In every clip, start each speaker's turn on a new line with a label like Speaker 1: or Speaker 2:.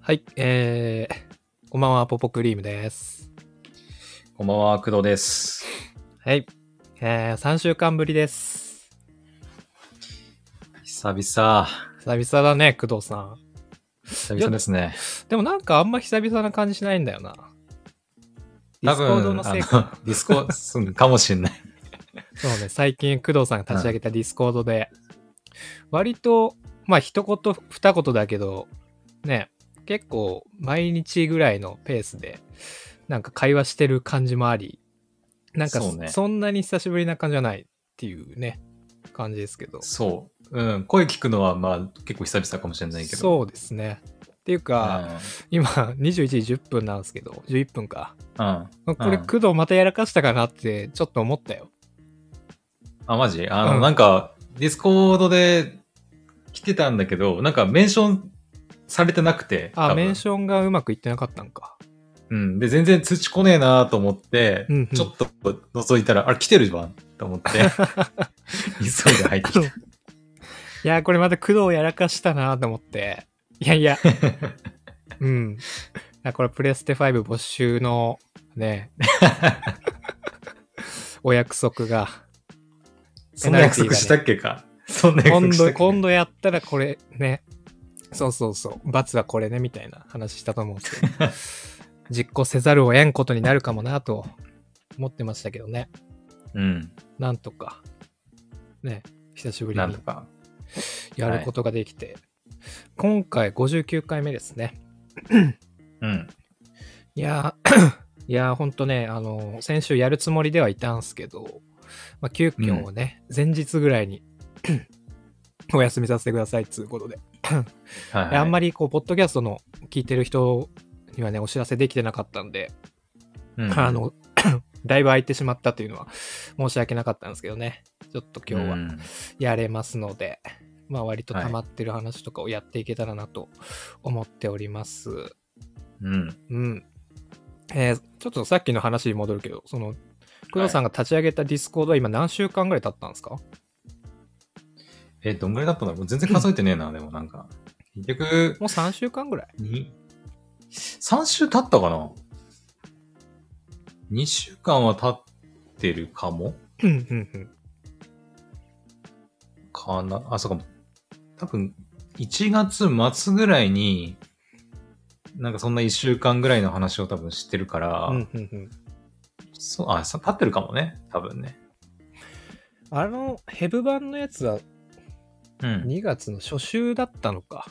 Speaker 1: はい、えー、こんばんは、ポポクリームです。
Speaker 2: こんばんは、工藤です。
Speaker 1: はい、えー、3週間ぶりです。
Speaker 2: 久々、
Speaker 1: 久々だね、工藤さん。
Speaker 2: 久々ですね。
Speaker 1: でもなんかあんま久々な感じしないんだよな。
Speaker 2: 多
Speaker 1: ディスコード
Speaker 2: 分、
Speaker 1: の
Speaker 2: あの、
Speaker 1: せ
Speaker 2: デ
Speaker 1: いか。
Speaker 2: ィスコ、うんかもしんない。
Speaker 1: そうね、最近工藤さんが立ち上げたディスコードで、割と、まあ一言二言だけど、ね、結構毎日ぐらいのペースで、なんか会話してる感じもあり、なんか
Speaker 2: そ
Speaker 1: そ,、
Speaker 2: うね
Speaker 1: んなに久しぶりな感じじゃないっていうね、感じですけど。
Speaker 2: そう。うん、声聞くのは、まあ、結構久々かもしれないけど。う
Speaker 1: そうですね。っていうか、今21時10分なんですけど、11分か。
Speaker 2: ん。うん。
Speaker 1: これ、
Speaker 2: うん
Speaker 1: 工藤またやらかしたかなってちょっと思ったよ。
Speaker 2: あ、マジあの、
Speaker 1: うん
Speaker 2: なんか、ディスコードで来てたんだけど、なんか、メンションされてなくて。
Speaker 1: あ、
Speaker 2: 多分
Speaker 1: メンションがうまくいってなかったんか。
Speaker 2: うん。で、全然通知来ねえなと思って、
Speaker 1: うんうん
Speaker 2: ちょっと覗いたら、あれ、来てるじゃんと 思って、急いで入ってき
Speaker 1: いやー、これまた工藤やらかしたなと思って。いやい や、うん。いやこれプレステ5没収の ね、
Speaker 2: た。
Speaker 1: お約束が。
Speaker 2: そんな約束したっけか。そんな約
Speaker 1: 今
Speaker 2: 束したっ
Speaker 1: 度、
Speaker 2: け
Speaker 1: 今度やったらこれね。そうそうそう。罰はこれね、みたいな話したと思うんですけど。 実行せざるを得んことになるかもなと思ってましたけどね。
Speaker 2: うん。
Speaker 1: なんとか。ね。久しぶり
Speaker 2: なん
Speaker 1: に
Speaker 2: とか。
Speaker 1: やることができて。今回59回目ですね。
Speaker 2: うん。
Speaker 1: いやー いやーほんとね、あの、先週やるつもりではいたんすけど、まあ、急遽をね、前日ぐらいに お休みさせてくださいっつうことで、
Speaker 2: はい、はい。
Speaker 1: あんま
Speaker 2: り。
Speaker 1: りこう、ポッドキャストの聞いてる人にはね、お知らせできてなかったんで、
Speaker 2: うん、
Speaker 1: あ、の、 だいぶ空いてしまったというのは申し訳なかったんですけどね、ちょっと今日は
Speaker 2: うん
Speaker 1: やれますので、まあ割と
Speaker 2: はい
Speaker 1: 溜まってる話とかをやっていけたらなと思っております。
Speaker 2: うん。
Speaker 1: うん。えーちょっとさっきの話に戻るけど、その、工藤さんが立ち上げたディスコードは今何週間ぐらい経ったんですか、
Speaker 2: えどんぐらいだったんだろう全然数えてねえな、でもなんか。結局、
Speaker 1: もう3週間ぐらい
Speaker 2: に3週経ったかな ?2 週間は経ってるかも
Speaker 1: うんうんうん。
Speaker 2: かなあ、そうかも。多分、1月末ぐらいに、なんかそんな1週間ぐらいの話を多分知ってるから、
Speaker 1: うんうんうん。
Speaker 2: そう、あ、さ経ってるかもね、多分ね。
Speaker 1: あの、ヘブ版のやつは
Speaker 2: うん。
Speaker 1: 2月の初週だったのか。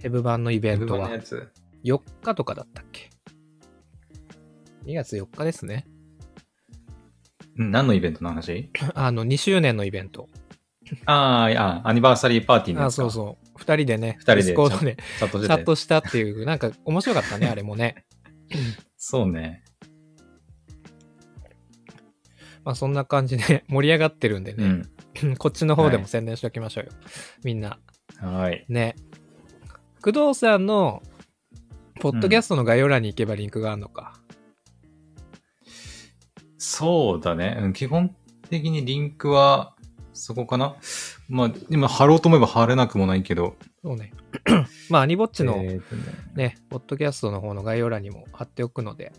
Speaker 1: ヘブ版のイベ
Speaker 2: ヘ
Speaker 1: ン
Speaker 2: ブ
Speaker 1: ト
Speaker 2: 版の
Speaker 1: は
Speaker 2: やつ。
Speaker 1: 4日とかだったっけ ?2 月4日ですね。
Speaker 2: うん何のイベントの話
Speaker 1: あの、2周年のイベント。
Speaker 2: あーいや、アニバーサリーパーティーのや
Speaker 1: あ、
Speaker 2: つか。
Speaker 1: そうそう。2人でね、
Speaker 2: 人で
Speaker 1: ディスコードで
Speaker 2: チャットし
Speaker 1: チ
Speaker 2: て
Speaker 1: ャ
Speaker 2: た
Speaker 1: ットしたっていう、なんか面白かったね、あれもね。
Speaker 2: そうね。
Speaker 1: まあそんな感じで 盛り上がってるんで
Speaker 2: う
Speaker 1: ね、
Speaker 2: ん。
Speaker 1: こっちの方でも宣伝しておきましょうよ。みんな。
Speaker 2: はい。
Speaker 1: ね。工藤さんの、ポッドキャストの概要欄に行けばリンクがあるのか。
Speaker 2: そうだね。うん基本的にリンクは、そこかな。まあ、今貼ろうと思えば貼れなくもないけど。
Speaker 1: そう ね。まあ、アニぼっちの
Speaker 2: え
Speaker 1: ね、
Speaker 2: ーとね
Speaker 1: ポッドキャストの方の概要欄にも貼っておくので、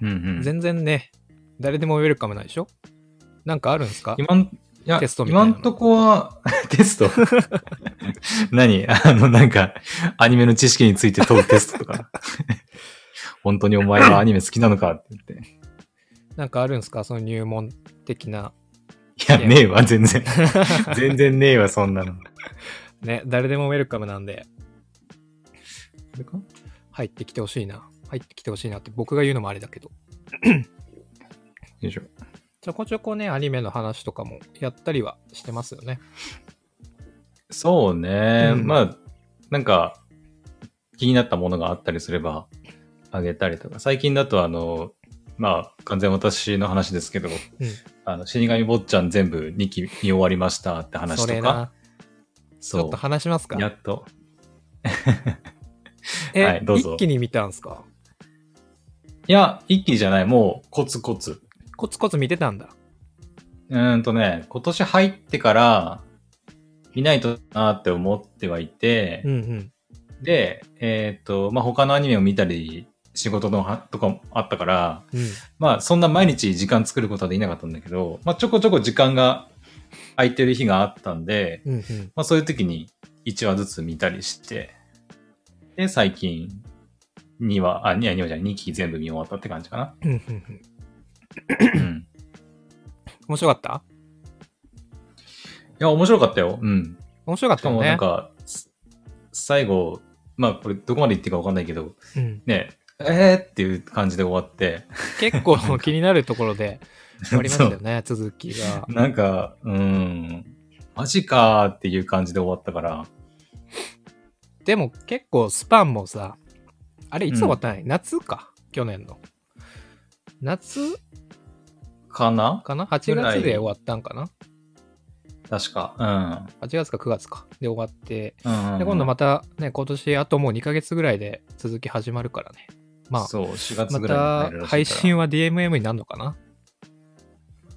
Speaker 2: うんうん。
Speaker 1: 全然ね、誰でもウェルカムないでしょなんかあるんですか
Speaker 2: 今ん、いや
Speaker 1: テストみたいな
Speaker 2: 今
Speaker 1: の
Speaker 2: んとこは、 テスト何 あの、なんか、アニメの知識について問うテストとか。 本当にお前はアニメ好きなのかって言って。
Speaker 1: なんかあるんですかその入門的な。
Speaker 2: いや、
Speaker 1: いや
Speaker 2: ねえわ、全然。全然ねえわ、そんなの。
Speaker 1: ね、誰でもウェルカムなんで、
Speaker 2: それか
Speaker 1: 入ってきてほしいな。入ってきてほしいなって僕が言うのもあれだけど。
Speaker 2: よいしょ。
Speaker 1: ちょこちょこね、アニメの話とかもやったりはしてますよね。
Speaker 2: そうね。
Speaker 1: うん
Speaker 2: まあ、なんか、気になったものがあったりすれば、あげたりとか。最近だと、あの、まあ、完全私の話ですけど、
Speaker 1: うん
Speaker 2: あの、死神坊ちゃん全部2期見終わりましたって話
Speaker 1: それ
Speaker 2: とか。
Speaker 1: な。ち
Speaker 2: そう
Speaker 1: ょっと話しますか。
Speaker 2: やっと。
Speaker 1: え、
Speaker 2: はいどうぞ
Speaker 1: 一気に見たんすか
Speaker 2: いや、一気じゃない、もう、コツコツ。
Speaker 1: コツコツ見てたんだ。
Speaker 2: うーんとね、今年入ってから、見ないとなーって思ってはいて、
Speaker 1: うんうん。
Speaker 2: で、えーっと、まあ、他のアニメを見たり、仕事のはとかもあったから、
Speaker 1: うん。
Speaker 2: まあ、そんな毎日時間作ることはできなかったんだけど、まあ、ちょこちょこ時間が空いてる日があったんで、
Speaker 1: うんうん。
Speaker 2: まあ、そういう時に1話ずつ見たりして、で、最近、2話、あ、2話、2話じゃない、2期全部見終わったって感じかな。
Speaker 1: うんうんうん。
Speaker 2: うん
Speaker 1: 面白かった
Speaker 2: いや、面白かったよ。うん。
Speaker 1: 面白かっ
Speaker 2: したか
Speaker 1: よ
Speaker 2: も
Speaker 1: ね。
Speaker 2: なんか、す最後、まあ、これどこまで言っていいかわかんないけど、
Speaker 1: うん、
Speaker 2: ね、えーっていう感じで終わって、
Speaker 1: 結構気になるところで終わりましたよ ね、続きが。
Speaker 2: なんか、うん、マジかーっていう感じで終わったから、
Speaker 1: でも結構スパンもさ、あれいつ終わったない、夏か去年の。夏
Speaker 2: かな
Speaker 1: かな ?8
Speaker 2: ぐらい
Speaker 1: 月で終わったんかな
Speaker 2: 確か。
Speaker 1: ?8 月か9月か。で終わって。
Speaker 2: うん。うんうんうん
Speaker 1: で、今度またね、今年あともう2ヶ月ぐらいで続き始まるからね。まあ、
Speaker 2: そう、4月
Speaker 1: ま
Speaker 2: ぐら
Speaker 1: た
Speaker 2: いに入るらしいから
Speaker 1: 配信は DMM になるのかな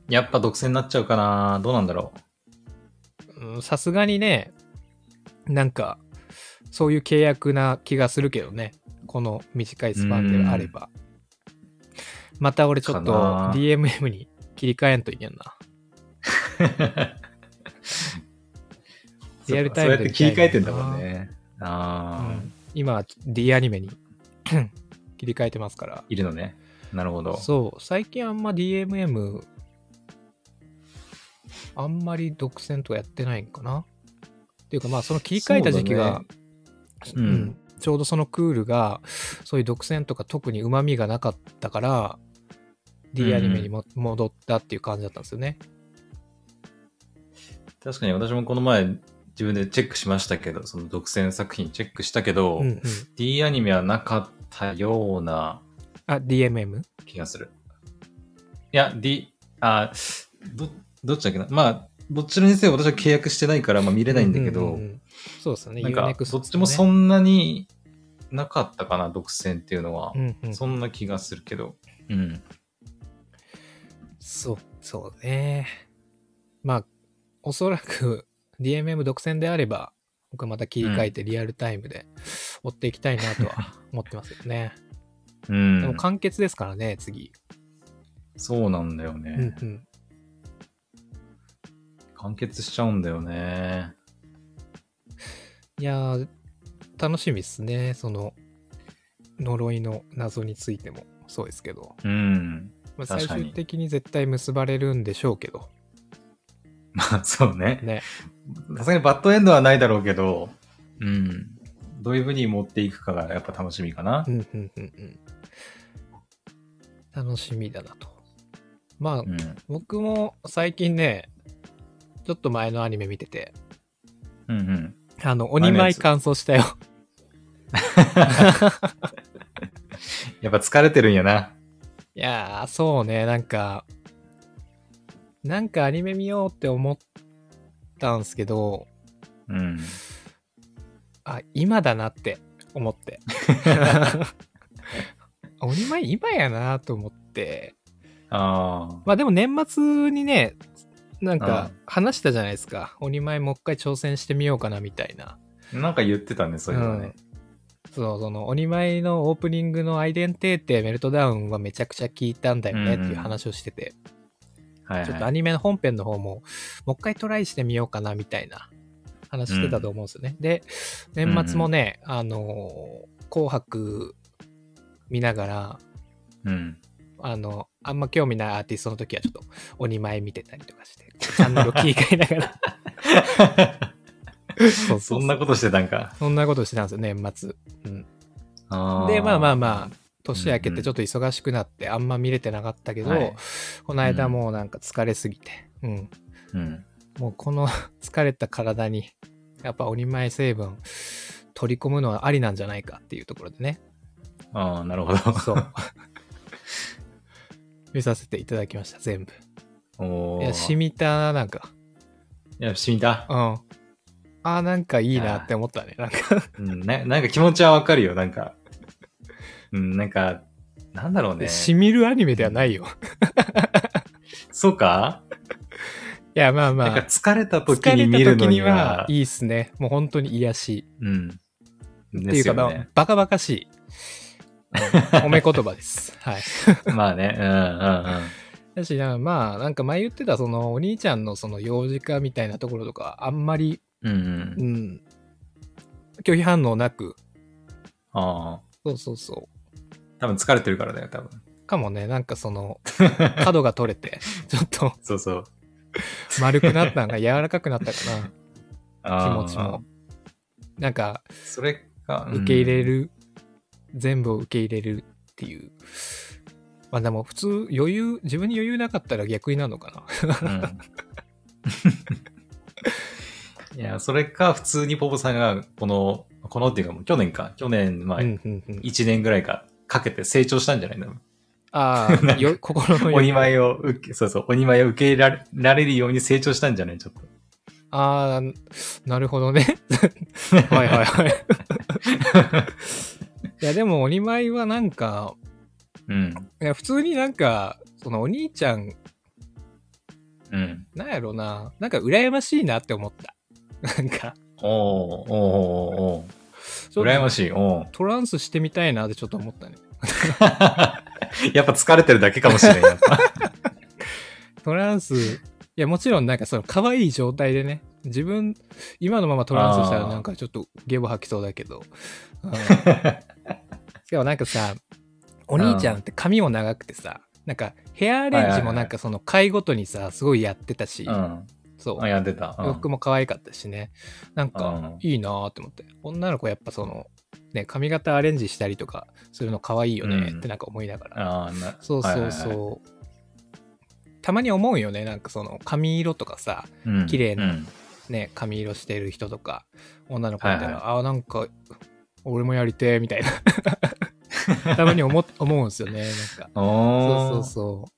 Speaker 2: やっぱ独占になっちゃうかなどうなんだろ
Speaker 1: うんさすがにね、なんか、そういう契約な気がするけどね。この短いスパンであれば。また俺ちょっと
Speaker 2: かな
Speaker 1: DMM に切り替えんといけん な。
Speaker 2: う。
Speaker 1: リアルタイム
Speaker 2: そ
Speaker 1: で
Speaker 2: うやって
Speaker 1: 見
Speaker 2: 切
Speaker 1: たいな
Speaker 2: り替えてんだもんね。ああ、
Speaker 1: うん今は D アニメに 切り替えてますから。
Speaker 2: いるのね。なるほど。
Speaker 1: そう、最近あんま DMM、あんまり独占とかやってないんかな。っていうかまあその切り替えた時期が、
Speaker 2: う
Speaker 1: うんん。ちょうどそのクールがそういう独占とか特にうまみがなかったから D アニメにも、戻ったっていう感じだったんですよね。
Speaker 2: 確かに私もこの前自分でチェックしましたけど、その独占作品チェックしたけど、
Speaker 1: うんうん、
Speaker 2: D アニメはなかったような
Speaker 1: あ DMM?
Speaker 2: 気がする。いや、D、あ、ど、どっちだっけな。まあ、どちらにせよ私は契約してないから、まあ見れないんだけど、
Speaker 1: うううんそうですよね。
Speaker 2: なんか、
Speaker 1: Unext
Speaker 2: どっちもそ
Speaker 1: ね
Speaker 2: んなになかったかな、独占っていうのは
Speaker 1: う。んうん、
Speaker 2: そんな気がするけど。うん。
Speaker 1: そう、そうね。まあ、おそらく DMM 独占であれば、僕はまた切り替えてリアルタイムで追っていきたいなと は思ってますよね。
Speaker 2: う
Speaker 1: でも
Speaker 2: ん。
Speaker 1: 完結ですからね、次。
Speaker 2: そうなんだよ
Speaker 1: うん
Speaker 2: ね。
Speaker 1: うん。
Speaker 2: 完結しちゃうんだよね。
Speaker 1: いやー、楽しみですね。その、呪いの謎についてもそうですけど。
Speaker 2: うん。
Speaker 1: まあ、最
Speaker 2: 確かに
Speaker 1: 終的に絶対結ばれるんでしょうけど。
Speaker 2: まあ、そうね。
Speaker 1: ね。
Speaker 2: さすがにバッドエンドはないだろうけど、うん。どういうふうに持っていくかがやっぱ楽しみかな
Speaker 1: う。んうんうんうん。楽しみだなと。まあ、
Speaker 2: うん。
Speaker 1: 僕も最近ね、ちょっと前のアニメ見てて、
Speaker 2: うんうん。
Speaker 1: あの、鬼舞感想したよ。
Speaker 2: やっぱ疲れてるんやな。
Speaker 1: いやー、そうね、なんか、なんかアニメ見ようって思ったんすけど、
Speaker 2: うん。
Speaker 1: あ、今だなって思って。鬼舞今やなと思って。
Speaker 2: ああ。
Speaker 1: まあでも年末にね、なんか
Speaker 2: うん
Speaker 1: 話したじゃないですか。鬼舞もう一回挑戦してみようかなみたいな。
Speaker 2: なんか言ってたね、そういうのね。
Speaker 1: そう、その、鬼舞のオープニングのアイデンテーテメルトダウンはめちゃくちゃ効いたんだよねっていう話をしてて、
Speaker 2: はい、はい。
Speaker 1: ちょっとアニメの本編の方も、もう一回トライしてみようかなみたいな話してたと思うんですよね。で、年末もね、あのー、紅白見ながら、
Speaker 2: うん。
Speaker 1: あの、あんま興味ないアーティストの時はちょっと鬼舞見てたりとかして、チャンネルを切り替えながら。 そうそう
Speaker 2: そんなことしてたんか。
Speaker 1: そんなことしてたんですよ、年末。うん。
Speaker 2: あー
Speaker 1: でまあまあまあ年明けてちょっと忙しくなってあんま見れてなかったけど、
Speaker 2: はい
Speaker 1: この間もうなんか疲れすぎて、うん
Speaker 2: うん。
Speaker 1: もうこの 疲れた体にやっぱ鬼前成分取り込むのはありなんじゃないかっていうところでね
Speaker 2: ああ、なるほど。
Speaker 1: そう見させていただきました全部
Speaker 2: お
Speaker 1: い
Speaker 2: ー
Speaker 1: や染みたななんか
Speaker 2: いや、染みた
Speaker 1: う。んあーなんかいいなって思ったねなんか
Speaker 2: うんな、なんか気持ちはわかるよ、なんか。 うん、なんか、なんだろうね。
Speaker 1: 染みるアニメではないよ
Speaker 2: そうか、
Speaker 1: いやまあま
Speaker 2: なんか
Speaker 1: あ
Speaker 2: 疲れた時
Speaker 1: 疲
Speaker 2: に見
Speaker 1: れ
Speaker 2: る
Speaker 1: た
Speaker 2: の
Speaker 1: 時
Speaker 2: に
Speaker 1: に
Speaker 2: は、
Speaker 1: はいいっすねもう本当に癒やし
Speaker 2: う
Speaker 1: っ
Speaker 2: ん。
Speaker 1: ていうか、
Speaker 2: ですよね
Speaker 1: バカバカしい、うん褒め言葉 です。はい。
Speaker 2: まあね、うんうん
Speaker 1: だし、なんかまあ、なんか前言ってた、その、お兄ちゃんのその、幼児化みたいなところとか、あんまり、
Speaker 2: うん。うんう。
Speaker 1: うんん、拒否反応なく、
Speaker 2: ああ。
Speaker 1: そうそうそ
Speaker 2: 多分疲れてるからだよ、多分。
Speaker 1: う。かもね、なんかそ の、角が取れて、ちょっと
Speaker 2: そうそう。
Speaker 1: 丸くなったのが柔らかくなったかな、
Speaker 2: あ
Speaker 1: 気
Speaker 2: ー
Speaker 1: 持ちも。。なんか、
Speaker 2: それが、うん
Speaker 1: 受け入れ。る、全部を受け入れるっていう。まあでも普通余裕、自分に余裕なかったら逆になるのかな。
Speaker 2: うんいや、それか、普通にポポさんが、この、このっていうかもう去年か、去年、まあ、
Speaker 1: うんうんうん、
Speaker 2: 1年ぐらいか、かけて成長したんじゃないの
Speaker 1: あ あ、よ心の
Speaker 2: お見
Speaker 1: 裕。
Speaker 2: 舞いを受け、そうそう、お見舞いを受け入れられられるように成長したんじゃないちょっと。
Speaker 1: ああ、なるほどね。 はいはいはい。い やでもお見舞いはなんか、
Speaker 2: うん。
Speaker 1: いや普通になんか、そのお兄ちゃん、
Speaker 2: うん。
Speaker 1: なんやろな、なんか羨ましいなって思った。なんか、
Speaker 2: おうおうおうおう
Speaker 1: ちょっと
Speaker 2: 羨ましい。おう
Speaker 1: トランスしてみたいなってちょっと思ったね。
Speaker 2: やっぱ疲れてるだけかもしれない。やっぱ
Speaker 1: トランス、いや、もちろんなんかその可愛い状態でね、自分、今のままトランスしたらなんかちょっとゲボ吐きそうだけど。 うんしかもなんかさ、お兄ちゃんって髪も長くてさ、なんかヘアアレンジもなんかその回ごとにさ、すごいやってたし、そう
Speaker 2: うん。あ、。やってた。うん
Speaker 1: 洋服も可愛かったしね。なん
Speaker 2: うん
Speaker 1: か、いいなーって思って。女の子やっぱその、ね、髪型アレンジしたりとかするの可愛いよねってなんか思いながら。
Speaker 2: あーな
Speaker 1: そうそうそう。
Speaker 2: はいはいは
Speaker 1: たまに思うよね。なんかその髪色とかさ、
Speaker 2: いうん
Speaker 1: 綺麗な
Speaker 2: うん
Speaker 1: ね、髪色してる人とか、女の子みたいな、
Speaker 2: はいはい
Speaker 1: ああ、なんか、俺もやりてーみたいな。 たまに思思うんですよね。なんか。そう
Speaker 2: お
Speaker 1: そ
Speaker 2: ー
Speaker 1: うそう。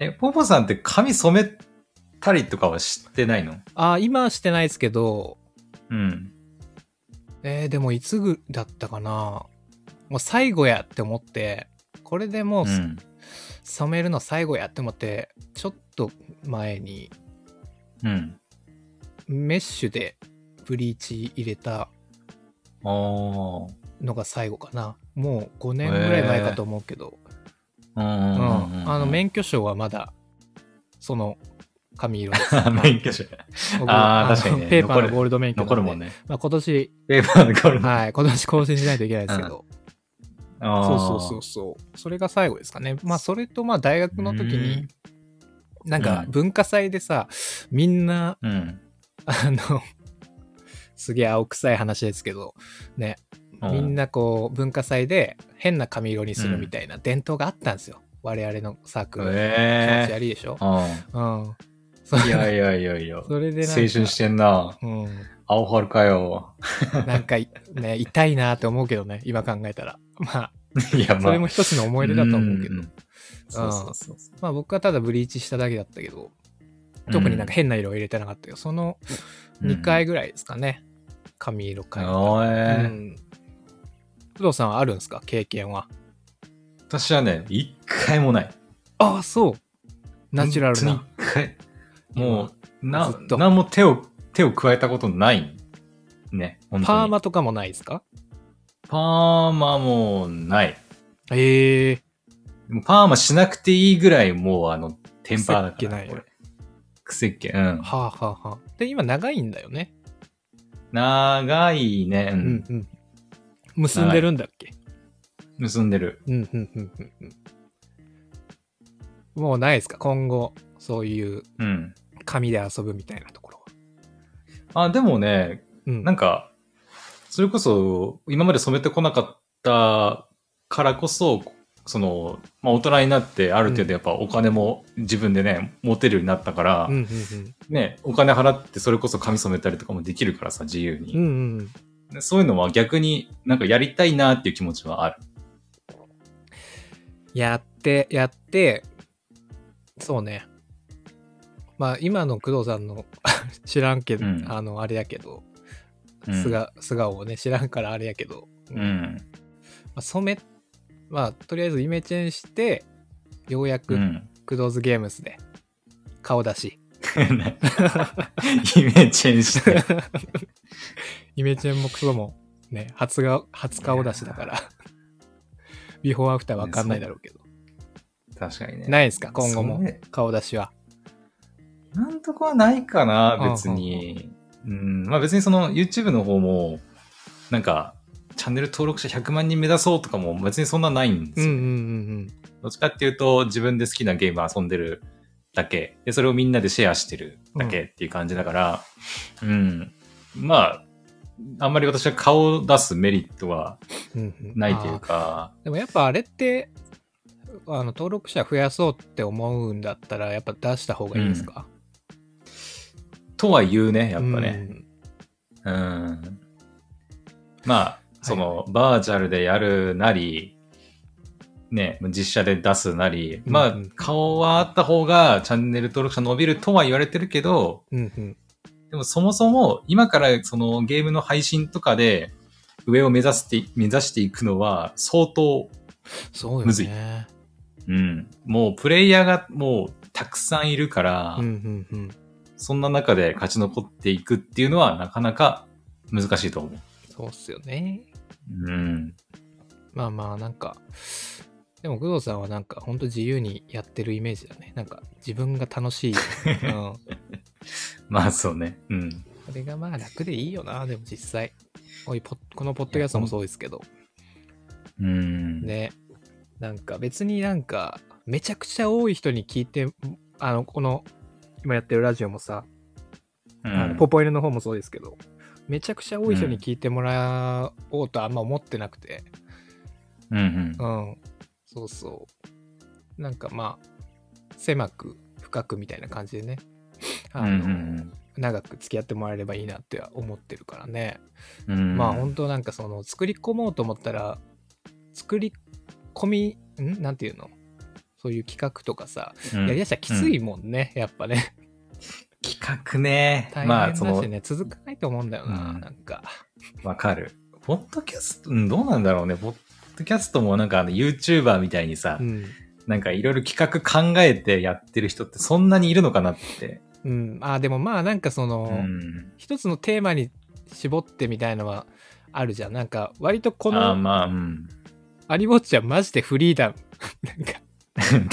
Speaker 2: え、ポポさんって髪染めたりとかはしてないの
Speaker 1: ああ、今はしてないですけど、
Speaker 2: うん。
Speaker 1: えー、でもいつぐだったかな。もう最後やって思って、これでもう
Speaker 2: うん
Speaker 1: 染めるの最後やって思って、ちょっと前に
Speaker 2: うん。
Speaker 1: メッシュでブリーチ入れた
Speaker 2: おー
Speaker 1: のが最後かな。もう5年ぐらい前かと思うけど、
Speaker 2: うん
Speaker 1: う
Speaker 2: うんんうんうん。
Speaker 1: あの免許証はまだその髪色です。
Speaker 2: あ免許証。
Speaker 1: 僕
Speaker 2: あー
Speaker 1: の
Speaker 2: 確かにね
Speaker 1: ペーパー
Speaker 2: 残
Speaker 1: の
Speaker 2: る
Speaker 1: ゴールド免許なんで
Speaker 2: 残るもんね。
Speaker 1: まあ、今年、
Speaker 2: ペーパーのゴールド。
Speaker 1: はい、今年更新しないといけないですけど、
Speaker 2: あー
Speaker 1: そうそうそうそう、それが最後ですかね。まあ、それとまあ大学の時に、なんか
Speaker 2: うん
Speaker 1: 文化祭でさ、みんな、
Speaker 2: うん。うん
Speaker 1: あの、すげえ青臭い話ですけど、ね、みん。なこう文化祭で変な髪色にするみたいな伝統があったんですよ、我々のサークルの、気持ち
Speaker 2: ええ
Speaker 1: 悪いでしょ、う
Speaker 2: ー。
Speaker 1: んそ
Speaker 2: うんいやいやいやいや。青
Speaker 1: それでなんか
Speaker 2: 春してんな。
Speaker 1: うん、
Speaker 2: 青春か よ。
Speaker 1: なんかいね痛いなって思うけどね今考えたらま
Speaker 2: いや、
Speaker 1: あ
Speaker 2: まあ。
Speaker 1: それも一つの思い出だと思うけど
Speaker 2: んんそうそうそうそう。
Speaker 1: まあ僕はただブリーチしただけだったけど特になんか変な色を入れてなかったけどその
Speaker 2: うん
Speaker 1: 2回ぐらいですかね髪色
Speaker 2: う
Speaker 1: 変
Speaker 2: ん
Speaker 1: え
Speaker 2: お
Speaker 1: た、う
Speaker 2: え。
Speaker 1: ん、工藤さんはあるんですか経験は
Speaker 2: 私はね、一回もない。
Speaker 1: ああそうナチュラル
Speaker 2: 本
Speaker 1: な
Speaker 2: 当に一回。もう、な
Speaker 1: ずっ、と
Speaker 2: なんも手を、手を加えたことない。ね。本当に
Speaker 1: パー。マとかもないですか
Speaker 2: パーマもない。
Speaker 1: ええ
Speaker 2: もうパーマしなくていいぐらい、もうあの、テンパー
Speaker 1: 癖
Speaker 2: だか
Speaker 1: っ気な
Speaker 2: ら。
Speaker 1: いよ
Speaker 2: 俺癖っ気。うん。
Speaker 1: はあはあはあ。で、今長いんだよね。
Speaker 2: 長いね。う。
Speaker 1: うんうん。結んでるんだっけ
Speaker 2: 結んでる。
Speaker 1: うんうんうんうんうん。もうないですか今後、そういう
Speaker 2: うん。
Speaker 1: 紙で遊ぶみたいなところは。
Speaker 2: あ、でもね、
Speaker 1: うん。
Speaker 2: なんか、それこそ、今まで染めてこなかったからこそ、その、まあ、大人になって、ある程度やっぱお金も自分でね、持てるようになったから、
Speaker 1: うんうん
Speaker 2: ね、お金払ってそれこそ髪染めたりとかもできるからさ、自由
Speaker 1: うん。う
Speaker 2: に。
Speaker 1: んうん。
Speaker 2: でそういうのは逆になんかやりたいなっていう気持ちはある。
Speaker 1: やって、やって、そうね。まあ、今の工藤さんの 知らんけど、
Speaker 2: うん
Speaker 1: あの、あれやけど、
Speaker 2: うん
Speaker 1: 素が素顔をね、知らんからあれやけど、
Speaker 2: う
Speaker 1: ま
Speaker 2: ん。
Speaker 1: あ、染め、まあ、とりあえずイメチェンして、ようや
Speaker 2: う
Speaker 1: く
Speaker 2: ん。
Speaker 1: クドーズゲームスで顔出し
Speaker 2: イメチェンして。
Speaker 1: イメチェンもクソもね、初が、初顔出しだから。ビフォーアフターわかんないだろうけど。
Speaker 2: 確かにね。
Speaker 1: ないですか今後
Speaker 2: そ
Speaker 1: も
Speaker 2: れ
Speaker 1: 顔出しは。
Speaker 2: 今んとこはないかな、別
Speaker 1: うん
Speaker 2: に。うん、まあ別にその YouTube の方も、なんか、チャンネル登録者100万人目指そうとかも別にそんなないんで
Speaker 1: うん
Speaker 2: す
Speaker 1: うん
Speaker 2: よ。
Speaker 1: うんうん。
Speaker 2: どっちかっていうと、自分で好きなゲーム遊んでるだけ、で、それをみんなでシェアしてるだけっていう感じだから、うん、まあ、あんまり私は顔を出すメリットは
Speaker 1: うんうん
Speaker 2: ないという
Speaker 1: あ
Speaker 2: か、
Speaker 1: ーでもやっぱあれって、あの、登録者増やそうって思うんだったら、やっぱ出した方がいいですか、
Speaker 2: とは言うね、やっぱね。
Speaker 1: うん。
Speaker 2: うん。まあ、その、バーチャルでやるなり、ね、実写で出すなり、ま
Speaker 1: う
Speaker 2: あ
Speaker 1: んうん、
Speaker 2: 顔はあった方がチャンネル登録者伸びるとは言われてるけど、
Speaker 1: うんうん。
Speaker 2: でもそもそも今からそのゲームの配信とかで上を目指して、目指していくのは相当、
Speaker 1: そうよね。
Speaker 2: むずいうん、もうプレイヤーがもうたくさんいるから、
Speaker 1: うんうんうん。
Speaker 2: そんな中で勝ち残っていくっていうのはなかなか難しいと思う。
Speaker 1: そうっすよね。
Speaker 2: うん。
Speaker 1: まあまあ、なんか、でも工藤さんはなんか、ほんと自由にやってるイメージだね。なんか、自分が楽 しい。うん。こ
Speaker 2: まあそうね。うん。
Speaker 1: れがまあ楽でいいよな、でも実際。おい、ポッこのポッドキャストもそうですけど。
Speaker 2: うん。
Speaker 1: ね。なんか別になんか、めちゃくちゃ多い人に聞いて、あの、この、今やってるラジオもさ、
Speaker 2: う
Speaker 1: あの
Speaker 2: ん、
Speaker 1: ポポイルの方もそうですけど、めちゃくちゃ多い人に聞いてもらおうとあんま思ってなくて。
Speaker 2: うんうん
Speaker 1: うん。そうそう。なんかまあ、狭く、深くみたいな感じでね。あ
Speaker 2: う
Speaker 1: の、
Speaker 2: ん
Speaker 1: 長く付き合ってもらえればいいなっては思ってるからね。
Speaker 2: うんうん。
Speaker 1: まあ本当なんかその、作り込もうと思ったら、作り込み、んなんていうのそういう企画とかさ、
Speaker 2: うん
Speaker 1: やりだしたらきついもんね、やっぱ ね。
Speaker 2: 企画ね。
Speaker 1: 大変
Speaker 2: ま
Speaker 1: だ
Speaker 2: あ
Speaker 1: し
Speaker 2: その、
Speaker 1: ね、続かないと思うんだよな、
Speaker 2: うん
Speaker 1: なんか。
Speaker 2: わかる。ポッドキャスト、うんどうなんだろうね。ポッドキャストもなんかあの YouTuber みたいにさ、
Speaker 1: うん。
Speaker 2: なんかいろいろ企画考えてやってる人ってそんなにいるのかなって。
Speaker 1: うん。ああ、でもまあなんかその、
Speaker 2: うん。
Speaker 1: 一つのテーマに絞ってみたいのはあるじゃんなんか割とこ
Speaker 2: あー
Speaker 1: の
Speaker 2: まあ、うん。
Speaker 1: アニウォッチはマジでフリーダムなんか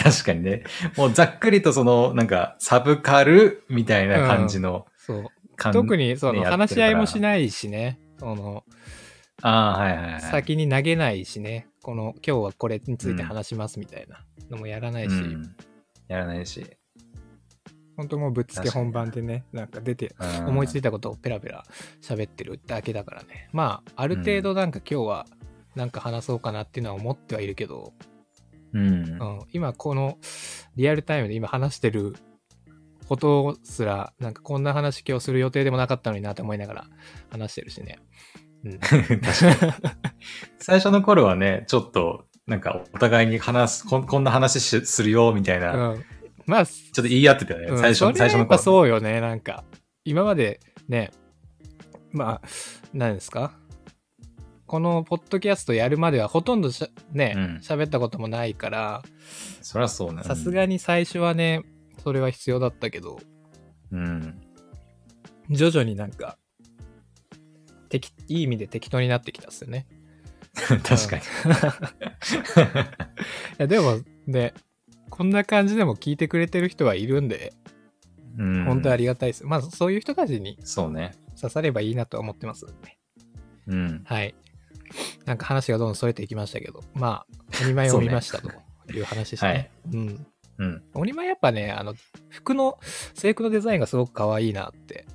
Speaker 2: 確かにね。もうざっくりとその、なんか、サブカルみたいな感じの
Speaker 1: そう
Speaker 2: 感じ、
Speaker 1: 特にその
Speaker 2: ね
Speaker 1: 話し合いもし
Speaker 2: い。
Speaker 1: ないしねその
Speaker 2: ああ、はいはい、はい。
Speaker 1: 先に投げないしねこの今日はこれについて話しますみたいなのもやらないし、
Speaker 2: うんやらないし。
Speaker 1: 本当もうぶっつけ本番でねなんか出て思いつ
Speaker 2: い
Speaker 1: いたことをペラペラ喋ってるだけだからねまあある程度なんか今日はなんか話そうかなっていうのは思ってはいるけど、
Speaker 2: うん
Speaker 1: う。ん、今このリアルタイムで今話してることすらなんかこんな話今日する予定でもなかったのになって思いながら話してるしね。 うん、
Speaker 2: 最初の頃はね、ちょっと、なんか、お互いに話す、こんこんな話しするよ、みたいな、ちょっ
Speaker 1: うんまあ、ち
Speaker 2: と言い合ってたよね。最初、最初
Speaker 1: や
Speaker 2: の
Speaker 1: っぱ
Speaker 2: 頃。
Speaker 1: そうよね、なんか。今までね、まあ、何ですかこのポッドキャストやるまではほとんどしゃ
Speaker 2: う
Speaker 1: ね
Speaker 2: ん、
Speaker 1: 喋、ったこともないから、
Speaker 2: そりゃそうね。
Speaker 1: さすがに最初はね、それは必要だったけど、
Speaker 2: うん。
Speaker 1: 徐々になんか、適いい意味で適当になってきたっすよね。
Speaker 2: 確かに。
Speaker 1: いやでもね、こんな感じでも聞いてくれてる人はいるんで、
Speaker 2: うん
Speaker 1: 本当にありがたいです。まあそういう人たちに
Speaker 2: そうね。
Speaker 1: 刺さればいいなとは思ってますんでね。
Speaker 2: うん。
Speaker 1: はい。なんか話がどんどんそれていきましたけど、まあ、鬼前を見ましたという話でしたね。うん。
Speaker 2: うん。
Speaker 1: 鬼前やっぱね、あの、服の、制服のデザインがすごく可愛いなって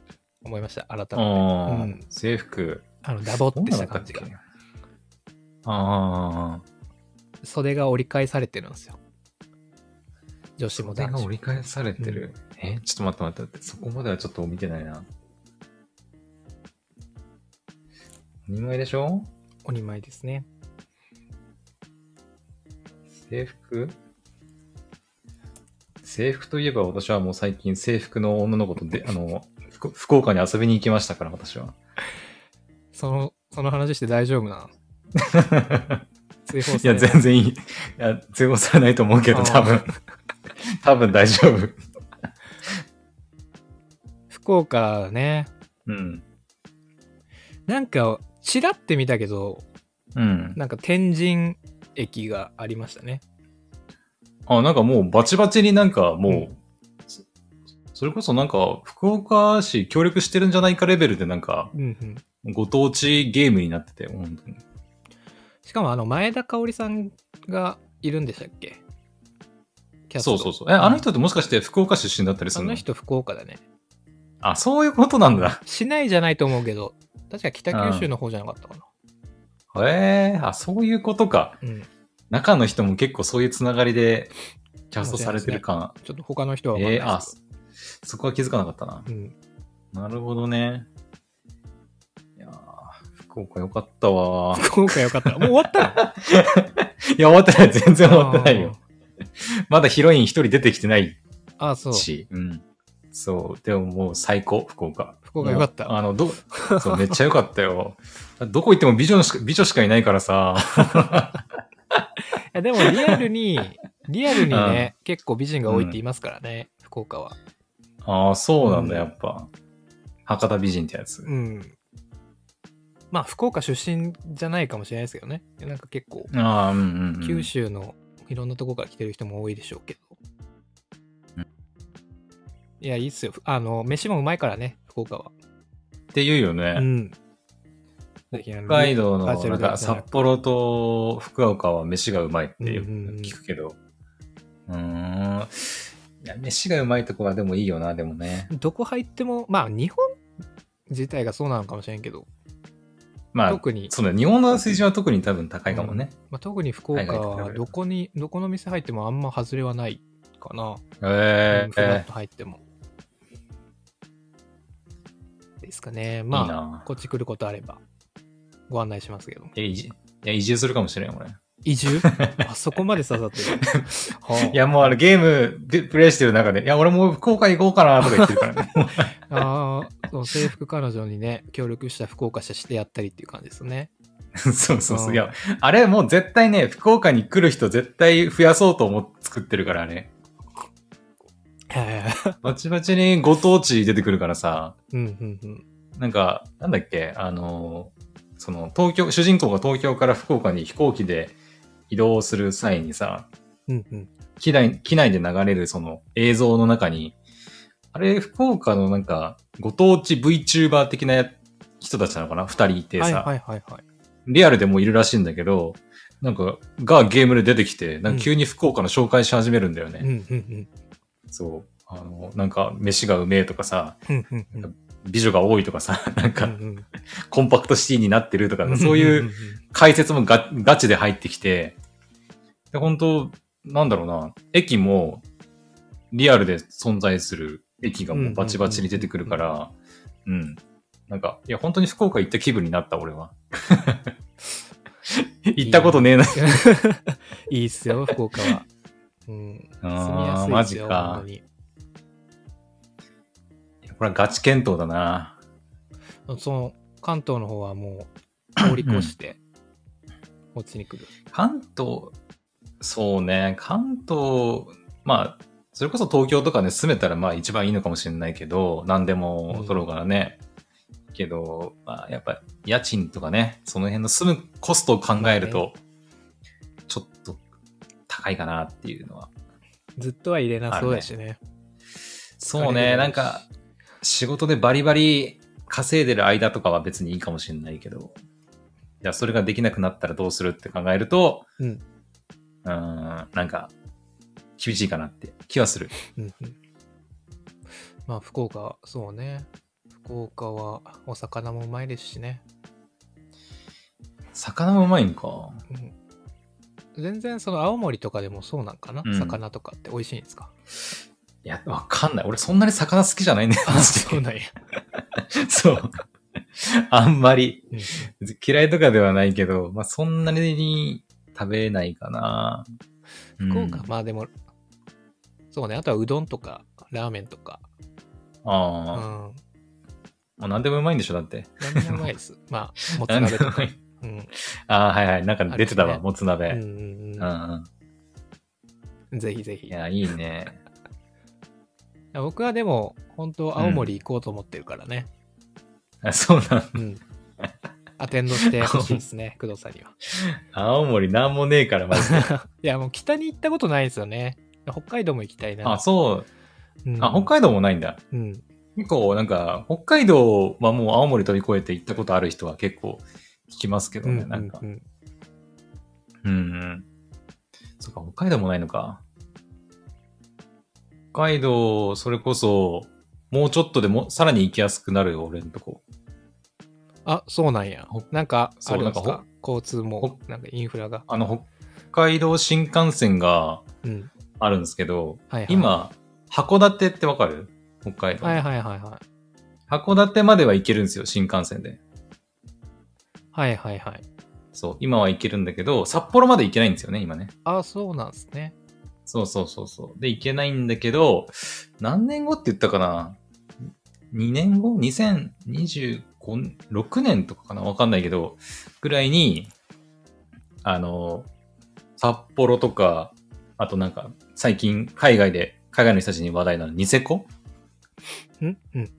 Speaker 1: 思いました、改めて。
Speaker 2: ああ、
Speaker 1: うん
Speaker 2: 制服。
Speaker 1: あの、ダボっ
Speaker 2: どん
Speaker 1: て
Speaker 2: な
Speaker 1: し
Speaker 2: だ
Speaker 1: た
Speaker 2: った
Speaker 1: 感
Speaker 2: っ
Speaker 1: じ
Speaker 2: け
Speaker 1: が。
Speaker 2: ああ、
Speaker 1: 袖が折り返されてるんですよ。女子も
Speaker 2: 袖
Speaker 1: 男
Speaker 2: が
Speaker 1: 子
Speaker 2: 折
Speaker 1: も。
Speaker 2: り返されてる。え、ちょっと待って待って待って、そこまではちょっと見てないな。2枚でしょ
Speaker 1: お二枚ですね。
Speaker 2: 制服制服といえば私はもう最近制服の女の子とで、あの、福福岡に遊びに行きましたから、私は。
Speaker 1: その、その話して大丈夫なの追放
Speaker 2: い
Speaker 1: さ
Speaker 2: や、
Speaker 1: れない
Speaker 2: 全然いい。いや、追放されないと思うけど、
Speaker 1: あー
Speaker 2: 多分。 多分大丈夫。
Speaker 1: 福岡ね。
Speaker 2: うん。
Speaker 1: なんか、ちらって見たけど、
Speaker 2: うん。
Speaker 1: なんか天神駅がありましたね。
Speaker 2: あ、なんかもうバチバチになんかもう、
Speaker 1: う
Speaker 2: そそれこそなんか福岡市協力してるんじゃないかレベルでなんか
Speaker 1: うんうん。
Speaker 2: ご当地ゲームになってて、本当に。
Speaker 1: しかもあの前田香織さんがいるんでしたっけキャスト
Speaker 2: そうそうそう。え、あの人ってもしかして福岡出身だったりす
Speaker 1: あ
Speaker 2: るの
Speaker 1: の人福岡だね。
Speaker 2: あ、そういうことなんだ。
Speaker 1: 市内じゃないと思うけど、確か北九州の方じゃなかったかな。
Speaker 2: へえあ、そういうことか。
Speaker 1: うん。
Speaker 2: 中の人も結構そういうつながりでキャストされてる感。
Speaker 1: ちょっと他の人は分かん
Speaker 2: え
Speaker 1: ない
Speaker 2: ー、あ
Speaker 1: です、
Speaker 2: そこは気づかなかったな。
Speaker 1: けど。うん。
Speaker 2: なるほどね。いやー福岡よかったわ ー。
Speaker 1: 福岡よかった。もう終わったの
Speaker 2: いや、終わってない。全然 終わってないよ。。まだヒロイン一人出てきてない
Speaker 1: あーあー、そう。
Speaker 2: し。うん。そう。でももう最高、福岡。
Speaker 1: 福岡よかった
Speaker 2: もうあの、ど、 そう、めっちゃよかったよ。どこ行っても美女しか、美女しかいないからさ。
Speaker 1: いやでもリアル に、リアルにね、結構美人が多いって言いますからね、福岡は。
Speaker 2: ああ、そうなんだ、
Speaker 1: うん
Speaker 2: やっぱ。博多美人ってやつ。
Speaker 1: うん。まあ、福岡出身じゃないかもしれないですけどね。なんか結構、
Speaker 2: ああ、うんうん、うん。
Speaker 1: 九州のいろんなとこから来てる人も多いでしょうけど。
Speaker 2: うん
Speaker 1: いや、いいっすよ。あの、飯もうまいからね、福岡は。
Speaker 2: って言うよね。
Speaker 1: うん。ぜひあの
Speaker 2: 北海道の、
Speaker 1: バーチャ
Speaker 2: な
Speaker 1: ル
Speaker 2: ん
Speaker 1: で
Speaker 2: か札幌と福岡は飯がうまいってよく聞くけど。うーん。いや、飯がうまいとこはでもいいよな、でもね。
Speaker 1: どこ入っても、まあ、日本自体がそうなのかもしれんけど、
Speaker 2: まあ、
Speaker 1: 特に、
Speaker 2: そうだ、日本の水準は特に多分高いかもね。
Speaker 1: まあ、特に福岡
Speaker 2: 海外と比べ
Speaker 1: は
Speaker 2: ると
Speaker 1: どこに、どこの店入ってもあんま外れはないかな。
Speaker 2: え
Speaker 1: フラッ
Speaker 2: え
Speaker 1: と入っても。ですかね。
Speaker 2: いい
Speaker 1: ま
Speaker 2: な
Speaker 1: あ、こっち来ることあれば、ご案内しますけども。
Speaker 2: えいじいや、移住するかもしれん、俺。
Speaker 1: 移 住あそこまで刺さってる。はい
Speaker 2: や、もうあの、ゲームでプレイしてる中で、いや、俺も福岡行こうかな、とか言ってるから ね。
Speaker 1: ああ、そう制服彼女にね、協力した福岡社してやったりっていう感じですね。
Speaker 2: そうそう
Speaker 1: う
Speaker 2: そ
Speaker 1: ん
Speaker 2: う。いや、あれもう絶対ね、福岡に来る人絶対増やそうと思って作ってるからね。
Speaker 1: はい
Speaker 2: バチバチにご当地出てくるからさ、
Speaker 1: うんうんうん。
Speaker 2: なんか、なんだっけ、あの、その、東京、主人公が東京から福岡に飛行機で移動する際にさ、
Speaker 1: うんうん。
Speaker 2: 機内、機内で流れるその映像の中に、あれ、福岡のなんか、ご当地 VTuber 的なや人たちなのかな二人いてさ、
Speaker 1: はいはいはいはい。
Speaker 2: リアルでもいるらしいんだけど、なんか、がゲームで出てきて、なんか急に福岡の紹介し始めるんだよね。
Speaker 1: うんうん
Speaker 2: そう。あの、なんか、飯がうめえとかさ、
Speaker 1: うん。うんうんうん。
Speaker 2: 美女が多いとかさ、 なんか、
Speaker 1: うん
Speaker 2: コンパクトシティになってると
Speaker 1: う
Speaker 2: か、
Speaker 1: ん
Speaker 2: そうい
Speaker 1: んん
Speaker 2: う解説もガガチで入ってきて、で、本当なんだろうな、駅も、リアルで存在する駅がもうバチバチに出てくるから、うん。なんか、いや、本当に福岡行った気分になった、俺 は。行ったことねえ
Speaker 1: う
Speaker 2: な。
Speaker 1: ん。 いいっすよ、福岡は。うん。住みや
Speaker 2: あ
Speaker 1: す
Speaker 2: ー
Speaker 1: い
Speaker 2: マ
Speaker 1: です
Speaker 2: ジ
Speaker 1: よ、本
Speaker 2: か
Speaker 1: 当。に。
Speaker 2: これはガチ検討だな。
Speaker 1: その関東の方はもう通り越して、こっちに来る。
Speaker 2: 関東、そうね、関東、まあ、それこそ東京とかね、住めたらまあ一番いいのかもしれないけど、何でも取ろうからね。けど、まあ、やっぱ家賃とかね、その辺の住むコストを考えると、ちょっと高いかなっていうのは。
Speaker 1: ずっとは入れなそうだしね。
Speaker 2: そう
Speaker 1: あれ
Speaker 2: ね、
Speaker 1: でも
Speaker 2: なんか、仕事でバリバリ稼いでる間とかは別にいいかもしれないけど、じゃあそれができなくなったらどうするって考えると、
Speaker 1: うん
Speaker 2: うーん、なんか、厳しいかなって気はする。
Speaker 1: うんうんまあ、福岡、そうね。福岡はお魚もうまいですしね。
Speaker 2: 魚もうまいんか。
Speaker 1: うん全然その青森とかでもそうなんかな、
Speaker 2: うん
Speaker 1: 魚とかって美味しいんです か
Speaker 2: いや、わかんない。俺そんなに魚好きじゃないんだよ。マジ
Speaker 1: そう
Speaker 2: で
Speaker 1: なんや。
Speaker 2: そう。あんまり。
Speaker 1: うん
Speaker 2: 嫌いとかではないけど、まあそんなに食べないかな。
Speaker 1: 福岡、
Speaker 2: うん
Speaker 1: まあでも、そうね。あとはうどんとか、ラーメンとか。うん。何
Speaker 2: ああ、もう何でもうまいんでしょ、だって。
Speaker 1: でもうまいです。まあ、もつ
Speaker 2: 何
Speaker 1: 鍋
Speaker 2: で
Speaker 1: と
Speaker 2: もうま
Speaker 1: か。
Speaker 2: い。
Speaker 1: うん。
Speaker 2: ああ、はいはい。なんか出てた
Speaker 1: あるし
Speaker 2: わ、
Speaker 1: ね
Speaker 2: もつ
Speaker 1: うん
Speaker 2: 鍋。
Speaker 1: うん
Speaker 2: うん、
Speaker 1: う
Speaker 2: うん。
Speaker 1: ん。ぜひぜひ
Speaker 2: い。や、いいね。
Speaker 1: 僕はでも、本当青森行こうと思ってるからね。
Speaker 2: あそうなん。
Speaker 1: うん。アテンドしてほしいです ね、工藤さんには。
Speaker 2: 青森なんもねえから、マ ジで。
Speaker 1: いや、もう北に行ったことないですよね。北海道も行きたいな。
Speaker 2: あ、そ
Speaker 1: う
Speaker 2: う。
Speaker 1: ん、
Speaker 2: あ、北海道もないんだ。
Speaker 1: うん。
Speaker 2: 結構、なんか、北海道はもう青森飛び越えて行ったことある人は結構聞きますけど
Speaker 1: うん
Speaker 2: ね、なんか
Speaker 1: う。ん
Speaker 2: うんうん。そっか、北海道もないのか。北海道、それこそ、もうちょっとでも、さらに行きやすくなるよ、俺んとこ。
Speaker 1: あ、そうなんや
Speaker 2: ほ。
Speaker 1: なんか、あ
Speaker 2: そう
Speaker 1: るんです
Speaker 2: なん
Speaker 1: か交通も、なんかインフラが。
Speaker 2: あの、北海道新幹線が
Speaker 1: うん。
Speaker 2: あるんですけど、
Speaker 1: はいはい。
Speaker 2: 今、函館ってわかる北海道、
Speaker 1: はいはいはいはい。
Speaker 2: 函館までは行けるんですよ、新幹線で。
Speaker 1: はいはいはい。
Speaker 2: そう、今は行けるんだけど、札幌まで行けないんですよね、今ね。
Speaker 1: あ、そうなんですね。
Speaker 2: そうそうそうそう。で、行けないんだけど、何年後って言ったかな ?2 年後 ?2025、6年とかかなわかんないけど、ぐらいに、あの、札幌とか、あとなんか、最近海外で、海外の人たちに話題なの、ニセコ
Speaker 1: うんうん。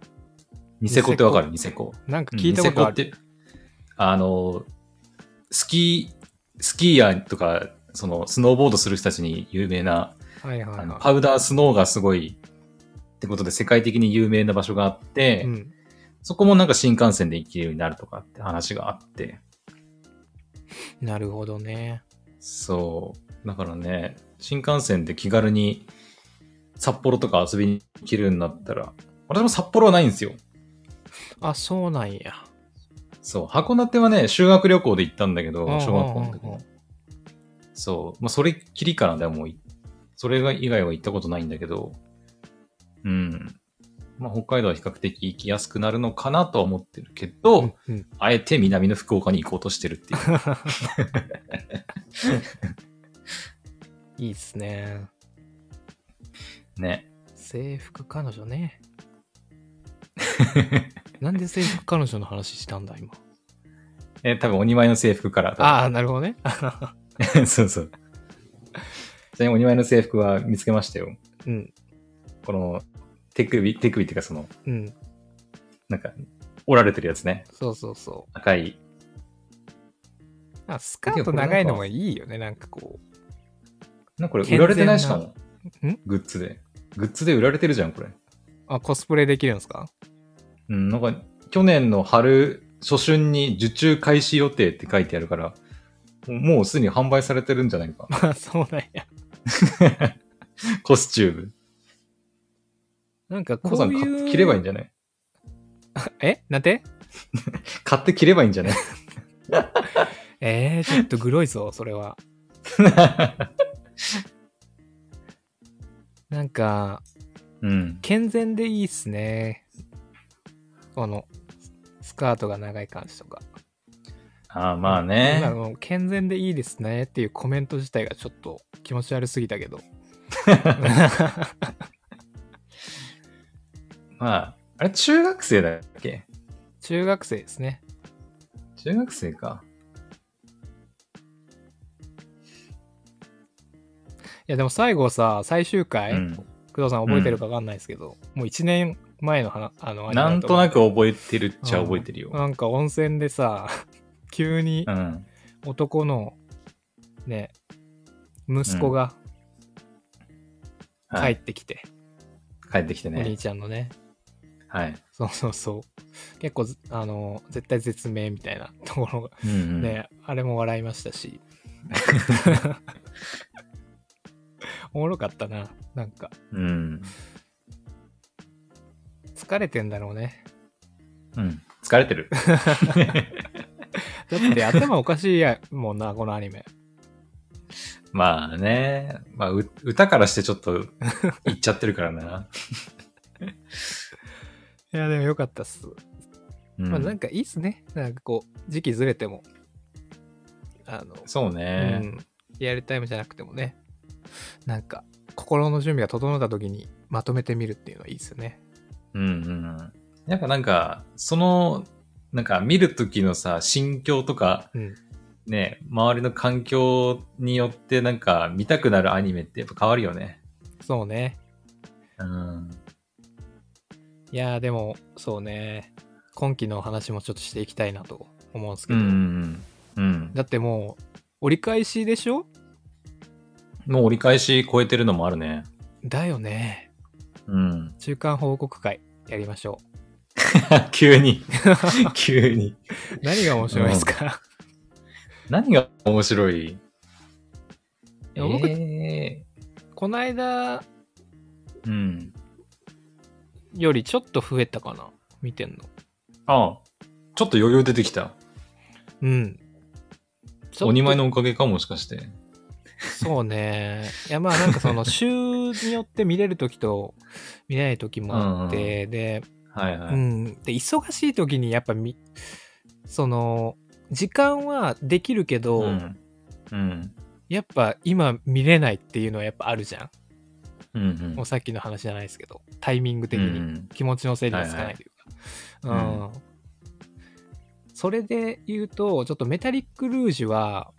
Speaker 2: ニセコってわかるニセコ。
Speaker 1: なんか
Speaker 2: うん
Speaker 1: 聞いたことある。
Speaker 2: ニセコって、あの、スキー、スキーヤーとか、その、スノーボードする人たちに有名な、
Speaker 1: はいはい
Speaker 2: あの
Speaker 1: は
Speaker 2: パウダースノーがすごいってことで世界的に有名な場所があって、
Speaker 1: い。うん。
Speaker 2: そこもなんか新幹線で行けるようになるとかって話があって、
Speaker 1: なるほどね。
Speaker 2: そう。だからね、新幹線で気軽に札幌とか遊びに行けるようになったら、私も札幌はないんですよ。
Speaker 1: あ、そうなんや。
Speaker 2: そう。函館はね、修学旅行で行ったんだけ
Speaker 1: う
Speaker 2: ど
Speaker 1: んうんう、ん
Speaker 2: 小学校の時
Speaker 1: うん
Speaker 2: に。そう。まあ、それっきりからでもうい、それが以外は行ったことないんだけど、うん。まあ、北海道は比較的行きやすくなるのかなとは思ってるけど、
Speaker 1: うんうん。
Speaker 2: あえて南の福岡に行こうとしてるっていう。
Speaker 1: いいっすね。
Speaker 2: ね。
Speaker 1: 制服彼女ね。 なんで制服彼女の話したんだ、今。
Speaker 2: え、多分お庭の制服から。
Speaker 1: ああ、なるほどね。
Speaker 2: そうそう。ちなみにお庭の制服は見つけましたよ。
Speaker 1: うん。
Speaker 2: この、手首、手首っていうかその、
Speaker 1: うん。
Speaker 2: なんか、折られてるやつね。
Speaker 1: そうそうそ
Speaker 2: 赤い。
Speaker 1: う。あスカート長いのもいいよね、なんかこう。
Speaker 2: なんかこれ売られてないしかも。
Speaker 1: ん
Speaker 2: グッズで。グッズで売られてるじゃん、これ。
Speaker 1: あ、コスプレできるんですか
Speaker 2: うん、なんか、去年の春、初春に受注開始予定って書いてあるから、もうすでに販売されてるんじゃないか。
Speaker 1: まあ、そうなんや。
Speaker 2: コスチューム。
Speaker 1: なんかこ
Speaker 2: コさ
Speaker 1: うんい
Speaker 2: 買っ
Speaker 1: う。
Speaker 2: て着ればいいんじゃない
Speaker 1: えなんて
Speaker 2: 買って着ればいいんじゃない
Speaker 1: えー、ちょっとグロいぞ、 それ は。なんか、
Speaker 2: うん。
Speaker 1: 健全でいいっすね。この、スカートが長い感じとか。
Speaker 2: ああ、まあ
Speaker 1: 今
Speaker 2: ね。
Speaker 1: の健全でいいですねっていうコメント自体がちょっと気持ち悪すぎたけど。
Speaker 2: まあ、あれ中学生だっけ
Speaker 1: 中学生ですね。
Speaker 2: 中学生か。
Speaker 1: いやでも最後さ、最終回、
Speaker 2: うん。
Speaker 1: 工藤さん覚えてるか分かんないですけど、もう1年前の話、あの、
Speaker 2: なんとな
Speaker 1: く
Speaker 2: く覚えてるっちゃ覚えてるよ。
Speaker 1: なんか温泉でさ、 急に
Speaker 2: うん。
Speaker 1: 男の、ね、息子が帰
Speaker 2: は
Speaker 1: っ
Speaker 2: い。
Speaker 1: てきて、
Speaker 2: 帰ってきて
Speaker 1: お兄
Speaker 2: ね。
Speaker 1: ちゃんのね、
Speaker 2: はい。
Speaker 1: そうそうそう。結構ず、あの、絶対絶命みたいな ところが
Speaker 2: うんうん。
Speaker 1: ね、あれも笑いました し。おもろかったな。なんか、
Speaker 2: うん。
Speaker 1: 疲れてんだろうね。
Speaker 2: うん。疲れてる。
Speaker 1: だって頭おかしいやもんな、このアニメ。
Speaker 2: まあね、まあう歌からしてちょっと言っちゃってるから な。
Speaker 1: いや、でもよかったっす。
Speaker 2: うん
Speaker 1: まあ、なんかいいっすね。なんかこう、時期ずれても。あの、
Speaker 2: そう
Speaker 1: う
Speaker 2: ね、
Speaker 1: ん。リアルタイムじゃなくてもね。なんか、心の準備が整った時にまとめてみるっていうのはいいっすよね。
Speaker 2: うん。うんうんやっぱなんか、その、なんか見るときのさ、心境とか、
Speaker 1: うん。
Speaker 2: ね、周りの環境によってなんか見たくなるアニメってやっぱ変わるよね。
Speaker 1: そうね。
Speaker 2: うん。
Speaker 1: いやーでも、そうね。今期の話もちょっとしていきたいなと思うんですけ
Speaker 2: う
Speaker 1: ど、
Speaker 2: ん。うん。
Speaker 1: だってもう折り返しでしょ
Speaker 2: もう折り返し超えてるのもあるね。
Speaker 1: だよね
Speaker 2: うん。
Speaker 1: 中間報告会やりましょ
Speaker 2: 急 に。 急に。
Speaker 1: う何が面白いですか、
Speaker 2: 何が面白い
Speaker 1: いや僕
Speaker 2: え
Speaker 1: この間
Speaker 2: ーうん。
Speaker 1: よりちょっと増えたかな見てんの
Speaker 2: ああ、ちょっと余裕出てきた。
Speaker 1: うん
Speaker 2: お二枚
Speaker 1: の
Speaker 2: のおかげかもしかして。
Speaker 1: そうねいやまあなんかその週によって見れる時と見れない時もあって、で
Speaker 2: はいは
Speaker 1: う
Speaker 2: い。
Speaker 1: ん、で忙しい時にやっぱみその時間はできるけど、
Speaker 2: うん。うん。
Speaker 1: やっぱ今見れないっていうのはやっぱあるじゃん、
Speaker 2: うん。うん
Speaker 1: もうさっきの話じゃないですけどタイミング的に、
Speaker 2: うん
Speaker 1: 気持ちの整理がつかないというか、
Speaker 2: はいはい
Speaker 1: うんそれで言うとちょっとメタリック・ルージュは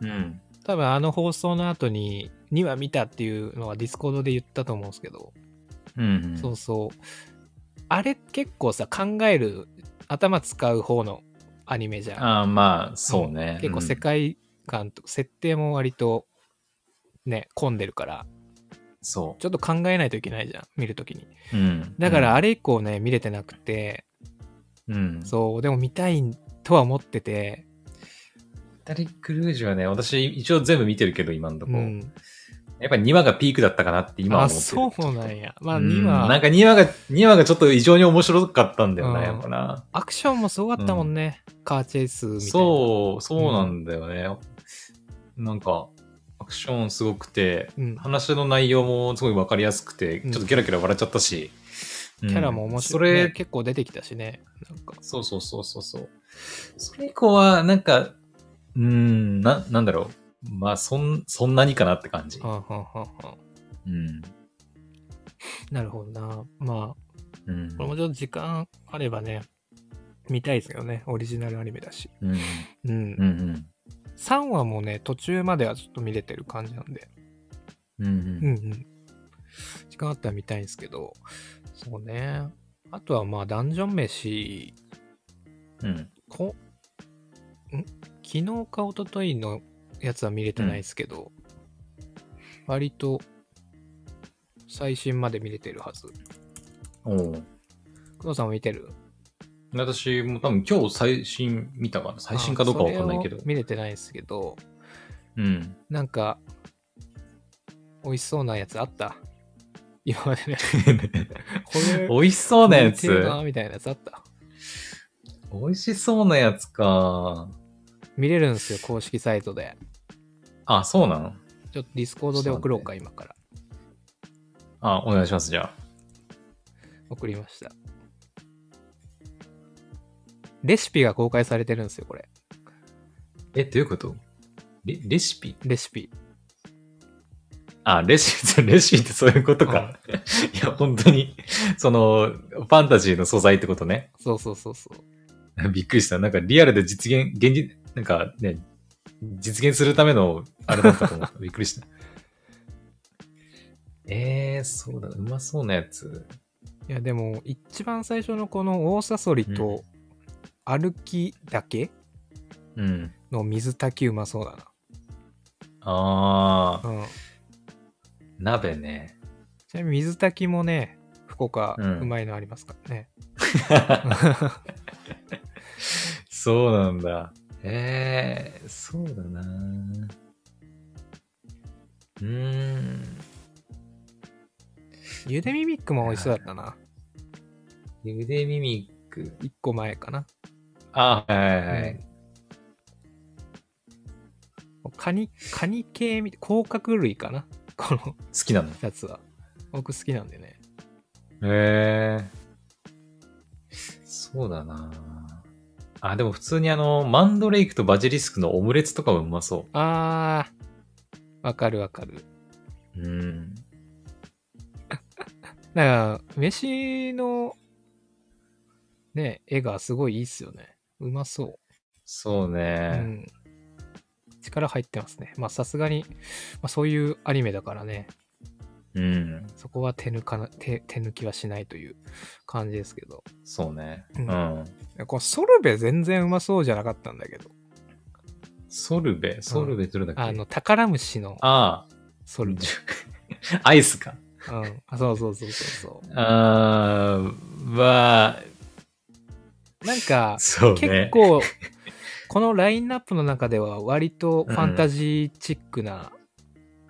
Speaker 2: うん。
Speaker 1: 多分あの放送の後に2話見たっていうのはディスコードで言ったと思うんですけど、
Speaker 2: うん。
Speaker 1: そうそう。あれ結構さ、考える、頭使う方のアニメじゃん。
Speaker 2: ああ、まあ、そうね。
Speaker 1: 結構世
Speaker 2: うん
Speaker 1: 界観と、設定も割と、ね、混んでるから、
Speaker 2: そ
Speaker 1: ちょっと考えないといけないじゃん、見るときに。
Speaker 2: う。うん。
Speaker 1: だからあれ以降ね、見れてなくて、
Speaker 2: うん、うん。
Speaker 1: そう、でも見たいとは思ってて、
Speaker 2: メタリック・ルージュはね、私、一応全部見てるけど、今のとこ。
Speaker 1: うん。
Speaker 2: やっぱり2話がピークだったかなって今は
Speaker 1: あ、
Speaker 2: 思ってる。
Speaker 1: そうなんや。まあ、
Speaker 2: うん
Speaker 1: 2
Speaker 2: なん
Speaker 1: 話、
Speaker 2: か2話が、2話がちょっと異常に面白かったんだよ
Speaker 1: うん
Speaker 2: ね、やっぱな。
Speaker 1: アクションもすごかったもんね。カーチェイスみたいな。
Speaker 2: そう、そうなんだよね。なんか、アクションすごくて、
Speaker 1: う。ん。
Speaker 2: 話の内容もすごいわかりやすくて、
Speaker 1: うん
Speaker 2: ちょっとゲラゲラ笑っちゃったし。キ
Speaker 1: キャラも面白い、
Speaker 2: そ
Speaker 1: ね
Speaker 2: れ、
Speaker 1: 結構出てきたしね。なんか。
Speaker 2: そうそうそうそうそう。それ以降は、なんか、うーん、な、なんだろう。まあ、そん、そんなにかなって感じ。
Speaker 1: はんはんはんはん
Speaker 2: うん。
Speaker 1: なるほどな。まあ、
Speaker 2: うん
Speaker 1: これもちょっと時間あればね、見たいですけどね、オリジナルアニメだし。
Speaker 2: うん。
Speaker 1: うん。
Speaker 2: うんうん。
Speaker 1: 3話もね、途中まではちょっと見れてる感じなんで、
Speaker 2: うんう
Speaker 1: うん
Speaker 2: ん。
Speaker 1: うん。時間あったら見たいんですけど、そうね。あとはまあ、ダンジョン飯、
Speaker 2: うん。
Speaker 1: こん昨日か一昨日のやつは見れてないですけど、割と最新まで見れてるはず。
Speaker 2: おう
Speaker 1: 工藤さんも見てる
Speaker 2: 私も多分今日最新見たかな。最新かどうかわかんないけ
Speaker 1: あ
Speaker 2: ど
Speaker 1: それを。見れてないですけど、
Speaker 2: うん。
Speaker 1: なんか、美味しそうなやつあった今までね。これ、
Speaker 2: 美味しそうなやつ。
Speaker 1: 似てるなみたいなやつあった。
Speaker 2: 美味しそうなやつか。
Speaker 1: 見れるんですよ、公式サイトで。
Speaker 2: あ、そうなの
Speaker 1: ちょっとディスコードで送ろうか、今から。
Speaker 2: あ、お願いします、じゃあ。
Speaker 1: 送りました。レシピが公開されてるんですよ、これ。
Speaker 2: え、どういうことレレシピ
Speaker 1: レシピ。
Speaker 2: あ、レシ ピ、レシピってそういうことか。いや、本当に、その、ファンタジーの素材ってことね。
Speaker 1: そうそうそうそう。
Speaker 2: びっくりした。なんかリアルで実現、現実、なんかね、実現するための、あれだったと思った。 びっくりした。えー、そうだ、うまそうなやつ。
Speaker 1: いや、でも、一番最初のこの大サソリ
Speaker 2: う
Speaker 1: と歩きだけ
Speaker 2: うん。
Speaker 1: の水炊きうまそうだ
Speaker 2: あー、
Speaker 1: な。うん。
Speaker 2: 鍋ね。
Speaker 1: ちなみに水炊きもね、福岡
Speaker 2: うん
Speaker 1: うまいのありますからね。
Speaker 2: そうなんだ。ええそうだなうーん。
Speaker 1: ゆでみミックも美味しそうだったな。
Speaker 2: ゆでミミック。
Speaker 1: 1個前かな。
Speaker 2: あ、はいはいはい。
Speaker 1: うんカニ、カニ系み、甲殻類かな。 この
Speaker 2: 好きなの。
Speaker 1: やつは。僕好きなんでね。
Speaker 2: へえそうだなあ、でも普通にあの、マンドレイクとバジリスクのオムレツとかはうまそ
Speaker 1: あー、わかるわかる。
Speaker 2: う。うん。
Speaker 1: なんか、飯の、ね、絵がすごいいいっすよね。うまそう。
Speaker 2: そう
Speaker 1: う
Speaker 2: ね。
Speaker 1: ん。力入ってますね。まあさすがに、まあそういうアニメだからね。
Speaker 2: うん。
Speaker 1: そこは手抜かな手手抜きはしないという感じですけど。
Speaker 2: そうね。
Speaker 1: う
Speaker 2: うんん。
Speaker 1: このソルベ全然うまそうじゃなかったんだけど。
Speaker 2: ソルベ、ソルベどれだっけ、
Speaker 1: あの、宝虫の
Speaker 2: あ
Speaker 1: ソルベ。
Speaker 2: あ、アイスか。
Speaker 1: うん。あそうそうそうそうそ
Speaker 2: あーは、
Speaker 1: う。なんか、
Speaker 2: そうね。
Speaker 1: 結構、このラインナップの中では割とファンタジーチックな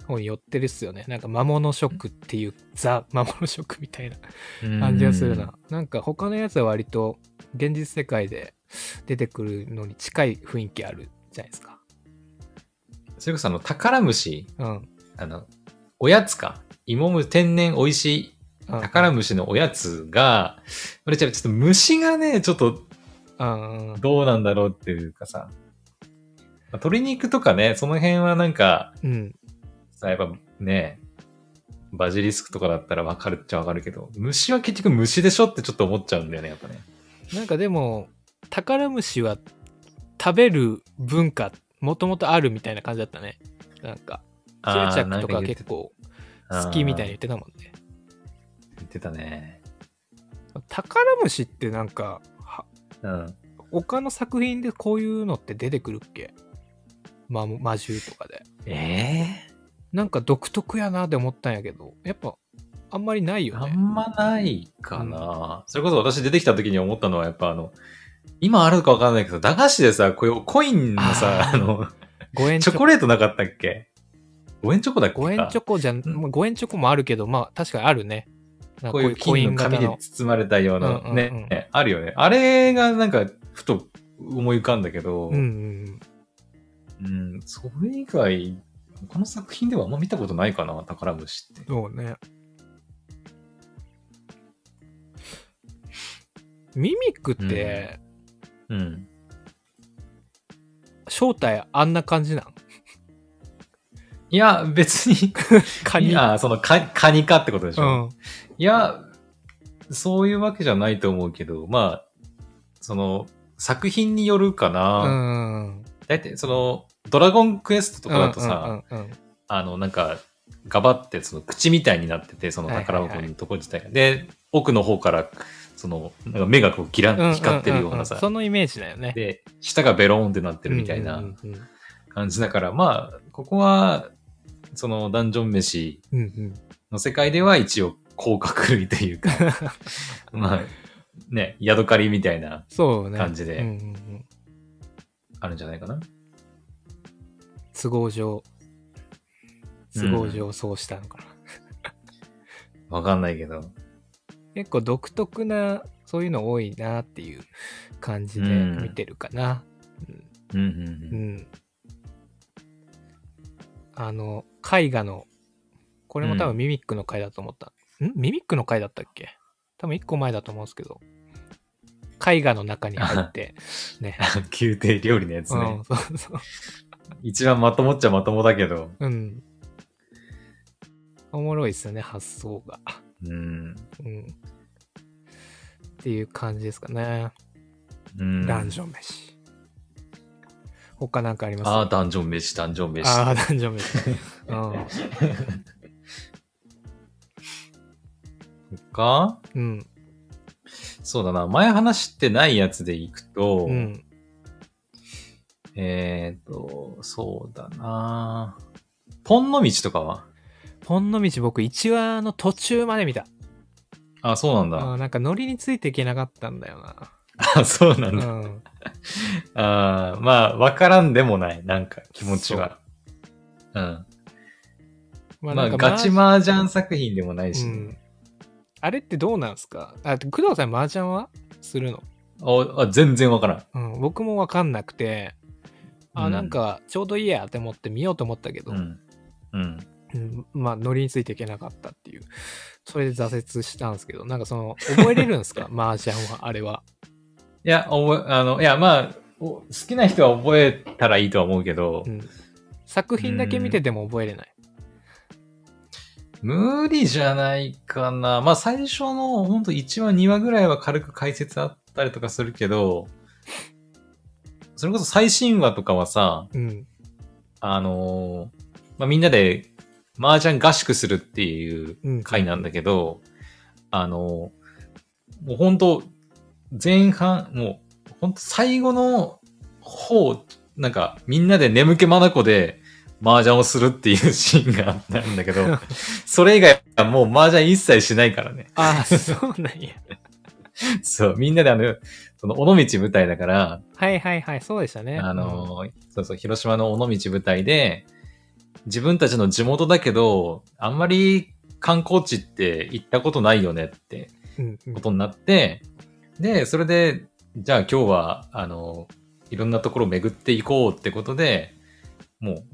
Speaker 1: 方に寄ってるっすよね。なんか魔物ショックっていう、ザ魔物ショックみたいな感じがするな。なんか他のやつは割と現実世界で出てくるのに近い雰囲気あるじゃないですか。
Speaker 2: うん。それこそあの、宝虫、
Speaker 1: うん。
Speaker 2: あの、おやつか。芋む天然美味しい宝
Speaker 1: うん
Speaker 2: 虫のおやつが、俺ちょっと虫がね、ちょっと
Speaker 1: うんうん
Speaker 2: どうなんだろうっていうかさ、まあ鶏肉とかね、その辺はなんか、
Speaker 1: うん。
Speaker 2: さ、やっぱね、バジリスクとかだったらわかるっちゃわかるけど、虫は結局虫でしょってちょっと思っちゃうんだよね、やっぱね。
Speaker 1: なんかでも、宝虫は食べる文化、もともとあるみたいな感じだったね。なんか、チューチャックとか結構好きみたいに言
Speaker 2: に
Speaker 1: ってたもんね。
Speaker 2: 言ってたね。
Speaker 1: 宝虫ってなんかは
Speaker 2: うん。
Speaker 1: 他の作品でこういうのって出てくるっけ、ま、魔獣とかで
Speaker 2: え
Speaker 1: なんか独特やなって思ったんやけどやっぱあんまりない
Speaker 2: え
Speaker 1: よ
Speaker 2: あ
Speaker 1: ね
Speaker 2: んまないかな、それこそ私出てきた時に思ったのはやっぱあの、今あるのかわかんないけど、駄菓子でさ、こういうコインのさ、
Speaker 1: あ
Speaker 2: あ
Speaker 1: ー
Speaker 2: の、
Speaker 1: 5円チョ
Speaker 2: チョ
Speaker 1: コ
Speaker 2: コレートなかったっけ ?5 円チョコだっけ
Speaker 1: 5円チョコじゃん、
Speaker 2: ん
Speaker 1: まあ5円チョコもあるけどまあ確かにあるねなんか
Speaker 2: こういう金の紙で包まれたような
Speaker 1: うんうんうん
Speaker 2: ね、あるよね。あれがなんか、ふと思い浮かんだけど、
Speaker 1: うんうん
Speaker 2: うんそれ以外、この作品ではあんま見たことないかな、宝虫って。
Speaker 1: そうねミミックって
Speaker 2: うん。
Speaker 1: 正体あんな感じなん
Speaker 2: いや、別に、
Speaker 1: カニ
Speaker 2: あそのカカニかってことでし
Speaker 1: う
Speaker 2: ょ、
Speaker 1: ん
Speaker 2: いや、そういうわけじゃないと思うけど、まあ、その、作品によるか
Speaker 1: う
Speaker 2: な。
Speaker 1: んうん
Speaker 2: だいたい、その、ドラゴンクエストとかだとさ、
Speaker 1: うんうんうんうん
Speaker 2: あの、なんか、ガバって、その口みたいになってて、その宝箱のとこ自体が。で、奥の方から、その、なんか目がこうギランって光ってるようなさ。
Speaker 1: そのイメージだよね。
Speaker 2: で、舌がベローンってなってるみたい
Speaker 1: うんう
Speaker 2: なん
Speaker 1: うん
Speaker 2: 感じだから、まあ、ここは、そのダンジョン飯
Speaker 1: うんうん
Speaker 2: の世界では一応甲殻類と いうか、まあ、ね、ヤドカリみたいな
Speaker 1: そうね。
Speaker 2: 感じで
Speaker 1: うんうんうん
Speaker 2: あるんじゃないかな。
Speaker 1: 都合上、都合上そうしたのかな。
Speaker 2: わかんないけど。
Speaker 1: 結構独特な、そういうの多いなっていう感じで
Speaker 2: うん
Speaker 1: 見てるかな。
Speaker 2: う
Speaker 1: う
Speaker 2: んう
Speaker 1: んん。あの、絵画の、これも多
Speaker 2: う
Speaker 1: 分
Speaker 2: ん
Speaker 1: ミミックの回だと思った。んミミックの回だったっけ多分一個前だと思うんですけど、絵画の中に入って、ね。
Speaker 2: うん。 宮廷料理のやつ
Speaker 1: う
Speaker 2: ね
Speaker 1: ん、。 そうそう。
Speaker 2: 一番まともっちゃまともだけど。
Speaker 1: うん。おもろいっすよね、発想が。
Speaker 2: うん。
Speaker 1: うん。っていう感じですかね。
Speaker 2: うん。
Speaker 1: ダンジョン飯。他なんかあります
Speaker 2: ああ、ダンジョン飯、ダンジョン飯。
Speaker 1: あーダンジョン飯。うん
Speaker 2: か
Speaker 1: うん。
Speaker 2: そうだな。前話してないやつでいくと、
Speaker 1: うん。
Speaker 2: えっ、と、そうだな。ポンの道とかは
Speaker 1: ほんの道僕1話の途中まで見た。
Speaker 2: あ、そうなんだ。
Speaker 1: あーなんかノリについていけなかったんだよな。
Speaker 2: あ、そうな
Speaker 1: うん
Speaker 2: だ。
Speaker 1: ん。
Speaker 2: あーまあ、わからんでもない。なんか、気持ちは。うん。
Speaker 1: ま
Speaker 2: ま
Speaker 1: な
Speaker 2: あ、
Speaker 1: んか
Speaker 2: ガチ麻雀作品でもないし、
Speaker 1: う
Speaker 2: ね
Speaker 1: ん。あれってどうなんすかあ、工藤さん麻雀はするの
Speaker 2: おあ全然わからん。
Speaker 1: うん、僕もわかんなくて、あ、
Speaker 2: うん
Speaker 1: なんか、ちょうどいいやって思って見ようと思ったけど、
Speaker 2: うん。うん。
Speaker 1: うんまあ、ノリについていけなかったっていう、それで挫折したんですけど、なんかその、覚えれるんです か麻雀は、あれは。
Speaker 2: いや、覚え、あの、いや、まあ、お好きな人は覚えたらいいとは思うけど、
Speaker 1: うん。作品だけ見てても覚えれない。
Speaker 2: 無理じゃないかな。まあ最初のほんと1話2話ぐらいは軽く解説あったりとかするけど、それこそ最新話とかはさ、
Speaker 1: うん。
Speaker 2: あのーまあみんなで麻雀合宿するっていう
Speaker 1: うん
Speaker 2: 回なんだけど、あの、もう本当前半、もう本当最後の方、なんかみんなで眠気まなこで麻雀をするっていうシーンがあったんだけど、それ以外はもう麻雀一切しないからね。
Speaker 1: ああ、そうなんや。
Speaker 2: そう、みんなであの、その尾道舞台だから、
Speaker 1: はいはいはい、そうでしたね。
Speaker 2: あのー、そうそう、広島の尾道舞台で、自分たちの地元だけど、あんまり観光地って行ったことないよねって
Speaker 1: うん、うんう
Speaker 2: こ
Speaker 1: ん
Speaker 2: とになって、で、それで、じゃあ今日は、あのー、いろんなところ巡っていこうってことで、もう、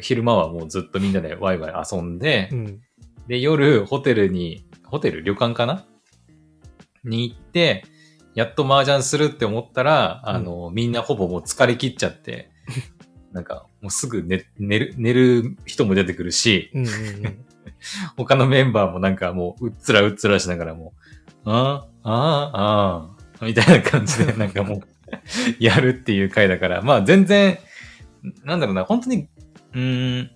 Speaker 2: 昼間はもうずっとみんなでワイワイ遊んで、
Speaker 1: うん。
Speaker 2: で、夜、ホテルに、ホテル旅館かなに行って、やっと麻雀するって思ったら、あの、みんなほぼもう疲れ切っちゃって、なんか、もうすぐ寝、寝る、寝る人も出てくるし、
Speaker 1: うんうんうん。
Speaker 2: 他のメンバーもなんかもう、うっつらうっつらしながらもう、ああ、ああ、ああ、みたいな感じで、なんかもう、やるっていう回だから、まあ全然、なんだろうな、本当に、うーん、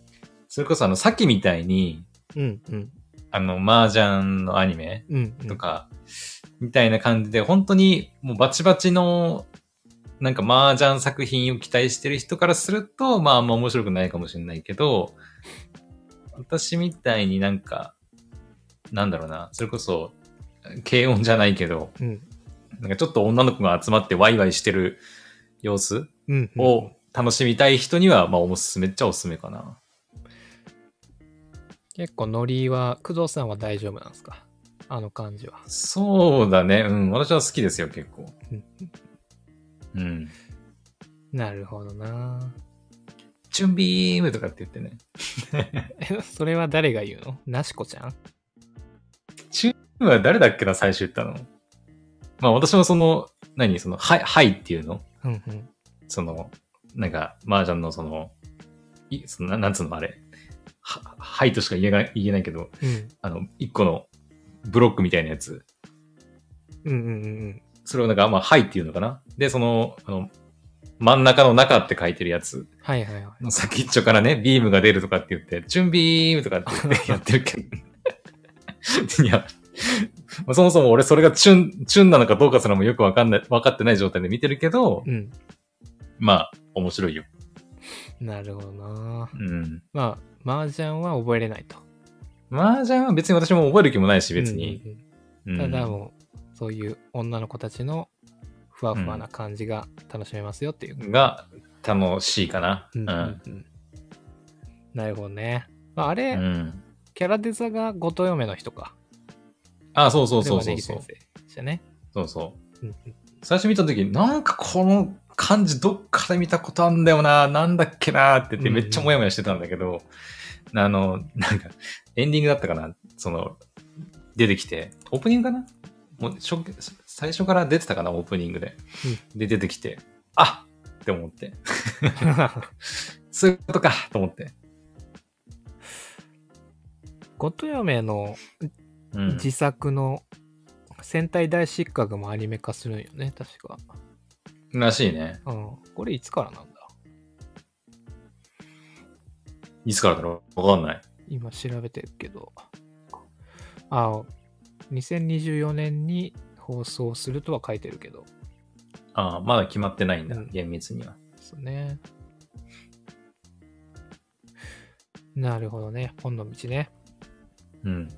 Speaker 2: それこそあの、さっきみたいに、
Speaker 1: うんうん。
Speaker 2: あの、麻雀のアニメ
Speaker 1: うんうん。
Speaker 2: とか、みたいな感じで、本当にもうバチバチの、なんか麻雀作品を期待してる人からすると、まああんま面白くないかもしれないけど、私みたいになんか、なんだろうな、それこそ、軽音じゃないけど、
Speaker 1: うん。
Speaker 2: なんかちょっと女の子が集まってワイワイしてる様子
Speaker 1: うんうん。
Speaker 2: を楽しみたい人には、まあおすすめっちゃおすすめかな。
Speaker 1: 結構ノリは、工藤さんは大丈夫なんですかあの感じは。
Speaker 2: そうだね、うん、私は好きですよ、結構
Speaker 1: うん。
Speaker 2: うん。
Speaker 1: なるほどな。
Speaker 2: チュンビームとかって言ってね。
Speaker 1: えそれは誰が言うのなしこちゃん
Speaker 2: チュンビームは誰だっけな、最初言ったの。まあ私もその、何、その、はい、はいっていうの
Speaker 1: うんうん。
Speaker 2: その、なんか、麻雀のその、いそのななんつうのあれ。は、はいとしか言えない、言えないけど、
Speaker 1: うん。
Speaker 2: あの、一個のブロックみたいなやつ。
Speaker 1: うんうんうん
Speaker 2: それをなんか、まあ、はいっていうのかな。で、その、あの、真ん中の中って書いてるやつ
Speaker 1: うん。はいはいはい。
Speaker 2: の先っちょからね、ビームが出るとかって言って、チュンビームとかって言ってやってるけど。い や、まあそもそも俺それがチュン、チュンなのかどうかすらもよくわかんない、わかってない状態で見てるけど、
Speaker 1: うん。
Speaker 2: まあ、面白いよ。
Speaker 1: なるほどな
Speaker 2: う。ん。
Speaker 1: まあ、麻雀は覚えれないと。
Speaker 2: 麻雀は別に私も覚える気もないし、別に。
Speaker 1: うんうん
Speaker 2: う
Speaker 1: うんん。ただもう、そういう女の子たちのふわふわな感じが楽しめますよっていう。
Speaker 2: が楽しいかな。
Speaker 1: うんうんうんなるほどね。まあ、あれ、
Speaker 2: うんうん
Speaker 1: キャラデザが後藤嫁の人か。
Speaker 2: あ、そうそうそうそ
Speaker 1: レバネ
Speaker 2: う
Speaker 1: ギ
Speaker 2: そう
Speaker 1: 先。生でしたね。
Speaker 2: そうそう。
Speaker 1: うんうん
Speaker 2: 最初見た時なんかこの漢字どっかで見たことあんだよな、なんだっけなって言って
Speaker 1: うん
Speaker 2: めっちゃモヤモヤしてたんだけど、あの、なんか、エンディングだったかなその、出てきて、オープニングかなもう初最初から出てたかなオープニングで。で、出てきて、あっって思って、 そういうことかと思って。
Speaker 1: 後藤嫁の
Speaker 2: うん、
Speaker 1: 自作の戦隊大失格もアニメ化するんよね、確か。
Speaker 2: らしいね。
Speaker 1: うん。これいつからなんだ
Speaker 2: いつからだろうわかんない。
Speaker 1: 今調べてるけど。あ、2024年に放送するとは書いてるけど。
Speaker 2: ああ、まだ決まってないんだ、
Speaker 1: うん
Speaker 2: 厳密には。
Speaker 1: そうね。なるほどね。本の道ね。
Speaker 2: うん。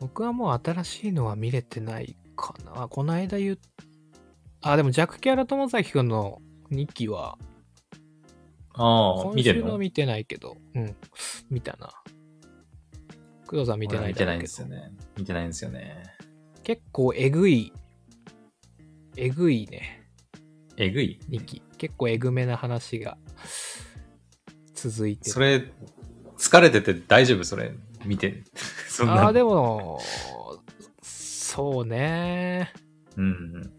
Speaker 1: 僕はもう新しいのは見れてないかな。あこの間言っあ、でもジャック・キャラ友崎くんの2期は、
Speaker 2: ああ、
Speaker 1: 今
Speaker 2: 見て
Speaker 1: 週
Speaker 2: る
Speaker 1: の
Speaker 2: の
Speaker 1: 見てないけど、うん、見たな。工藤さん見てない
Speaker 2: 見て
Speaker 1: だ
Speaker 2: な
Speaker 1: ろ
Speaker 2: い
Speaker 1: うんけ
Speaker 2: で
Speaker 1: ど
Speaker 2: すよね。見てないんですよね。
Speaker 1: 結構えぐい、えぐいね、
Speaker 2: えぐい
Speaker 1: 2期。結構えぐめな話が続いて
Speaker 2: それ、疲れてて大丈夫それ、見て。 そんな。
Speaker 1: ああ、でも、そうね。
Speaker 2: うん。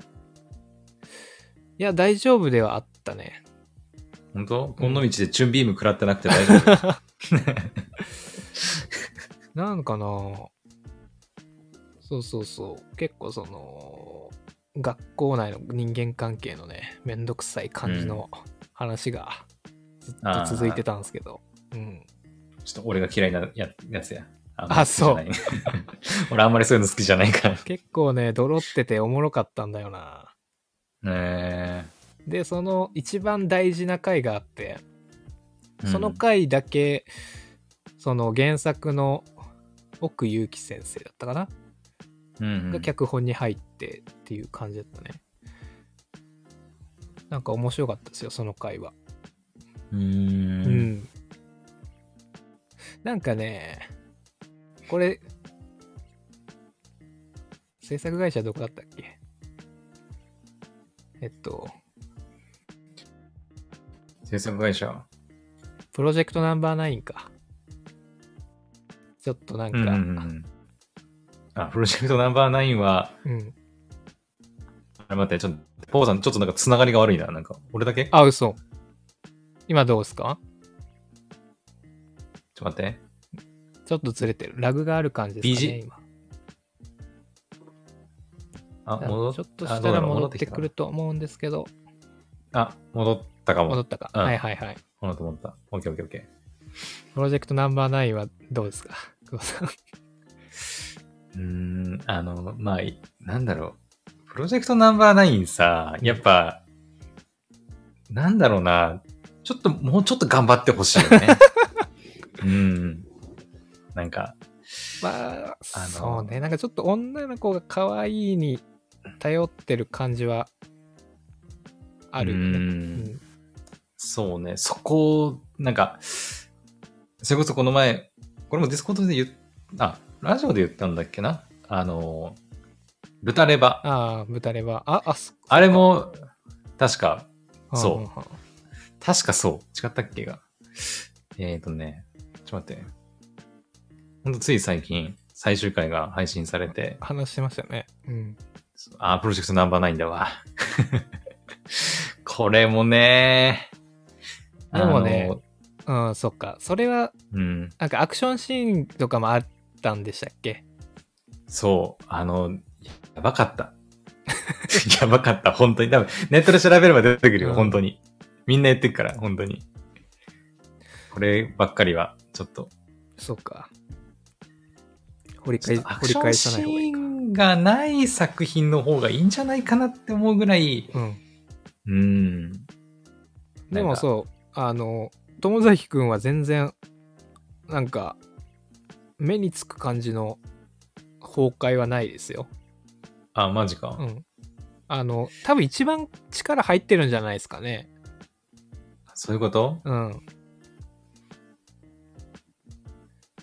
Speaker 1: いや、大丈夫ではあったね。
Speaker 2: 本当この道でチュンビーム食らってなくて大丈 夫。
Speaker 1: なんかなそうそうそう。結構その、学校内の人間関係のね、めんどくさい感じの話がずっと続いてたんですけど。うん。
Speaker 2: ちょっと俺が嫌いなややつや。あんま
Speaker 1: あ
Speaker 2: り好きじゃない 俺あんまりそういうの好きじゃな いから。ね
Speaker 1: 結構ね、ドロってておもろかったんだよな。
Speaker 2: え
Speaker 1: で、その一番大事な回があって、
Speaker 2: うん
Speaker 1: その回だけ、その原作の奥祐樹先生だったかな、
Speaker 2: うんうん
Speaker 1: が脚本に入ってっていう感じだったね。なんか面白かったですよ、その回は。
Speaker 2: う
Speaker 1: う
Speaker 2: ー。
Speaker 1: んん。なんかね、これ、制作会社どこだったっけえっと、
Speaker 2: 制作会社。
Speaker 1: プロジェクトナンバーナインか。ちょっとなんか、
Speaker 2: うんうんうんあ、プロジェクトナンバーナインは、
Speaker 1: うん
Speaker 2: あれ待って、ちょっと、ポーさん、ちょっとなんかつながりが悪いな。なんか、俺だけちょ
Speaker 1: あ、嘘。今どうですか
Speaker 2: っと待って。
Speaker 1: ちょっとずれてる。ラグがある感じですかね、
Speaker 2: BG
Speaker 1: 今。
Speaker 2: あ、
Speaker 1: だ
Speaker 2: 戻っ
Speaker 1: ちょっと
Speaker 2: あ
Speaker 1: し
Speaker 2: ど
Speaker 1: た
Speaker 2: うだ
Speaker 1: ら
Speaker 2: ろう
Speaker 1: 戻ってくる
Speaker 2: 戻
Speaker 1: と思うんですけど、
Speaker 2: きたかなあ、戻ったか
Speaker 1: 戻
Speaker 2: も
Speaker 1: っ。たか。
Speaker 2: うん
Speaker 1: はいはいはい。
Speaker 2: 戻った、戻った。オッケーオッケーオッケ
Speaker 1: プロジェクトナンバーナインはどうですか 久保 さん
Speaker 2: ー。うーん、あの、まあ、いなんだろう。プロジェクトナンバーナインさ、やっぱ、なんだろうな。ちょっと、もうちょっと頑張ってほしいよ ね。うん。なんか、
Speaker 1: まあ、
Speaker 2: あの
Speaker 1: そうね。なんかちょっと女の子が可愛いに頼ってる感じはあるよ
Speaker 2: う
Speaker 1: ね。うんん
Speaker 2: そうね、そこを、なんか、それこそこの前、これもディスコードで言っ、あ、ラジオで言ったんだっけなあの、ルタレバ。
Speaker 1: ああ、豚レバー。あ、あそ
Speaker 2: あれも、確か、
Speaker 1: うん
Speaker 2: そう
Speaker 1: うんうん
Speaker 2: 確かそう。違ったっけが。えっ、ー、とね、ちょっと待って。ほんとつい最近、最終回が配信されて、
Speaker 1: 話してましたね。うん。
Speaker 2: あ、プロジェクトナンバーナインだわ。 これもね、
Speaker 1: でもね
Speaker 2: あの、
Speaker 1: うん、そっか。それは、
Speaker 2: うん。
Speaker 1: なんかアクションシーンとかもあったんでしたっけ
Speaker 2: そう、あの、やばかった。 やばかった、本当に。多分、ネットで調べれば出てくるよ、
Speaker 1: うん
Speaker 2: 本当に。みんな言ってるから、本当に。こればっかりは、ちょっと、
Speaker 1: そうか。掘り
Speaker 2: ち
Speaker 1: 返
Speaker 2: ょっ
Speaker 1: し
Speaker 2: とア
Speaker 1: 掘
Speaker 2: ク
Speaker 1: り
Speaker 2: ション
Speaker 1: 返
Speaker 2: シ
Speaker 1: さない方がいい
Speaker 2: ー
Speaker 1: か。
Speaker 2: ンがない作品の方がいいんじゃないかなって思うぐらい、
Speaker 1: うん。
Speaker 2: うん。
Speaker 1: でも
Speaker 2: う。
Speaker 1: そう、あの、友崎くんは全然、なんか、目につく感じの崩壊はないですよ。
Speaker 2: あ、マジか。
Speaker 1: うん。あの、多分一番力入ってるんじゃないですかね。
Speaker 2: そういうこと
Speaker 1: うん。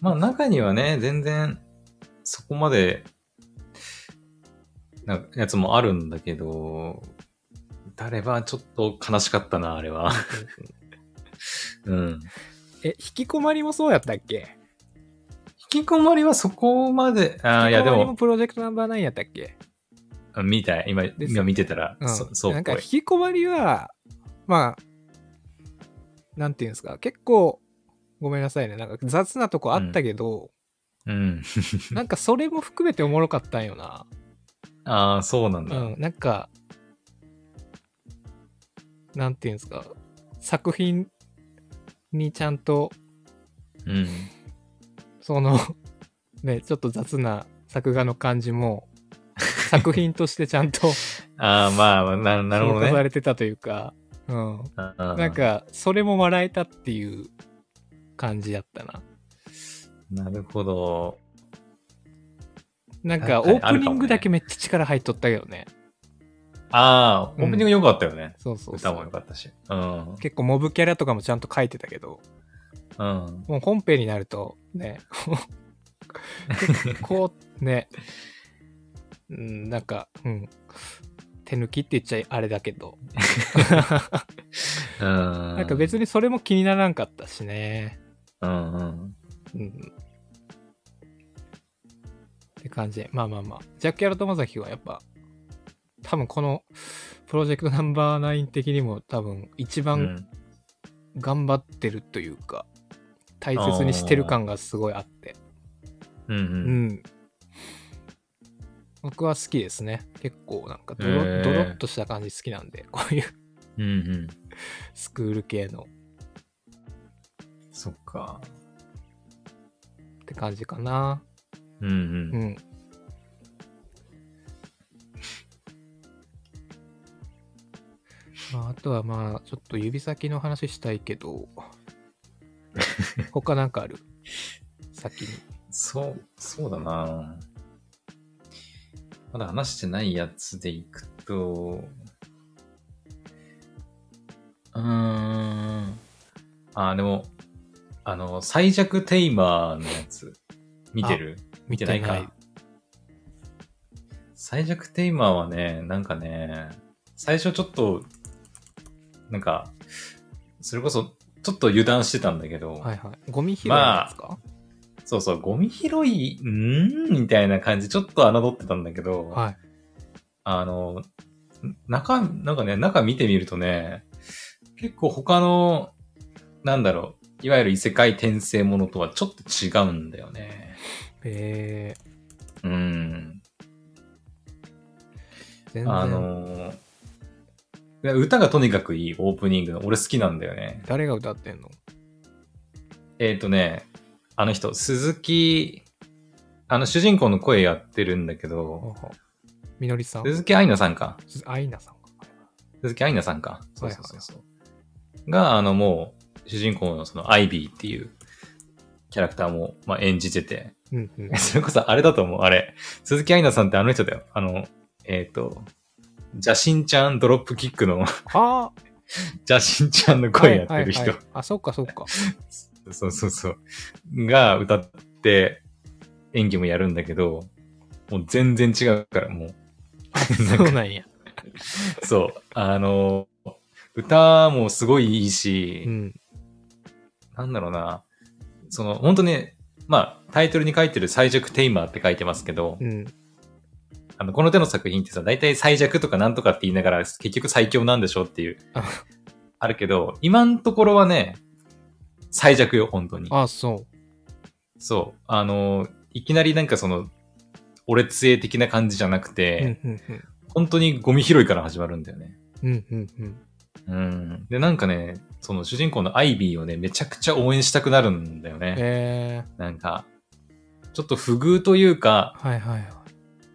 Speaker 2: まあ中にはね、全然そこまで、なんかやつもあるんだけど、誰はちょっと悲しかったな、あれは。うん。
Speaker 1: え、引きこまりもそうやったっけ
Speaker 2: 引きこもりはそこまで、あーいやで
Speaker 1: 引きこまりも
Speaker 2: も、
Speaker 1: プロジェクトナンバー9やったっけ
Speaker 2: 見たい。今、
Speaker 1: す
Speaker 2: 今見てたら、
Speaker 1: うん。
Speaker 2: そそう
Speaker 1: なん
Speaker 2: っ
Speaker 1: か
Speaker 2: ぽ
Speaker 1: 引
Speaker 2: い。
Speaker 1: きこまりは、まあ、なんていうんですか、結構、ごめんなさいね。なんか雑なとこあったけど、
Speaker 2: うん。
Speaker 1: なんかそれも含めておもろかったんよな。
Speaker 2: ああ、そうなんだ。
Speaker 1: うん、なんか、なんていうんですか、作品にちゃんと、
Speaker 2: うん。
Speaker 1: その、 ね、ちょっと雑な作画の感じ も、作品としてちゃんと
Speaker 2: ああ、まあ、ななるほど
Speaker 1: 評価さ
Speaker 2: ね。
Speaker 1: れてたというか、うん。
Speaker 2: な
Speaker 1: なん、か、それも笑えたっていう感じだったな。
Speaker 2: なるほど。
Speaker 1: なんか、オ
Speaker 2: 確か
Speaker 1: ー
Speaker 2: に
Speaker 1: プニングだけめっちゃ力入っとったけどね。
Speaker 2: ああ、オープニング良かったよね。
Speaker 1: そうそうそ
Speaker 2: 歌も良
Speaker 1: う。
Speaker 2: かったし。うん。
Speaker 1: 結構モブキャラとかもちゃんと書いてたけど、
Speaker 2: うん。
Speaker 1: もう本編になると ね、結構ね、うん、なんか、うん、手抜きって言っちゃあれだけ ど、
Speaker 2: な
Speaker 1: なんか別にそれも気にならんかったしね、
Speaker 2: うんうん。
Speaker 1: うん。って感じで、まあまあまあ、ジャッキ・アラ友崎はやっぱ、多分このプロジェクトナンバーナイン的にも多分一
Speaker 2: う
Speaker 1: 番
Speaker 2: ん、
Speaker 1: 頑張ってるというか、大切にしてる感がすごいあって、
Speaker 2: う
Speaker 1: う
Speaker 2: んう。
Speaker 1: んん。僕は好きですね。結構なんかドロ,、
Speaker 2: へー
Speaker 1: ドロッとした感じ好きなんで、こういう
Speaker 2: うんうん。
Speaker 1: スクール系の。
Speaker 2: そっか。
Speaker 1: って感じかな。
Speaker 2: うんうん。
Speaker 1: うん。まあ、あとはまあ、ちょっと指先の話したいけど、他なんかある先に。
Speaker 2: そう、そうだなまだ話してないやつでいくと、うーん。あー、でも、あの、最弱テイマーのやつ、見てる
Speaker 1: 見
Speaker 2: てないか最弱テーマはね、なんかね、最初ちょっと、なんか、それこそ、ちょっと油断してたんだけど、
Speaker 1: はいはい。ゴミ拾いのやつか、
Speaker 2: そうそう、ゴミ拾い、んーみたいな感じ、ちょっと侮ってたんだけど、
Speaker 1: はい。
Speaker 2: あの、中、なんかね、中見てみるとね、結構他の、なんだろう、いわゆる異世界転生ものとはちょっと違うんだよね。
Speaker 1: えー、
Speaker 2: うん。
Speaker 1: 全然。
Speaker 2: あのーいや歌がとにかくいいオープニングの。俺好きなんだよね。
Speaker 1: 誰が歌ってんの
Speaker 2: えっ、とね、あの人、鈴木、あの主人公の声やってるんだけど、
Speaker 1: あはみのりさん
Speaker 2: 鈴木愛菜さんか。
Speaker 1: すアイナさんか。
Speaker 2: 鈴木愛菜さんか。そうそうそうそう。が、あのもう、主人公のそのアイビーっていうキャラクターも、まあ、演じてて、
Speaker 1: うんうん。
Speaker 2: それこそあれだと思う、あれ。鈴木愛菜さんってあの人だよ。あの、えっ、と、邪神ちゃんドロップキックの
Speaker 1: あ あ
Speaker 2: 邪神ちゃんの声やってる
Speaker 1: はい
Speaker 2: 人
Speaker 1: はい。はいあ、そっかそっ か。
Speaker 2: そうそうそう。が歌って演技もやるんだけど、もう全然違うか ら、もなんか
Speaker 1: そうなんや。
Speaker 2: う。そう。あの、歌もすごいいいし、
Speaker 1: うん。
Speaker 2: なんだろうな。その、本当ね、まあ、タイトルに書いてる最弱テイマーって書いてますけど、
Speaker 1: うん。
Speaker 2: あの、この手の作品ってさ、大体最弱とかなんとかって言いながら、結局最強なんでしょっ ていう
Speaker 1: あ、
Speaker 2: あるけど、今のところはね、最弱よ、本当に。
Speaker 1: あ、そ
Speaker 2: そう。あの、いきなりなんかその、俺杖的な感じじゃなく
Speaker 1: う。
Speaker 2: て、
Speaker 1: うんうんうん。
Speaker 2: 本当にゴミ拾いから始まるんだよね。
Speaker 1: うんうんうん。
Speaker 2: うん。で、なんかね、その主人公のアイビーをね、めちゃくちゃ応援したくなるんだよね。
Speaker 1: え
Speaker 2: なんか、ちょっと不遇という
Speaker 1: ー、
Speaker 2: か、
Speaker 1: はいはいはい。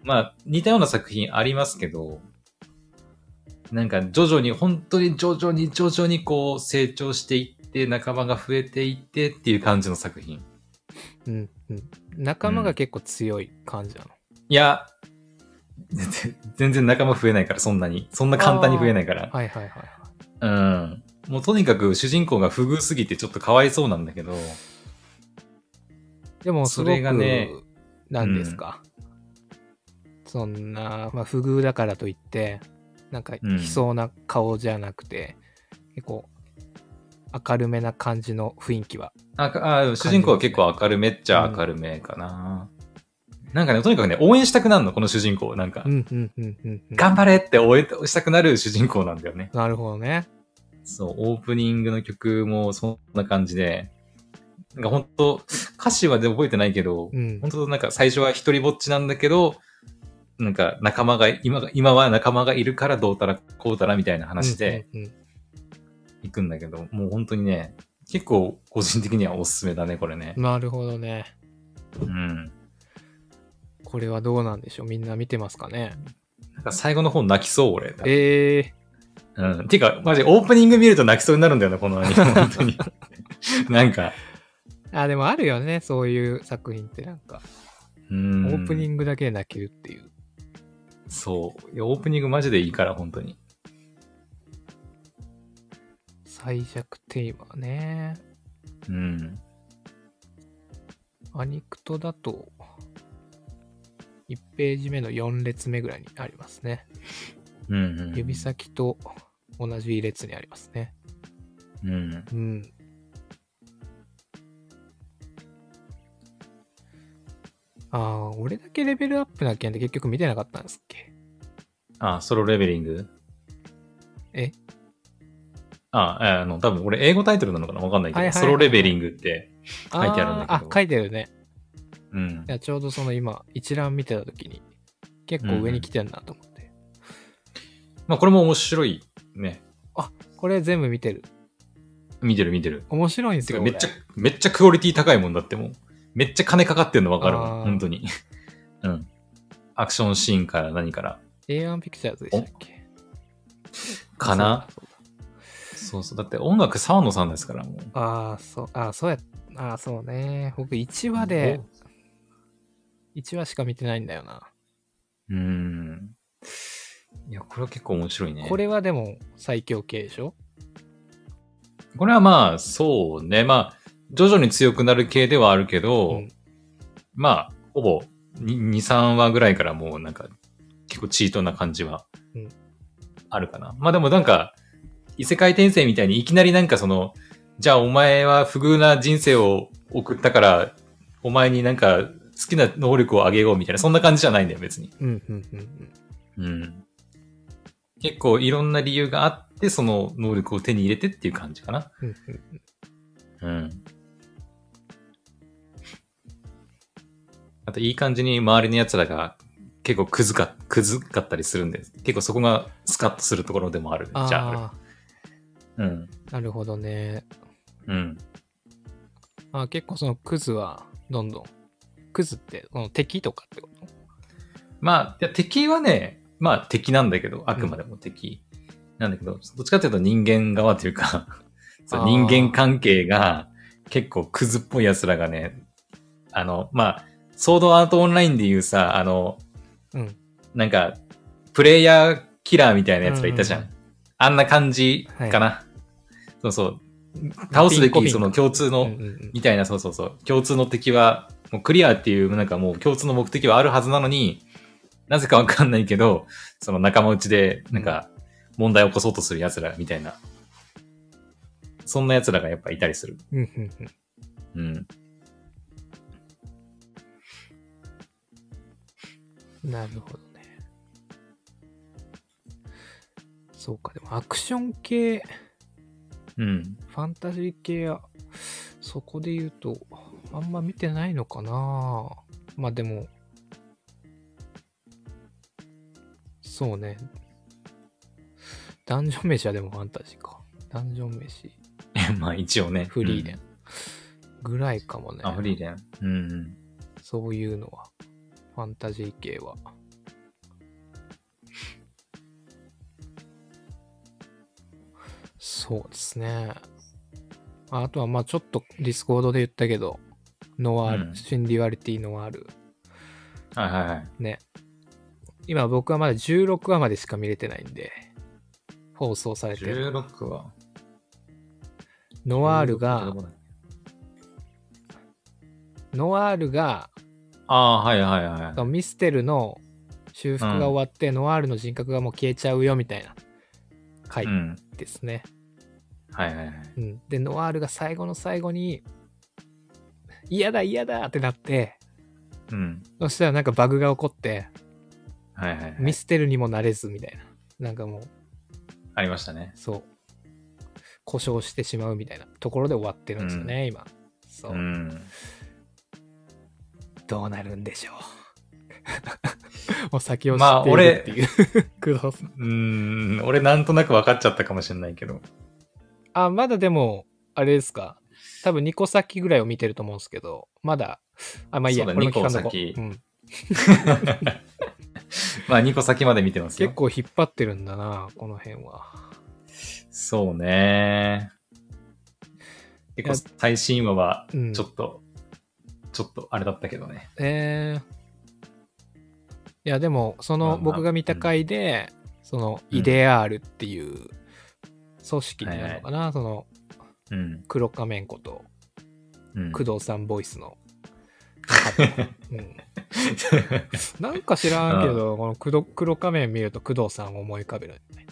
Speaker 2: まあ、似たような作品ありますけど、なんか徐々に、本当に徐々に徐々にこう成長していって、仲間が増えていってっていう感じの作品。
Speaker 1: うんうん。仲間が結構強い感じなの。
Speaker 2: いや、全然仲間増えないから、そんなに。そんな簡単に増えないから。
Speaker 1: はいはいはいはい。
Speaker 2: うん。もうとにかく主人公が不遇すぎてちょっとかわいそうなんだけど、
Speaker 1: でも、すご
Speaker 2: そ
Speaker 1: く
Speaker 2: れがね、
Speaker 1: なんですか。そんな、まあ、不遇だからといって、なんか、
Speaker 2: うん
Speaker 1: 悲壮な顔じゃなくて、結構、明るめな感じの雰囲気は。
Speaker 2: あかあ主人公は結構明るめっちゃ明るめかな。なんかね、とにかくね、応援したくなるの、この主人公。なんか、
Speaker 1: うんうんうんうんうん。
Speaker 2: 頑張れって応援したくなる主人公なんだよね。
Speaker 1: なるほどね。
Speaker 2: そう、オープニングの曲もそんな感じで、なんか本当歌詞はで覚えてないけど、
Speaker 1: うん。
Speaker 2: 本当なんか最初は一人ぼっちなんだけど、なんか仲間が、今が、今は仲間がいるからどうたらこうたらみたいな話で
Speaker 1: うんうんうん
Speaker 2: 行くんだけど、もう本当にね、結構個人的にはおすすめだね、これね。
Speaker 1: なるほどね。
Speaker 2: うん。
Speaker 1: これはどうなんでしょうみんな見てますかね
Speaker 2: なんか最後の方泣きそう、俺。
Speaker 1: ええ
Speaker 2: うん。てか、マジオープニング見ると泣きそうになるんだよね、このアニメ。本 当に。なんか、
Speaker 1: ー。あ、でもあるよね。そういう作品ってなんか、
Speaker 2: う
Speaker 1: オ
Speaker 2: ん。
Speaker 1: ープニ
Speaker 2: グ。
Speaker 1: ングだけで泣けるっていう。
Speaker 2: そう。いや、オープニングマジでいいから、本当に。
Speaker 1: 最弱テーマね。
Speaker 2: うん。
Speaker 1: アニクトだと、1ページ目の4列目ぐらいにありますね。
Speaker 2: うん、うん。
Speaker 1: 指。先と同じ列にありますね。
Speaker 2: うん。
Speaker 1: うん。ああ、俺だけレベルアップな件で結局見てなかったんですっけ
Speaker 2: あ、ソロレベリング
Speaker 1: え
Speaker 2: あ、えあの、多分俺英語タイトルなのかなわかんないけど、
Speaker 1: はいはいはい
Speaker 2: ソロレベリングって、
Speaker 1: 書
Speaker 2: いてあるんだけど
Speaker 1: あー、書いてるね。
Speaker 2: うん
Speaker 1: い。やちょうどその今一覧見てた時に結構上に来てんなと思って、
Speaker 2: まあこれも面白いね。
Speaker 1: これ全部見てる
Speaker 2: 見てる見てる。
Speaker 1: 面白いんです
Speaker 2: てか
Speaker 1: よ
Speaker 2: めっちゃ
Speaker 1: これ、
Speaker 2: めっちゃクオリティ高いもんだってもう。めっちゃ金かかってるの分かる
Speaker 1: あ
Speaker 2: もん、
Speaker 1: ー
Speaker 2: 本当に。 うん。アクションシーンから何から
Speaker 1: A1 ピクチャーズでしたっけ
Speaker 2: かな。
Speaker 1: そうだそう
Speaker 2: そうそう。だって音楽沢野さんですから、もう。
Speaker 1: だああ、そう、ああ、そうや、ああ、そうね。僕1話で、1話しか見てないんだよな。
Speaker 2: うーん。いや、これは結構面白いね。
Speaker 1: これはでも最強系でしょ
Speaker 2: これはまあ、そうね。まあ、徐々に強くなる系ではあるけ
Speaker 1: う
Speaker 2: ど、
Speaker 1: ん
Speaker 2: まあ、ほぼ2、3話ぐらいからもうなんか、結構チートな感じは
Speaker 1: うん、
Speaker 2: あるかな。まあでもなんか、異世界転生みたいにいきなりなんかその、じゃあお前は不遇な人生を送ったから、お前になんか好きな能力をあげようみたいな、そんな感じじゃないんだよ、別に。
Speaker 1: うん、うん、うんうん。
Speaker 2: うん。結構いろんな理由があって、その能力を手に入れてっていう感じかな。
Speaker 1: うんうん
Speaker 2: うん。あと、いい感じに周りの奴らが結構くずか、くずかったりするんで、結構そこがスカッとするところでもある。じゃあ、
Speaker 1: あ
Speaker 2: うん。
Speaker 1: あ、なるほどね。
Speaker 2: うん。
Speaker 1: あー結構そのクズはどんどん。クズって、その敵とかってこと
Speaker 2: まあ、いや敵はね、まあ敵なんだけど、あくまでも敵なんだけど、どっちかというと人間側というか、 そう
Speaker 1: あー
Speaker 2: 人間関係が結構クズっぽい奴らがね、あの、まあ、ソードアートオンラインでいうさ、あの、
Speaker 1: うん。
Speaker 2: なんか、プレイヤーキラーみたいな奴らいたじゃん。
Speaker 1: うんうん
Speaker 2: あんな感じかな。そうそう。倒すべ
Speaker 1: ピンコピン
Speaker 2: き
Speaker 1: コ
Speaker 2: その共通の、
Speaker 1: うんうんうん
Speaker 2: みたいな、そうそうそう。共通の敵は、もうクリアっていう、なんかもう共通の目的はあるはずなのに、なぜかわかんないけど、その仲間内で、なんか、問題を起こそうとする奴ら、みたいな。そんな奴らがやっぱいたりする。
Speaker 1: うんうんうん。
Speaker 2: うん。
Speaker 1: なるほどね。そうか、でもアクション系、
Speaker 2: うん。
Speaker 1: ファンタジー系は、そこで言うと、あんま見てないのかなまあでも、そうね。ダンジョン飯はでもファンタジーか。ダンジョン飯、
Speaker 2: まあ一応ね。
Speaker 1: フリーレ
Speaker 2: ン。
Speaker 1: ン。ぐらいかもね。
Speaker 2: あ、フリーレン。うんうん。
Speaker 1: そういうのは。ファンタジー系は。そうですね。ああとは、まあちょっとディスコードで言ったけど、ノワール、
Speaker 2: うん
Speaker 1: シンデュアリティノワール。
Speaker 2: はいはいはい。
Speaker 1: ね。今僕はまだ16話までしか見れてないんで、放送されてる。
Speaker 2: 16は。
Speaker 1: ノワールが、ノワールが、
Speaker 2: ああー、はいはいはい。
Speaker 1: ミステルの修復が終わって、ノワールの人格がもう消えちゃうよみたいな回
Speaker 2: うん。
Speaker 1: ですね。
Speaker 2: はいはいはい。
Speaker 1: うん、でノワールが最後の最後に「嫌だ嫌だ!」ってなって
Speaker 2: うん。
Speaker 1: そしたらなんかバグが起こって
Speaker 2: はいはいはい。
Speaker 1: 見捨てるにもなれずみたいななんかもう
Speaker 2: ありましたね。
Speaker 1: そう故障してしまうみたいなところで終わってるんですよね、今そう、
Speaker 2: うん。
Speaker 1: どうな るんでしょうもう先を知っているっていう、 工藤さん
Speaker 2: うーん、俺なんとなく分かっちゃったかもしれないけど。
Speaker 1: あまだでもあれですか多分2個先ぐらいを見てると思うんですけどまだあまあいいや
Speaker 2: そうだ
Speaker 1: これも聞かんとこ
Speaker 2: 二個先
Speaker 1: うん、
Speaker 2: まあ2個先まで見てますよ。
Speaker 1: 結構引っ張ってるんだなこの辺は
Speaker 2: そうね。結構最新話は
Speaker 1: うん
Speaker 2: ちょっと、ちょっとあれだったけどね。
Speaker 1: えーいやでもそ
Speaker 2: まあ
Speaker 1: の
Speaker 2: まあ
Speaker 1: 僕が見た回で、その
Speaker 2: うん
Speaker 1: イデアールっていう組織になるのかな、その
Speaker 2: うん。
Speaker 1: 黒仮面子と
Speaker 2: うん、
Speaker 1: 工藤さんボイスの、うん、なんか知らんけど、この黒黒仮面見ると工藤さんを思い浮かべるよね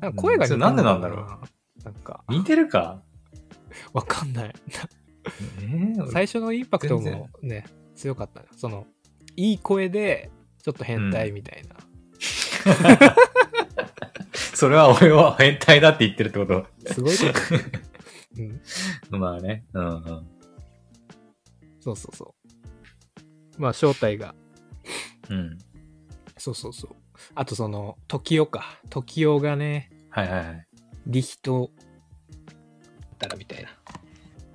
Speaker 1: なんか声が似てるのか
Speaker 2: それなんでなんだろ
Speaker 1: なんか
Speaker 2: 似てるか
Speaker 1: わかんない
Speaker 2: えー俺
Speaker 1: 最初のインパクト
Speaker 2: 全
Speaker 1: もね強かったなそのいい声でちょっと変態みたいな、
Speaker 2: それは俺は変態だって言ってるってこ
Speaker 1: すごいことだね、 うん、
Speaker 2: と。 まあね。うんうん。
Speaker 1: そうそうそうまあ正体が
Speaker 2: うん。
Speaker 1: そうそうそうあとその時代か時代がね
Speaker 2: はいはいはい。
Speaker 1: リヒトだったらみたいな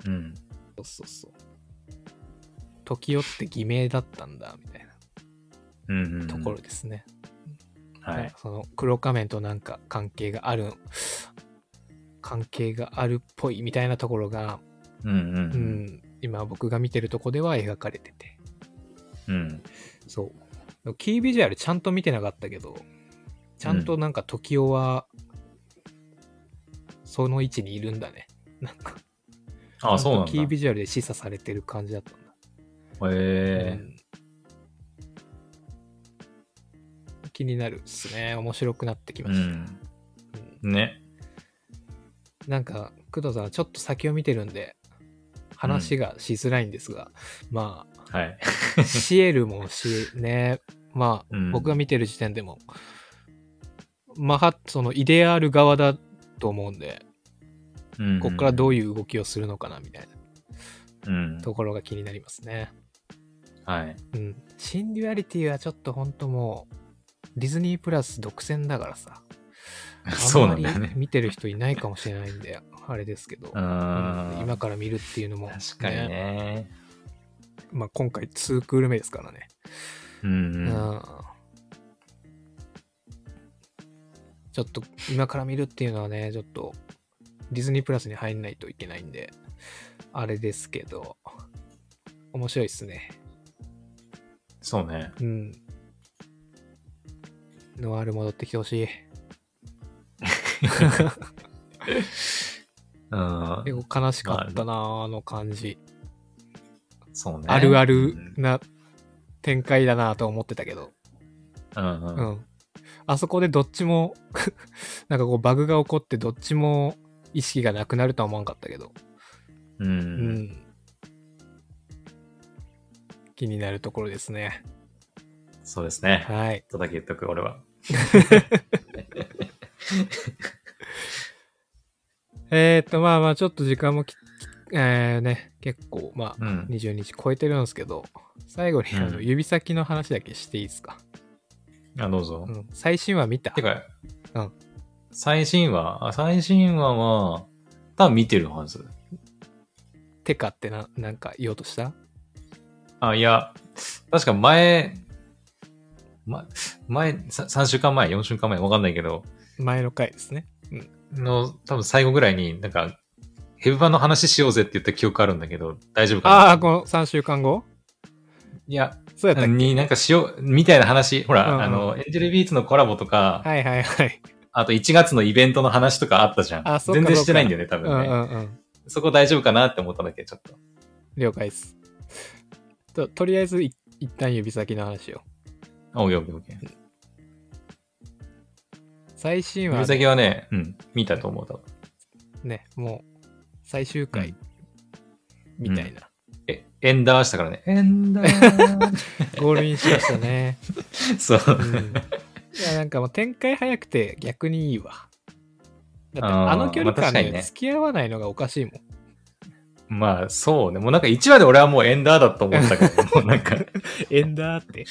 Speaker 2: うん。
Speaker 1: そうそうそう時代って偽名だったんだ、みたい
Speaker 2: うんうんう
Speaker 1: な
Speaker 2: ん
Speaker 1: ところですね。
Speaker 2: は
Speaker 1: なん
Speaker 2: い
Speaker 1: か。その黒仮面となんか関係がある、関係があるっぽいみたいなところが、
Speaker 2: うんうんう。
Speaker 1: うんん、今僕が見てるとこでは描かれてて。
Speaker 2: うん。
Speaker 1: そう。キービジュアルちゃんと見てなかったけど、ちゃんとなんか時代は、その位置にいるんだね。なんか、
Speaker 2: あ、そうなん
Speaker 1: キー
Speaker 2: だ。
Speaker 1: ビジュアルで示唆されてる感じだったんだ。
Speaker 2: へ
Speaker 1: うん気になるっすね。面白くなってき
Speaker 2: え。う
Speaker 1: ました。
Speaker 2: ん。ね。
Speaker 1: なんか、工藤さん、ちょっと先を見てるんで、話がしづらいんですが、ま
Speaker 2: はい。
Speaker 1: あ、シエルもし、ね、まあ、
Speaker 2: うん
Speaker 1: 僕が見てる時点でも、マハそのイデアール側だと思うんで、ここからどう
Speaker 2: い
Speaker 1: いう動きをするのかな、みたいな
Speaker 2: うん。うん。
Speaker 1: ところが気になりますね。
Speaker 2: はい。
Speaker 1: うん。シンデュアリティはちょっとほんともう、ディズニープラス独占だからさ、
Speaker 2: そう
Speaker 1: あ
Speaker 2: なんん
Speaker 1: ま
Speaker 2: だよね
Speaker 1: り。見てる人いないかもしれないんで、あれですけど、
Speaker 2: う
Speaker 1: うん
Speaker 2: ん。
Speaker 1: 今から見るっていうのも、
Speaker 2: 確かにね。
Speaker 1: まあ、今回2クール目ですからね。
Speaker 2: うん
Speaker 1: う
Speaker 2: うん。は
Speaker 1: んちょっと今から見るっていうのはね、ちょっとディズニープラスに入んないといけないんで、あれですけど、面白いっすね。
Speaker 2: そうね。
Speaker 1: うん。ノアール戻ってきてほしい。
Speaker 2: うん。
Speaker 1: 結構悲しかったなあ、あの感じ。
Speaker 2: そうね。
Speaker 1: あるあ
Speaker 2: う
Speaker 1: る
Speaker 2: ん
Speaker 1: な展開だなあと思ってたけど。
Speaker 2: うんう。
Speaker 1: うんん。あそこでどっちも、 なんかこうバグが起こってどっちも意識がなくなるとは思わんかったけど、
Speaker 2: う。
Speaker 1: うんん。気になるところですね。
Speaker 2: そうですね。
Speaker 1: はい。
Speaker 2: とだけ言っとく、俺は。
Speaker 1: えっ、ー、と、まあまあ、ちょっと時間もき、えー、ね、結構、まあ、
Speaker 2: うん。
Speaker 1: 20日超えてるんですけど、最後にあの
Speaker 2: うん
Speaker 1: 指先の話だけしていいですか。
Speaker 2: あ、どうぞ
Speaker 1: う。ん。最新話見た
Speaker 2: てか、
Speaker 1: うん
Speaker 2: 最新話あ最新話は、多分見てるはず。
Speaker 1: てかってな、なんか言おうとした
Speaker 2: あ、いや、確か前、ま、前、さ3週間前、4週間前、わかんないけど、
Speaker 1: 前の回ですね。
Speaker 2: の、多分最後ぐらいになんか、ヘブ版の話しようぜって言った記憶あるんだけど、大丈夫かな
Speaker 1: ああ、この3週間後
Speaker 2: いや、
Speaker 1: そうやったっけ
Speaker 2: になんかしよう、みたいな話、ほら、
Speaker 1: うんうん
Speaker 2: あの、エンジェルビーツのコラボとか、
Speaker 1: はいはいはい。
Speaker 2: あと1月のイベントの話とかあったじゃん。
Speaker 1: あそうか
Speaker 2: 全然してないんだよね、多
Speaker 1: う
Speaker 2: 分
Speaker 1: んう
Speaker 2: ね。
Speaker 1: んうん。
Speaker 2: そこ大丈夫かなって思ったんだけど、ちょっと。
Speaker 1: 了解です。ととりあえずい、一旦指先の話を。
Speaker 2: あ、オッケーオッケーオッケー。
Speaker 1: 最新
Speaker 2: 指
Speaker 1: 話ね
Speaker 2: 先はね、うん、見たと思う、多分。
Speaker 1: ね、もう最終回みたいな。
Speaker 2: え、エンダーしたからね。エンダー。
Speaker 1: ゴールインしましたね。
Speaker 2: そう。
Speaker 1: うん、いや、なんかもう展開早くて逆にいいわ。だって
Speaker 2: あー
Speaker 1: あの距離
Speaker 2: まあ
Speaker 1: 感
Speaker 2: 確かに
Speaker 1: で
Speaker 2: ね
Speaker 1: 付き合わないのがおかしいもん。
Speaker 2: まあ、そうね。もうなんか1話で俺はもうエンダーだと思ったけど、もうなんか、
Speaker 1: エンダーって。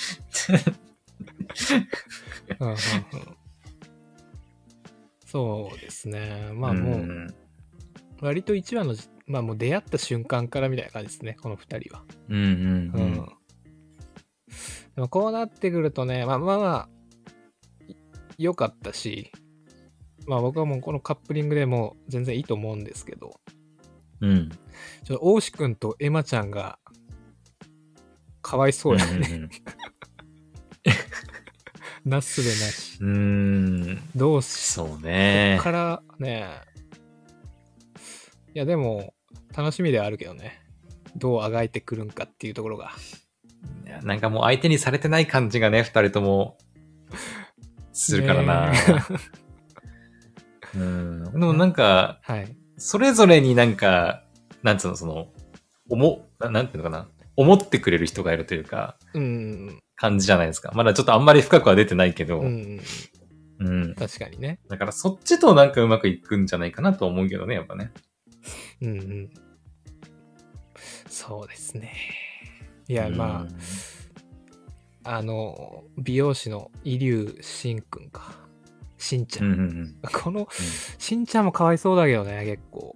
Speaker 1: うんうんうんそうですね。 まあもう、
Speaker 2: ん
Speaker 1: 割と1話のじ、まあもう出会った瞬間からみたいな感じですね、この2人は。
Speaker 2: うんう
Speaker 1: う
Speaker 2: んうんん。
Speaker 1: でもこうなってくるとね、まあまあまあ、い良かったし、まあ僕はもうこのカップリングでもう全然いいと思うんですけど、
Speaker 2: うん。
Speaker 1: ちょっと大志くんとエマちゃんが、かわいそうやね。
Speaker 2: ね。
Speaker 1: なすべなし。
Speaker 2: うーん。
Speaker 1: どうし、
Speaker 2: そう
Speaker 1: こ
Speaker 2: ね
Speaker 1: っ。からね、いやでも、楽しみではあるけどね。どうあがいてくるんかっていうところが。
Speaker 2: いやなんかもう相手にされてない感じがね、二人とも、するからな
Speaker 1: ね。
Speaker 2: うん。でもなんか、
Speaker 1: はい。
Speaker 2: それぞれになんか、なんつうの、その、思う、ななんていうのかな、思ってくれる人がいるというか、
Speaker 1: うん。
Speaker 2: 感じじゃないですか。まだちょっとあんまり深くは出てないけど、
Speaker 1: う
Speaker 2: うん。
Speaker 1: ん。確かにね。
Speaker 2: だからそっちとなんかうまくいくんじゃないかなと思うけどね、やっぱね。
Speaker 1: うんうん。そうですね。いや、
Speaker 2: うん
Speaker 1: まあ、あの、美容師の入生しんくんか。しんちゃ。
Speaker 2: うんんうんうん。
Speaker 1: この、しんちゃんもかわいそうだけどね、結構。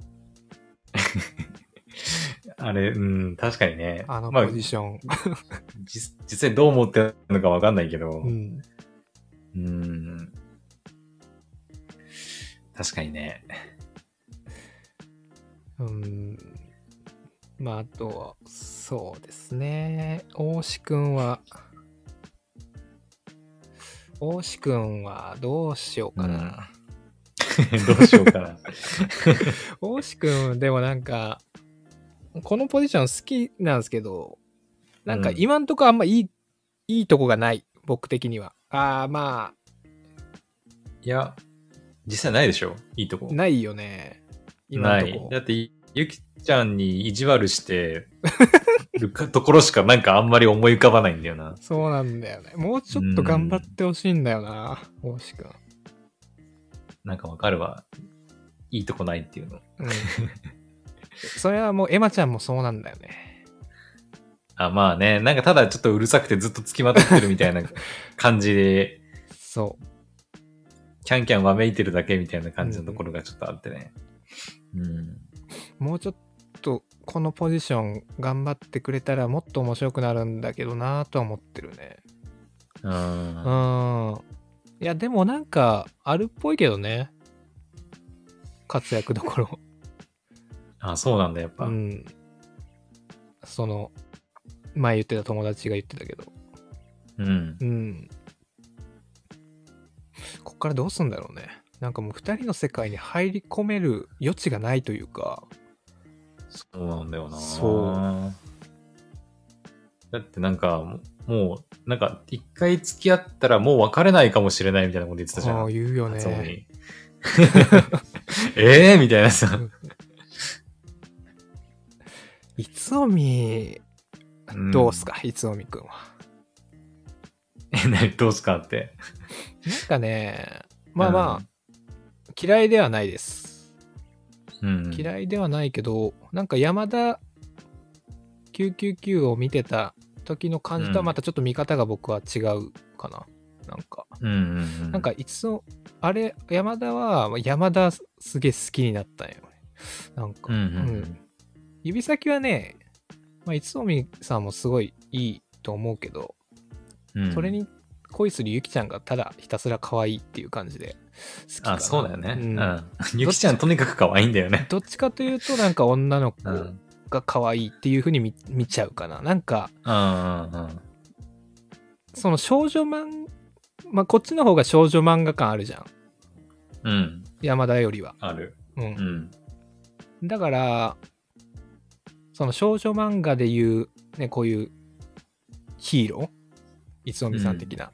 Speaker 2: あれ、うん、確かにね。
Speaker 1: あの
Speaker 2: まあ
Speaker 1: ポ、ジション。
Speaker 2: 実実際どう思ってるのかわかんないけど、
Speaker 1: うん。
Speaker 2: うん。確かにね。
Speaker 1: うん。まあ、あとは、そうですね。大志くんは、大志くんはどうしよ うかな。
Speaker 2: どうしよう かな。
Speaker 1: 大志くん、でもなんか、このポジション好きなんですけど、なんか
Speaker 2: うん
Speaker 1: 今んとこあんまいい、いいとこがない、僕的には。ああ、まあ、
Speaker 2: いや、実際ないでしょいいとこ。
Speaker 1: ないよね。今
Speaker 2: なん
Speaker 1: と
Speaker 2: い
Speaker 1: こ。。
Speaker 2: だって、ゆきちゃんに意地悪してるか ところしかなんかあんまり思い浮かばないんだよな。
Speaker 1: そうなんだよね。もうちょっと頑張ってほしいんだよな、大志くん。
Speaker 2: なんかわかるわ。いいとこないっていうの。
Speaker 1: うんそれはもうエマちゃんもそうなんだよね。
Speaker 2: あ、まあね。なんかただちょっとうるさくてずっとつきまとってるみたいな感じで、
Speaker 1: そ
Speaker 2: キャンキャンわめいてるだけみたいな感じのところがちょっとあってね。うん。
Speaker 1: う。もうちょっとこのポジション頑張ってくれたらもっと面白くなるんだけどなぁとは思ってるね。
Speaker 2: う。
Speaker 1: うんん。いや、でもなんかあるっぽいけどね。活躍どころ。
Speaker 2: あ、そうなんだ、やっぱ。
Speaker 1: うん。その、前言ってた友達が言ってたけど。
Speaker 2: うん
Speaker 1: うん。こっからどうすんだろうね。なんかもう二人の世界に入り込める余地がないというか。
Speaker 2: そうなんだよな。。
Speaker 1: そう
Speaker 2: だってなんか、もう、なんか、一回付き合ったらもう別れないかもしれないみたいなこと言ってたじゃ
Speaker 1: ああ、
Speaker 2: ん。
Speaker 1: 言うよ
Speaker 2: 発音
Speaker 1: ね。
Speaker 2: に。ええみたいなさ。
Speaker 1: いつおみ、
Speaker 2: うん
Speaker 1: どうすか、いつおみくんは。
Speaker 2: え、などうすかって。
Speaker 1: なんかね、まあまあ、嫌いではないです。
Speaker 2: うん。い。
Speaker 1: 嫌いではないけど、なんか山田999を見てた時の感じとはまたちょっと見方が僕は違うかな。なんか、
Speaker 2: うんうんうん。
Speaker 1: なんかいつも、あれ、山田は、山田すげえ好きになったんよね。なんか
Speaker 2: うん、
Speaker 1: うん指先はね、まあ、いつおみさんもすごいいいと思うけど、
Speaker 2: うんうん。
Speaker 1: それに恋するゆきちゃんがただひたすら可愛いっていう感じで好きかな
Speaker 2: あ、そうだよね。
Speaker 1: ん
Speaker 2: うん。ゆきちゃんとにかく可愛いんだよね。
Speaker 1: どっちかというとなんか女の子
Speaker 2: うん。うん
Speaker 1: が可愛いっていうふうに見見ちゃうかななんか
Speaker 2: うんうん。
Speaker 1: その少女漫まあこっちの方が少女漫画感あるじゃん
Speaker 2: うん。
Speaker 1: 山田よりは、
Speaker 2: ある。
Speaker 1: うん
Speaker 2: うん。
Speaker 1: だからその少女漫画でいうねこういうヒーローいつおみさん的な、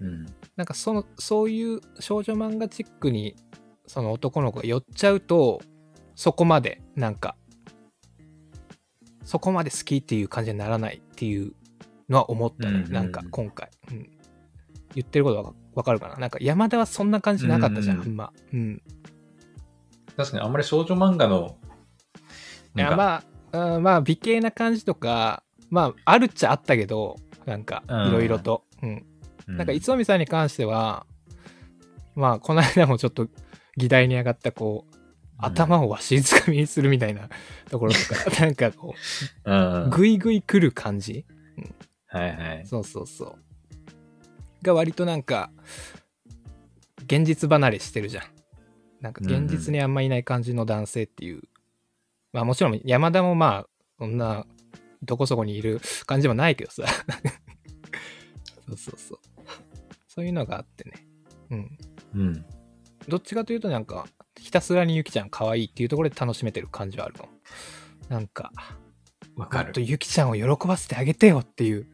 Speaker 2: うん。
Speaker 1: なんかそのそういう少女漫画チックにその男の子が寄っちゃうとそこまでなんかそこまで好きっていう感じにならないっていうのは思ったね、
Speaker 2: うんうんうん
Speaker 1: なんか今回、うん、言ってることはわかるかななんか山田はそんな感じなかったじゃん、
Speaker 2: うん
Speaker 1: あんま、うん、
Speaker 2: 確かにあんまり少女漫画の、
Speaker 1: い
Speaker 2: な
Speaker 1: や
Speaker 2: んか
Speaker 1: まあ、うんまあ美形な感じとかまああるっちゃあったけどなんかいろいろと、うん、なんか、いつおみさんに関しては、まあ、この間もちょっと議題に上がった、こう、頭をわしづかみにするみたいなところと か、なんかこ
Speaker 2: うん、うん
Speaker 1: う、ぐいぐい来る感じ
Speaker 2: はいはい。
Speaker 1: そうそうそう。が割となんか、現実離れしてるじゃん。なんか現実にあんまいない感じの男性っていう。まあもちろん山田もまあ、そんな、どこそこにいる感じでもないけどさ。 そうそうそう。そういうのがあってね。うん。
Speaker 2: うん。
Speaker 1: どっちかというとなんか、ひたすらにゆきちゃん可愛いっていうところで楽しめてる感じはあるの。なんか、
Speaker 2: わか
Speaker 1: もっ
Speaker 2: る
Speaker 1: と。ゆきちゃんを喜ばせてあげてよって いう。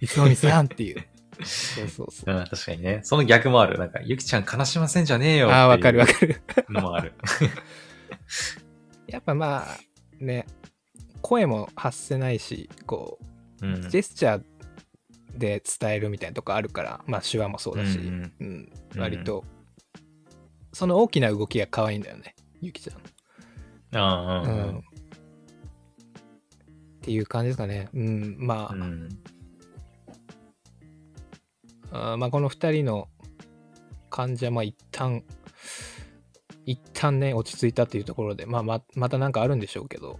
Speaker 1: いつもにさんっていう。そうそうそう。
Speaker 2: うん、確かにね。その逆もある。なんか、ゆきちゃん悲しませんじゃねえよ。
Speaker 1: ああー、わかるわ
Speaker 2: か
Speaker 1: かる。
Speaker 2: る。の もある。
Speaker 1: やっぱまあ、ね、声も発せないし、こ
Speaker 2: うん。
Speaker 1: う、ジェスチャーで伝えるみたいなとこあるから、まあ手話もそうだし、
Speaker 2: うんうん
Speaker 1: うん
Speaker 2: うん
Speaker 1: 割と、その大きな動きが可愛いんだよね、ゆきち
Speaker 2: あ
Speaker 1: ゃ
Speaker 2: あ、
Speaker 1: ん。
Speaker 2: う
Speaker 1: うんん。っていう感じですかね。うん、まあ、
Speaker 2: うん。うん。
Speaker 1: あーまあ、この2人の患者、まあ、一旦一旦ね、落ち着いたっていうところで、まあ、ままたなんかあるんでしょうけど、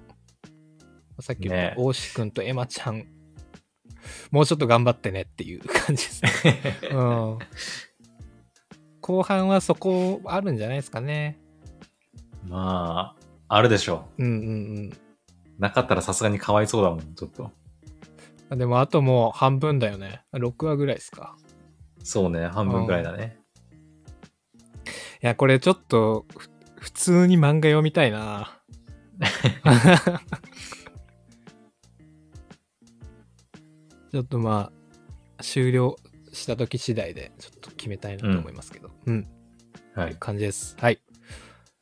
Speaker 1: さっきの
Speaker 2: ね
Speaker 1: 大志くんとエマちゃん、もうちょっと頑張ってねっていう感じですね。うん、後半はそこあるんじゃないですかね。
Speaker 2: まあ、あるでしょ
Speaker 1: うんうん
Speaker 2: う。なかったらさすがにかわいそうだもん、ちょっと。
Speaker 1: うん。でもあともう半分だよね。6話ぐらいですか。
Speaker 2: そうね、半分くらいだね。
Speaker 1: いや、これちょっとふ普通に漫画読みたい な。ちょっとまあ、終了した時次第でちょっと決めたいなと思いますけど。うん、
Speaker 2: は
Speaker 1: という
Speaker 2: い。
Speaker 1: 感じです。はい。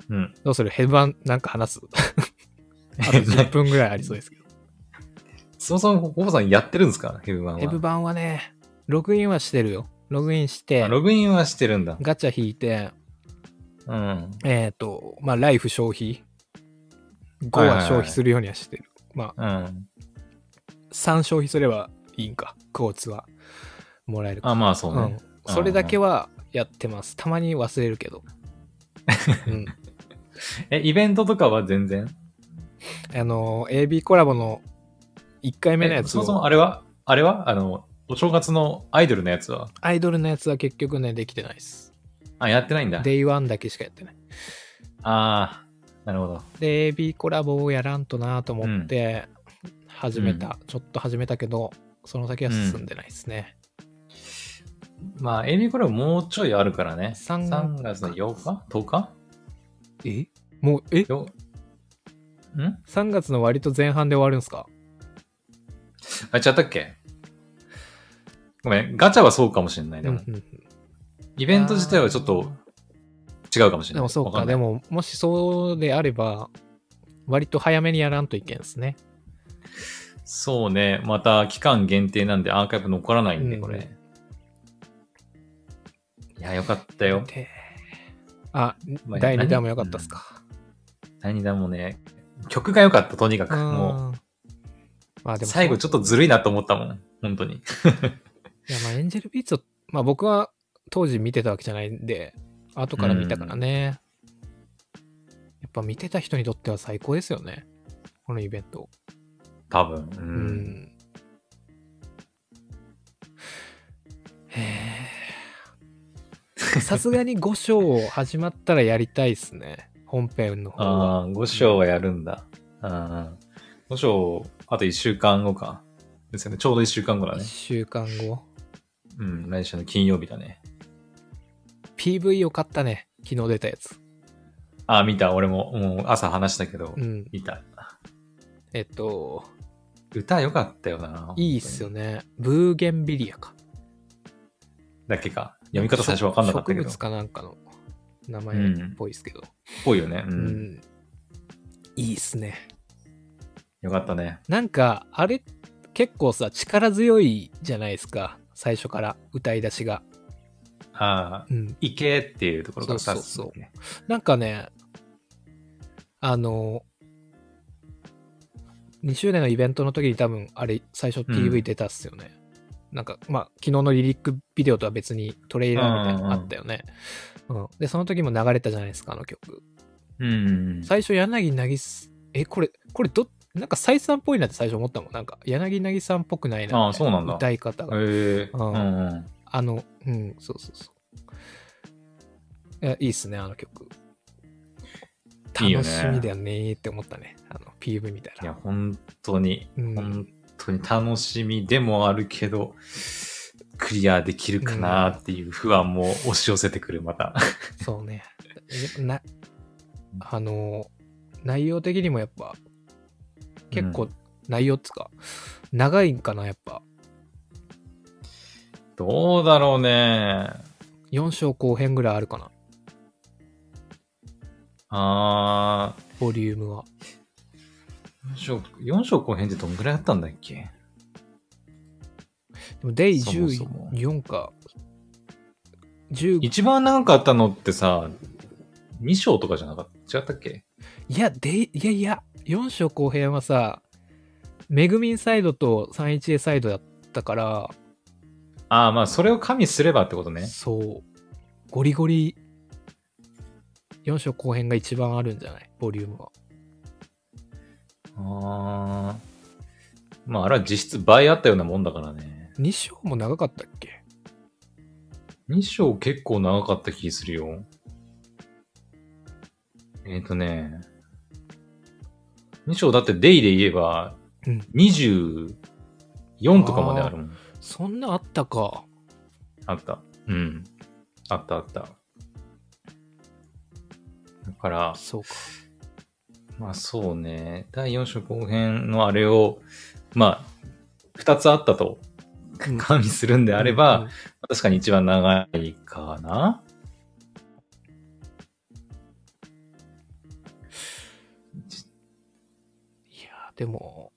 Speaker 2: うん。
Speaker 1: どうするヘブンなんか 話すあと10分ぐらいありそうですけど。
Speaker 2: そもそも、ほぼさんやってるんですかヘブ版 は。
Speaker 1: ヘブ版はね、ログインはしてるよ。ログインして
Speaker 2: あ、ログインはしてるんだ。
Speaker 1: ガチャ引いて、
Speaker 2: うん。
Speaker 1: えっ、と、まあ、ライフ消費。5
Speaker 2: はいは
Speaker 1: は
Speaker 2: いはい
Speaker 1: 消費するようにはしてる。まあ、
Speaker 2: うん。
Speaker 1: 3消費すればいいんか。クォーツは。もらえるか。
Speaker 2: あ、まあそう
Speaker 1: う
Speaker 2: ね
Speaker 1: ん。。それだけはやってます。たまに忘れるけど。 うん。
Speaker 2: え、イベントとかは全然
Speaker 1: あの、AB コラボの1回目のや
Speaker 2: え
Speaker 1: つ
Speaker 2: そもそも
Speaker 1: を、
Speaker 2: あれはあれはあの、お正月のアイドルのやつは
Speaker 1: アイドルのやつは結局ね、できてないです。
Speaker 2: あ、やってないんだ。
Speaker 1: デイワンだけしかやってない。
Speaker 2: ああ、なるほど。
Speaker 1: で、AB コラボをやらんとなと思って、始めた、ちょっと始めたけど、その先は進んでないですね。
Speaker 2: まあ、エイミーコラボもうちょいあるからね。
Speaker 1: 三
Speaker 2: 3月の8日 ?10 日
Speaker 1: えもう、え
Speaker 2: よん
Speaker 1: ?3 月の割と前半で終わるんすか
Speaker 2: あ、違ったっけごめん、ガチャはそうかもしれない。でも、
Speaker 1: うんうん
Speaker 2: イベント自体はちょっと違うかもしれない。
Speaker 1: でもそうか、
Speaker 2: わんな
Speaker 1: で
Speaker 2: い。
Speaker 1: も、もしそうであれば、割と早めにやらんといけんですね。
Speaker 2: そうね、また期間限定なんでアーカイブ残らないんで、
Speaker 1: うん
Speaker 2: これ。いや、よかったよ。
Speaker 1: であ、
Speaker 2: まあ
Speaker 1: 第2弾も良かったっすか。
Speaker 2: 第2弾もね、曲が良かった、とにかく。
Speaker 1: う
Speaker 2: も
Speaker 1: んまあ
Speaker 2: う、
Speaker 1: でも、
Speaker 2: 最後ちょっとずるいなと思ったもん。本当に。
Speaker 1: いや、まあ、エンジェルビーツを、まあ僕は当時見てたわけじゃないんで、後から見たからね。やっぱ見てた人にとっては最高ですよね。このイベント。
Speaker 2: 多分。う。
Speaker 1: うんへえ。さすがに5章始まったらやりたいっすね。本編の方は。
Speaker 2: ああ、5章はやるんだ。うん。5章、あと1週間後か。ですよね。ちょうど1週間後だ
Speaker 1: 1
Speaker 2: ね。
Speaker 1: 週間後。
Speaker 2: うん。来週の金曜日だね。
Speaker 1: PV よかったね。昨日出たやつ。
Speaker 2: ああ、見た。俺も、もう朝話したけど、
Speaker 1: うん。
Speaker 2: 見た。
Speaker 1: えっと、
Speaker 2: 歌良かったよな。
Speaker 1: いいっすよね。ブーゲンビリアか。
Speaker 2: だけか。読み方最初わかんなかったけ
Speaker 1: 植
Speaker 2: ど。
Speaker 1: 物
Speaker 2: っ
Speaker 1: かなんかの名前っぽいですけど、
Speaker 2: ぽいよね。う
Speaker 1: うん
Speaker 2: ん。
Speaker 1: いいっすね
Speaker 2: よかったね。
Speaker 1: なんかあれ結構さ力強いじゃないですか最初から歌い出しが、
Speaker 2: ああ、
Speaker 1: うん、
Speaker 2: いけっていうところから
Speaker 1: そう
Speaker 2: さ
Speaker 1: そうそうなんかねあの2周年のイベントの時に多分あれ最初
Speaker 2: う
Speaker 1: PV
Speaker 2: ん
Speaker 1: 出たっすよね、なんかまあ昨日のリリックビデオとは別にトレーラーみたいなのあったよね、うん、でその時も流れたじゃないですかあの曲
Speaker 2: うん。
Speaker 1: 最初柳凪すえこれこれどなんか再三っぽいなって最初思ったもんなんか柳凪さんっぽくないなみたい
Speaker 2: ああそうなんだ
Speaker 1: 歌い方が
Speaker 2: へ
Speaker 1: う
Speaker 2: え。うんんうん。
Speaker 1: あのうんそうそうそういやいいっすねあの曲
Speaker 2: いいよ
Speaker 1: 楽
Speaker 2: ね
Speaker 1: しみだよねーって思ったねあの PV 見た
Speaker 2: いや、
Speaker 1: ら
Speaker 2: 本当に、
Speaker 1: うん
Speaker 2: 本当に楽しみでもあるけど、クリアできるかなっていう不安も押し寄せてくる、また。
Speaker 1: そうねえなあの内容的にもやっぱ結構内容っつうか、長いんかなやっぱ
Speaker 2: どうだろうね。
Speaker 1: 4章後編ぐらいあるかな
Speaker 2: あ
Speaker 1: ボリュームは
Speaker 2: ー、4章、4章後編ってどんぐらいあったんだっけ
Speaker 1: でも、デイ
Speaker 2: そもそも
Speaker 1: 14か、15、
Speaker 2: 一番長かったのってさ、2章とかじゃなかった違ったっけ
Speaker 1: いや、デイ、いやいや、4章後編はさ、めぐみんサイドと 3-1A サイドだったから、
Speaker 2: あー、まあ、それを加味すればってことね。
Speaker 1: そう、ゴリゴリ4章後編が一番あるんじゃないボリュームは。
Speaker 2: ああ。まあ、あれは実質倍あったようなもんだからね。
Speaker 1: 2章も長かったっけ
Speaker 2: 2章結構長かった気するよ。えっ、とね。2章だってデイで言えば
Speaker 1: うん、
Speaker 2: 24とかまであるもん。
Speaker 1: そんなあったか。
Speaker 2: あった。うん。あったあった。だから、
Speaker 1: そうか。
Speaker 2: まあそうね。第4章後編のあれを、まあ、2つあったと
Speaker 1: うん
Speaker 2: 加味するんであれば、
Speaker 1: うん
Speaker 2: 確かに一番長いかな
Speaker 1: うんいやー、でも、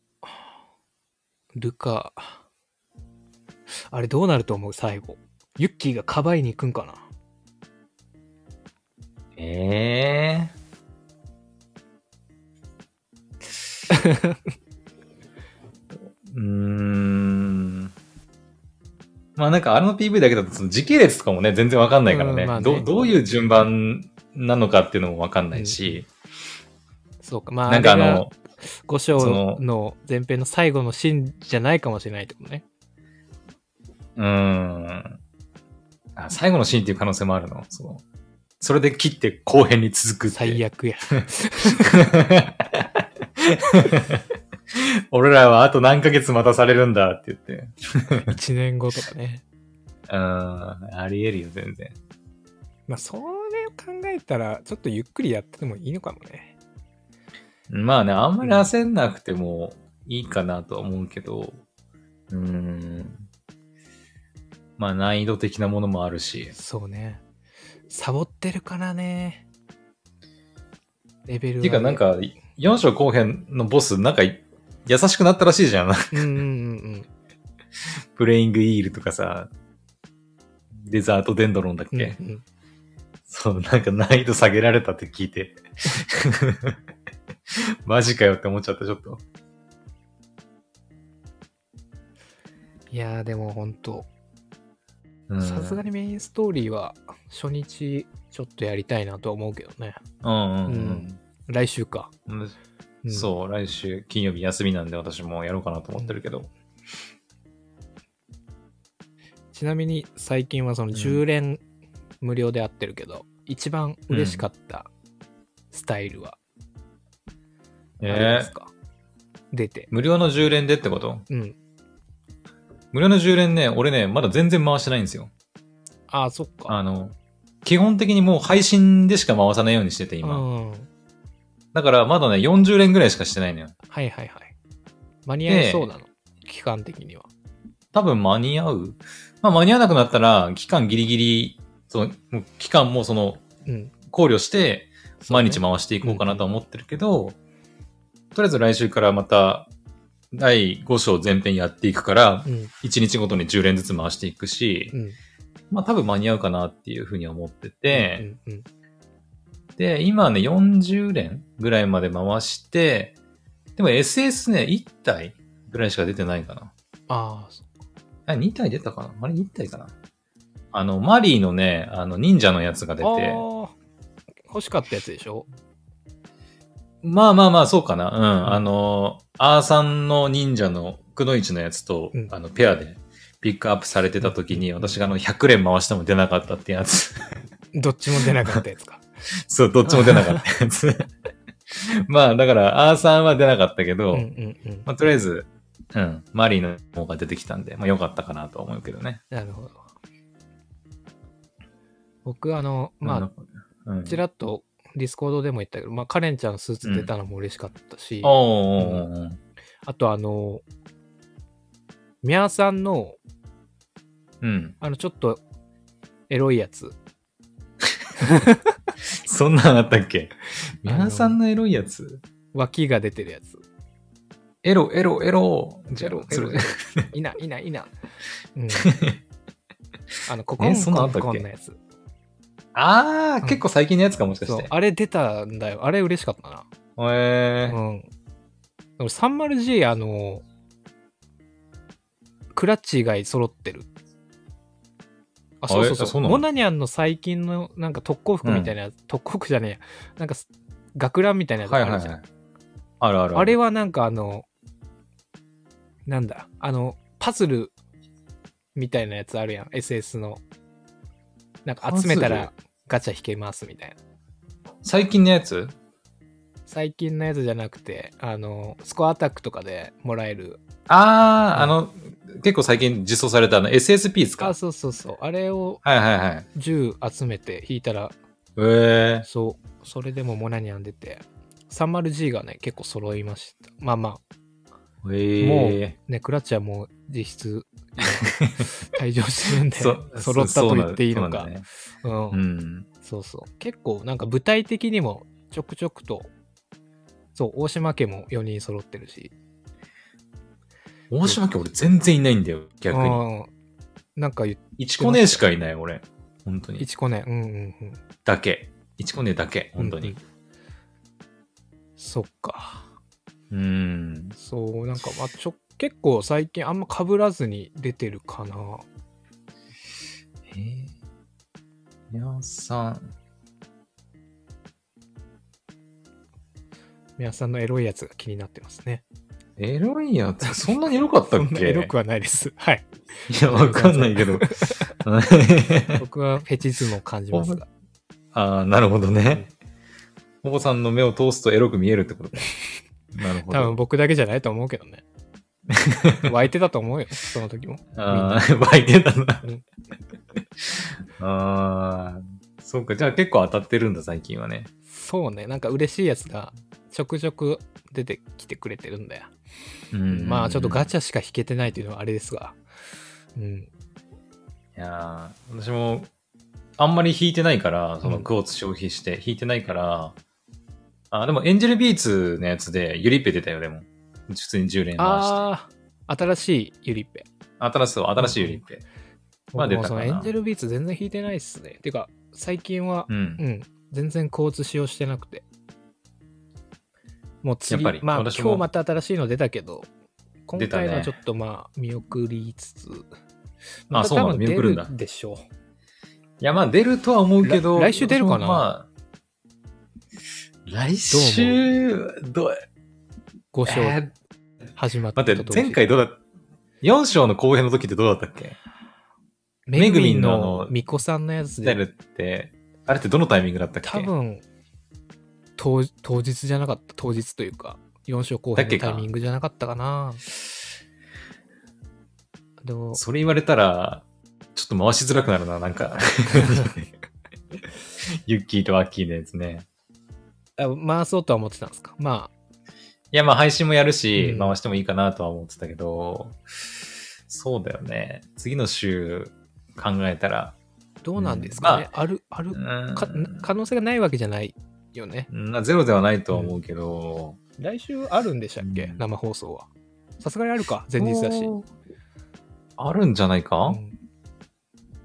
Speaker 1: ルカ、あれどうなると思う最後。ユッキーがかばいに行くんかな
Speaker 2: ええ うーん。まあなんかあの PV だけだとその時系列とかもね、全然わかんないからね,、
Speaker 1: うんまあね
Speaker 2: ど。どういう順番なのかっていうのもわかんないし、
Speaker 1: そうか。まあ、
Speaker 2: なんかあ
Speaker 1: れが
Speaker 2: の、
Speaker 1: 5章
Speaker 2: その
Speaker 1: の前編の最後のシーンじゃないかもしれないってことね。
Speaker 2: うーんあ。最後のシーンっていう可能性もあるの。そのそれで切って後編に続くって。
Speaker 1: 最悪や。
Speaker 2: 俺らはあと何ヶ月待たされるんだって言って。
Speaker 1: 1年後とかね。
Speaker 2: うん、あり得るよ、全然。
Speaker 1: まあ、それを考えたら、ちょっとゆっくりやっててもいいのかもね。
Speaker 2: まあね、あんまり焦んなくてもいいかなとは思うけど、うん。まあ難易度的なものもあるし、
Speaker 1: そうね。サボってるからね。レベル
Speaker 2: て
Speaker 1: は
Speaker 2: いうかなん、か、4章後編のボス、なんか優しくなったらしいじゃん。
Speaker 1: うんうんうん
Speaker 2: プレイングイールとかさ、デザートデンドロンだっけ、
Speaker 1: うん。うんうん
Speaker 2: そう、なんか難易度下げられたって聞いて。 マジかよって思っちゃった、ちょっと。
Speaker 1: いやーでも本当
Speaker 2: うん
Speaker 1: さすがにメインストーリーは初日ちょっとやりたいなとは思うけどね。
Speaker 2: うんうん
Speaker 1: 来週か。
Speaker 2: うん。
Speaker 1: うん
Speaker 2: そう、来週金曜日休みなんで私もやろうかなと思ってるけど。
Speaker 1: ちなみに最近はその10連無料でやってるけど、一番嬉しかったスタイルはあれ
Speaker 2: え
Speaker 1: で
Speaker 2: え
Speaker 1: すか、出て。
Speaker 2: 無料の10連でってこと
Speaker 1: うん。
Speaker 2: 無料の10連ね、俺ね、まだ全然回してないんですよ。
Speaker 1: ああ、そっか。
Speaker 2: あの、基本的にもう配信でしか回さないようにしてて、今。
Speaker 1: うん。
Speaker 2: だからまだね、40連ぐらいしかしてないのよ。
Speaker 1: はいはいはい。間に合いそうなの。期間的には。
Speaker 2: 多分間に合う。まあ間に合わなくなったら、期間ギリギリ、その、もう期間もその、
Speaker 1: うん。
Speaker 2: 考慮して
Speaker 1: そうね
Speaker 2: 毎日回していこうかなとは思ってるけど、とりあえず来週からまた第5章全編やっていくから、
Speaker 1: うん。
Speaker 2: 1日ごとに10連ずつ回していくし、
Speaker 1: うん。
Speaker 2: まあ多分間に合うかなっていうふうに思ってて、
Speaker 1: うんうん
Speaker 2: で、今ね40連ぐらいまで回して、でも SS ね、1体ぐらいしか出てないかな。
Speaker 1: ああ、そ
Speaker 2: あ、2体出たかなあれ1体かなあの、マリーのね、あの、忍者のやつが出
Speaker 1: あ
Speaker 2: て、
Speaker 1: ー欲しかったやつでしょ
Speaker 2: まあまあまあ、そうかな。うん。
Speaker 1: ん
Speaker 2: あの、アーさんの忍者のくのいちのやつと、
Speaker 1: うん
Speaker 2: あの、ペアでピックアップされてた時に、私があの、100連回しても出なかったってやつ。
Speaker 1: どっちも出なかったやつか。
Speaker 2: そう、どっちも出なかったやつ。 まあ、だから、アーさんは出なかったけ
Speaker 1: うん
Speaker 2: ど、
Speaker 1: うんうん。
Speaker 2: まあ、とりあえず、うん、マリーの方が出てきたんで、まあ、良かったかなとは思うけどね。
Speaker 1: なるほど。僕、あの、まあ、
Speaker 2: あ、うん、
Speaker 1: ちらっとディスコードでも言ったけど、まあ、カレンちゃんのスーツ出たのも嬉しかったし、
Speaker 2: おーおーおーおー
Speaker 1: あと、あの、ミャーさんの、
Speaker 2: うん。
Speaker 1: あの、ちょっと、エロいやつ。
Speaker 2: そんなんあったっけ皆さんのエロいやつ
Speaker 1: 脇が出てるやつ。
Speaker 2: エロ、エロ、エロ。じゃあ
Speaker 1: エロ
Speaker 2: それ
Speaker 1: エロ いな、いな、いな。 うん。あの、ここ
Speaker 2: え
Speaker 1: ン
Speaker 2: そんなん
Speaker 1: コン
Speaker 2: あったっけ
Speaker 1: コンのやつ。
Speaker 2: ああ、
Speaker 1: うん
Speaker 2: 結構最近のやつかもしかし
Speaker 1: そう
Speaker 2: て。、
Speaker 1: あれ出たんだよ。あれ嬉しかったな。
Speaker 2: えー
Speaker 1: うん。俺 30G、あの、クラッチ以外揃ってる。ああそうそうそう
Speaker 2: あえそうなの
Speaker 1: モナニャンの最近のなんか特攻服みたいなやつ、特攻服じゃねえやなんかす学ランみたいなやつあ
Speaker 2: はい
Speaker 1: る
Speaker 2: はい
Speaker 1: じゃん、
Speaker 2: はい。あるある
Speaker 1: あれ
Speaker 2: は、
Speaker 1: はなんかあのなんだあのパズルみたいなやつあるやん SS のなんか集めたらガチャ引けますみたいな
Speaker 2: 最近のやつ
Speaker 1: 最近のやつじゃなくてあのスコアアタックとかでもらえる
Speaker 2: あ
Speaker 1: うん
Speaker 2: あ、あの、結構最近実装されたあの SSP ですか
Speaker 1: あそうそうそうあれを
Speaker 2: はいはいはい。
Speaker 1: 10集めて引いたら
Speaker 2: ええ
Speaker 1: そうそれでもモナニャン出て 30G がね結構揃いましたまあまあ
Speaker 2: え
Speaker 1: も
Speaker 2: え
Speaker 1: ねクラッチはもう実質退場してるんで
Speaker 2: そ
Speaker 1: 揃ったと言っていいのか
Speaker 2: そうなん
Speaker 1: うん
Speaker 2: だねうん。
Speaker 1: そうそう。結構なんか舞台的にもちょくちょくと、そう、大島家も4人揃ってるし、
Speaker 2: 大島家俺全然いないんだよ、逆に。
Speaker 1: うんなんか言
Speaker 2: いちこねしかいない、俺。本当
Speaker 1: っ、
Speaker 2: に
Speaker 1: い。ちこね、うんうんうん。
Speaker 2: だけ。いちこねだけ、本当に。
Speaker 1: そっか。
Speaker 2: うん。
Speaker 1: そう、なんか、まあ、ちょ、結構最近あんま被らずに出てるかな。
Speaker 2: えー、皆さん。
Speaker 1: 皆さんのエロいやつが気になってますね。
Speaker 2: エロいやつ、そんなにエロかっ
Speaker 1: そ
Speaker 2: たっ
Speaker 1: んな
Speaker 2: け
Speaker 1: エロくはないです。 はい。
Speaker 2: いや、わかんないけ ど。
Speaker 1: 僕はフェチズムを感じますが。
Speaker 2: ああ、なるほどね。ほぼさんの目を通すとエロく見えるってことか。なるほ
Speaker 1: 多分
Speaker 2: ど。
Speaker 1: 僕だけじゃないと思うけど ね。湧いてたと思うよ、その時も。
Speaker 2: ああ、湧いてたな
Speaker 1: うん。
Speaker 2: ああ、そうか。じゃあ結構当たってるんだ、最近はね。
Speaker 1: そうね、なんか嬉しいやつがちょくちょく出てきてくれてるんだよ。
Speaker 2: うん
Speaker 1: まあちょっとガ
Speaker 2: チ
Speaker 1: チャしか引けてないというのはあれですが。うん。
Speaker 2: いやー私もあんまり弾いてないから、そのクォーツ消費して弾いてないから、あでもエンジェルビーツのやつでユリッペ出たよ、でも。普通に10連回して。
Speaker 1: ああ、新しいユリッペ。
Speaker 2: 新しい、新しいユリッペ。まあ
Speaker 1: 僕も
Speaker 2: 出た
Speaker 1: そ
Speaker 2: か
Speaker 1: の
Speaker 2: な
Speaker 1: エンジェルビーツ全然引いてないっすね。てか、最近は
Speaker 2: う、ん
Speaker 1: うん、。全然交通使用してなくて。もう次、
Speaker 2: やっぱり
Speaker 1: まあ今
Speaker 2: 私
Speaker 1: 日
Speaker 2: も
Speaker 1: また新しいの出たけど、今
Speaker 2: 出たね
Speaker 1: 回はちょっとまあ見送りつつ、
Speaker 2: あ、そうなの、
Speaker 1: 多分
Speaker 2: 見送るんだ。
Speaker 1: 出
Speaker 2: い
Speaker 1: でしょ
Speaker 2: や、まあ出るとは思うけど。
Speaker 1: ら来週出るかな
Speaker 2: まあ、来週、どう
Speaker 1: う。5
Speaker 2: え
Speaker 1: 章
Speaker 2: ー
Speaker 1: 始まった
Speaker 2: 待
Speaker 1: と
Speaker 2: っ
Speaker 1: 同
Speaker 2: て、
Speaker 1: 時
Speaker 2: 前回どうだった ?4 章の後編の時ってどうだったっけ
Speaker 1: め
Speaker 2: め
Speaker 1: ぐ
Speaker 2: ぐ
Speaker 1: み
Speaker 2: み
Speaker 1: ん
Speaker 2: んのあ
Speaker 1: の
Speaker 2: の
Speaker 1: みこさんのやつ
Speaker 2: 出る
Speaker 1: で、
Speaker 2: って、あれってどのタイミングだったっけ
Speaker 1: 多分当当日じゃなかった、当日というか、4章後編
Speaker 2: だっ
Speaker 1: の
Speaker 2: けか
Speaker 1: タイミングじゃなかったかな。でも、
Speaker 2: それ言われたら、ちょっと回しづらくなるな、なんか。 ユッキーとアッキーのやつね。
Speaker 1: あ回そうとは思ってたんですか。まあ、
Speaker 2: いや、まあ配信もやるし
Speaker 1: う、ん
Speaker 2: 回してもいいかなとは思ってたけど、そうだよね。次の週考えたら、
Speaker 1: どうなんですかね。あ、る、あ
Speaker 2: う
Speaker 1: る、
Speaker 2: ーん
Speaker 1: か可能性がないわけじゃないよね。
Speaker 2: うんまあゼロではないとは思うけど、
Speaker 1: 来週あるんでしたっけ、
Speaker 2: うん
Speaker 1: 生放送は。さすがにあるか、前日だし。
Speaker 2: おー。あるんじゃないか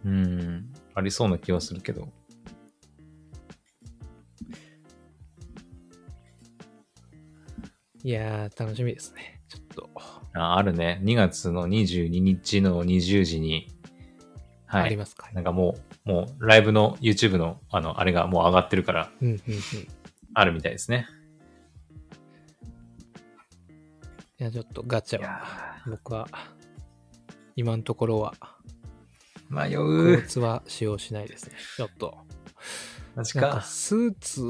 Speaker 1: うん
Speaker 2: うん。ありそうな気はするけど。
Speaker 1: いやー、楽しみですね。ちょっと、
Speaker 2: ああるね。2月の22日の20時に、は
Speaker 1: あり
Speaker 2: い。
Speaker 1: ますか。
Speaker 2: なんかもう、もうライブの YouTube のあの、あれがもう上がってるから、
Speaker 1: うんうんうん。
Speaker 2: あるみたいですね。
Speaker 1: いや、ちょっとガチャ
Speaker 2: い
Speaker 1: は
Speaker 2: や
Speaker 1: 僕は、今のところは、
Speaker 2: ー
Speaker 1: ク
Speaker 2: 迷
Speaker 1: ロ
Speaker 2: う。
Speaker 1: ーツは使用しないですね。ちょっと。
Speaker 2: マジ
Speaker 1: なんか
Speaker 2: か。
Speaker 1: スーツ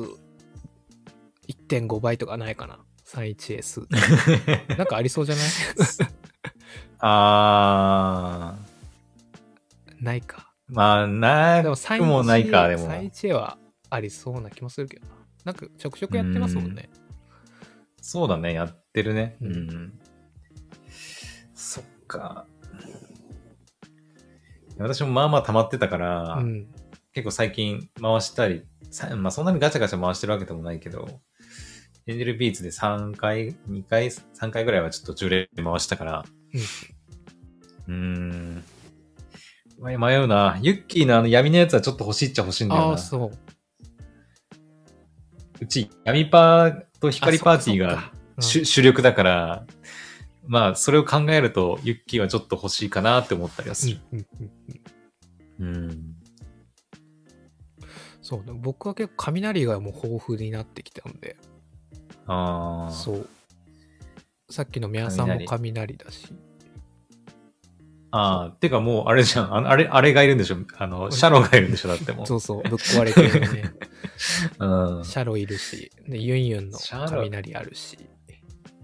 Speaker 1: 1.5倍とかないかな。318スー ツ。なんかありそうじゃ ない
Speaker 2: あー。
Speaker 1: ないか。
Speaker 2: まあ、な
Speaker 1: でも
Speaker 2: く
Speaker 1: 318
Speaker 2: もないか、でも。
Speaker 1: 318はありそうな気もするけどな。なんかちょくちょくやってますもんね。
Speaker 2: そうだね、やってるね。
Speaker 1: う
Speaker 2: うんん。そっか。私もまあまあ溜まってたから、
Speaker 1: うん。
Speaker 2: 結構最近回したり、さまあそんなにガチャガチャ回してるわけでもないけど、エンジェルビーツで3回、2回、3回ぐらいはちょっと10連回したから、うーん。迷迷うな。ユッキーのあの闇のやつはちょっと欲しいっちゃ欲しいんだよ
Speaker 1: あ
Speaker 2: な
Speaker 1: あ、。そう。
Speaker 2: うち闇パーと光パーティー
Speaker 1: あそっ
Speaker 2: が
Speaker 1: かそっか
Speaker 2: 主主力だから、まあそれを考えるとユッキーはちょっと欲しいかなって思ったりはする。
Speaker 1: うんうんうんうん
Speaker 2: ううん。
Speaker 1: そう、でも僕は結構雷がもう豊富になってきたんで、
Speaker 2: ああ。
Speaker 1: そう。さっきの宮さんも雷だし。
Speaker 2: ああ、てかもう、あれじゃん。あのあれ、あれがいるんでしょあの、シャロがいるんでしょだってもう。
Speaker 1: そうそう、ぶっ壊れてるよね。
Speaker 2: うん。
Speaker 1: シャロいるし、でユンユンの
Speaker 2: シャロ
Speaker 1: 雷あるし、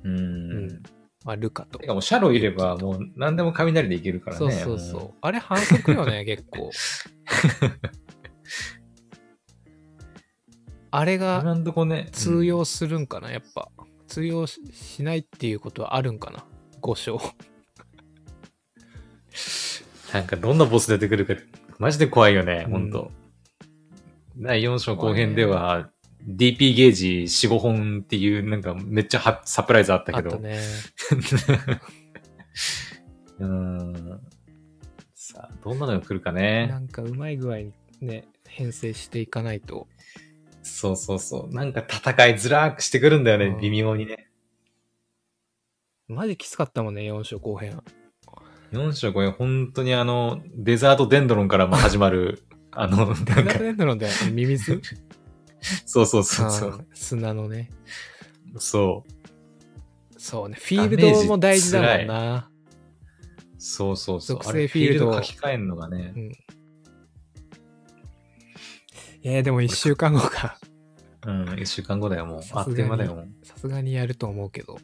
Speaker 2: う
Speaker 1: うん
Speaker 2: ん。
Speaker 1: まあ、ルカと
Speaker 2: て。かもう、シャロいれば、もう、何でも雷でいけるから
Speaker 1: そう
Speaker 2: ね。
Speaker 1: そうそう。あれ反則よ ね、結構。あれ
Speaker 2: うん。
Speaker 1: が
Speaker 2: 今んとこね。
Speaker 1: 通
Speaker 2: うん
Speaker 1: 用するんかな、やっぱ。通用ししないっていうことはあるんかな、5章。
Speaker 2: なんか、どんなボス出てくるか、マジで怖いよね、
Speaker 1: うん
Speaker 2: ほんと。第4章後編では、DP ゲージ4、5本っていう、なんか、めっちゃハサプライズあった
Speaker 1: あ
Speaker 2: け
Speaker 1: った
Speaker 2: ど。
Speaker 1: ね。
Speaker 2: うーん。さあ、どんなのが来るか
Speaker 1: な
Speaker 2: ね。
Speaker 1: んかうまい具合にね、編成していかないと。
Speaker 2: そうそうそう。なんか戦いづらくしてくるんだよ
Speaker 1: う
Speaker 2: ね
Speaker 1: ん、
Speaker 2: 微妙にね。
Speaker 1: マジきつかったもんね、4章後編。
Speaker 2: 4章5編、本当にあの、デザートデンドロンからも始 まる、あの、なん
Speaker 1: デザ
Speaker 2: か
Speaker 1: ート、エンドロンだよね、ミミズ
Speaker 2: そうそう そうそ
Speaker 1: あ
Speaker 2: う。
Speaker 1: ー砂のね。
Speaker 2: そう。
Speaker 1: そうね、フィールドも大事だもんな。
Speaker 2: そうそうそう。
Speaker 1: 属
Speaker 2: あ
Speaker 1: 性
Speaker 2: れ、
Speaker 1: フ
Speaker 2: フ
Speaker 1: ィ
Speaker 2: ィ
Speaker 1: ー
Speaker 2: ー
Speaker 1: ル
Speaker 2: ル
Speaker 1: ド
Speaker 2: ド書き換えるのがね
Speaker 1: う。ん。えー、でも1週間後か。
Speaker 2: うん、1週間後だよ、もう。あ
Speaker 1: さ
Speaker 2: っ
Speaker 1: すがに
Speaker 2: という間だよ、もう。
Speaker 1: さすがにやると思うけど。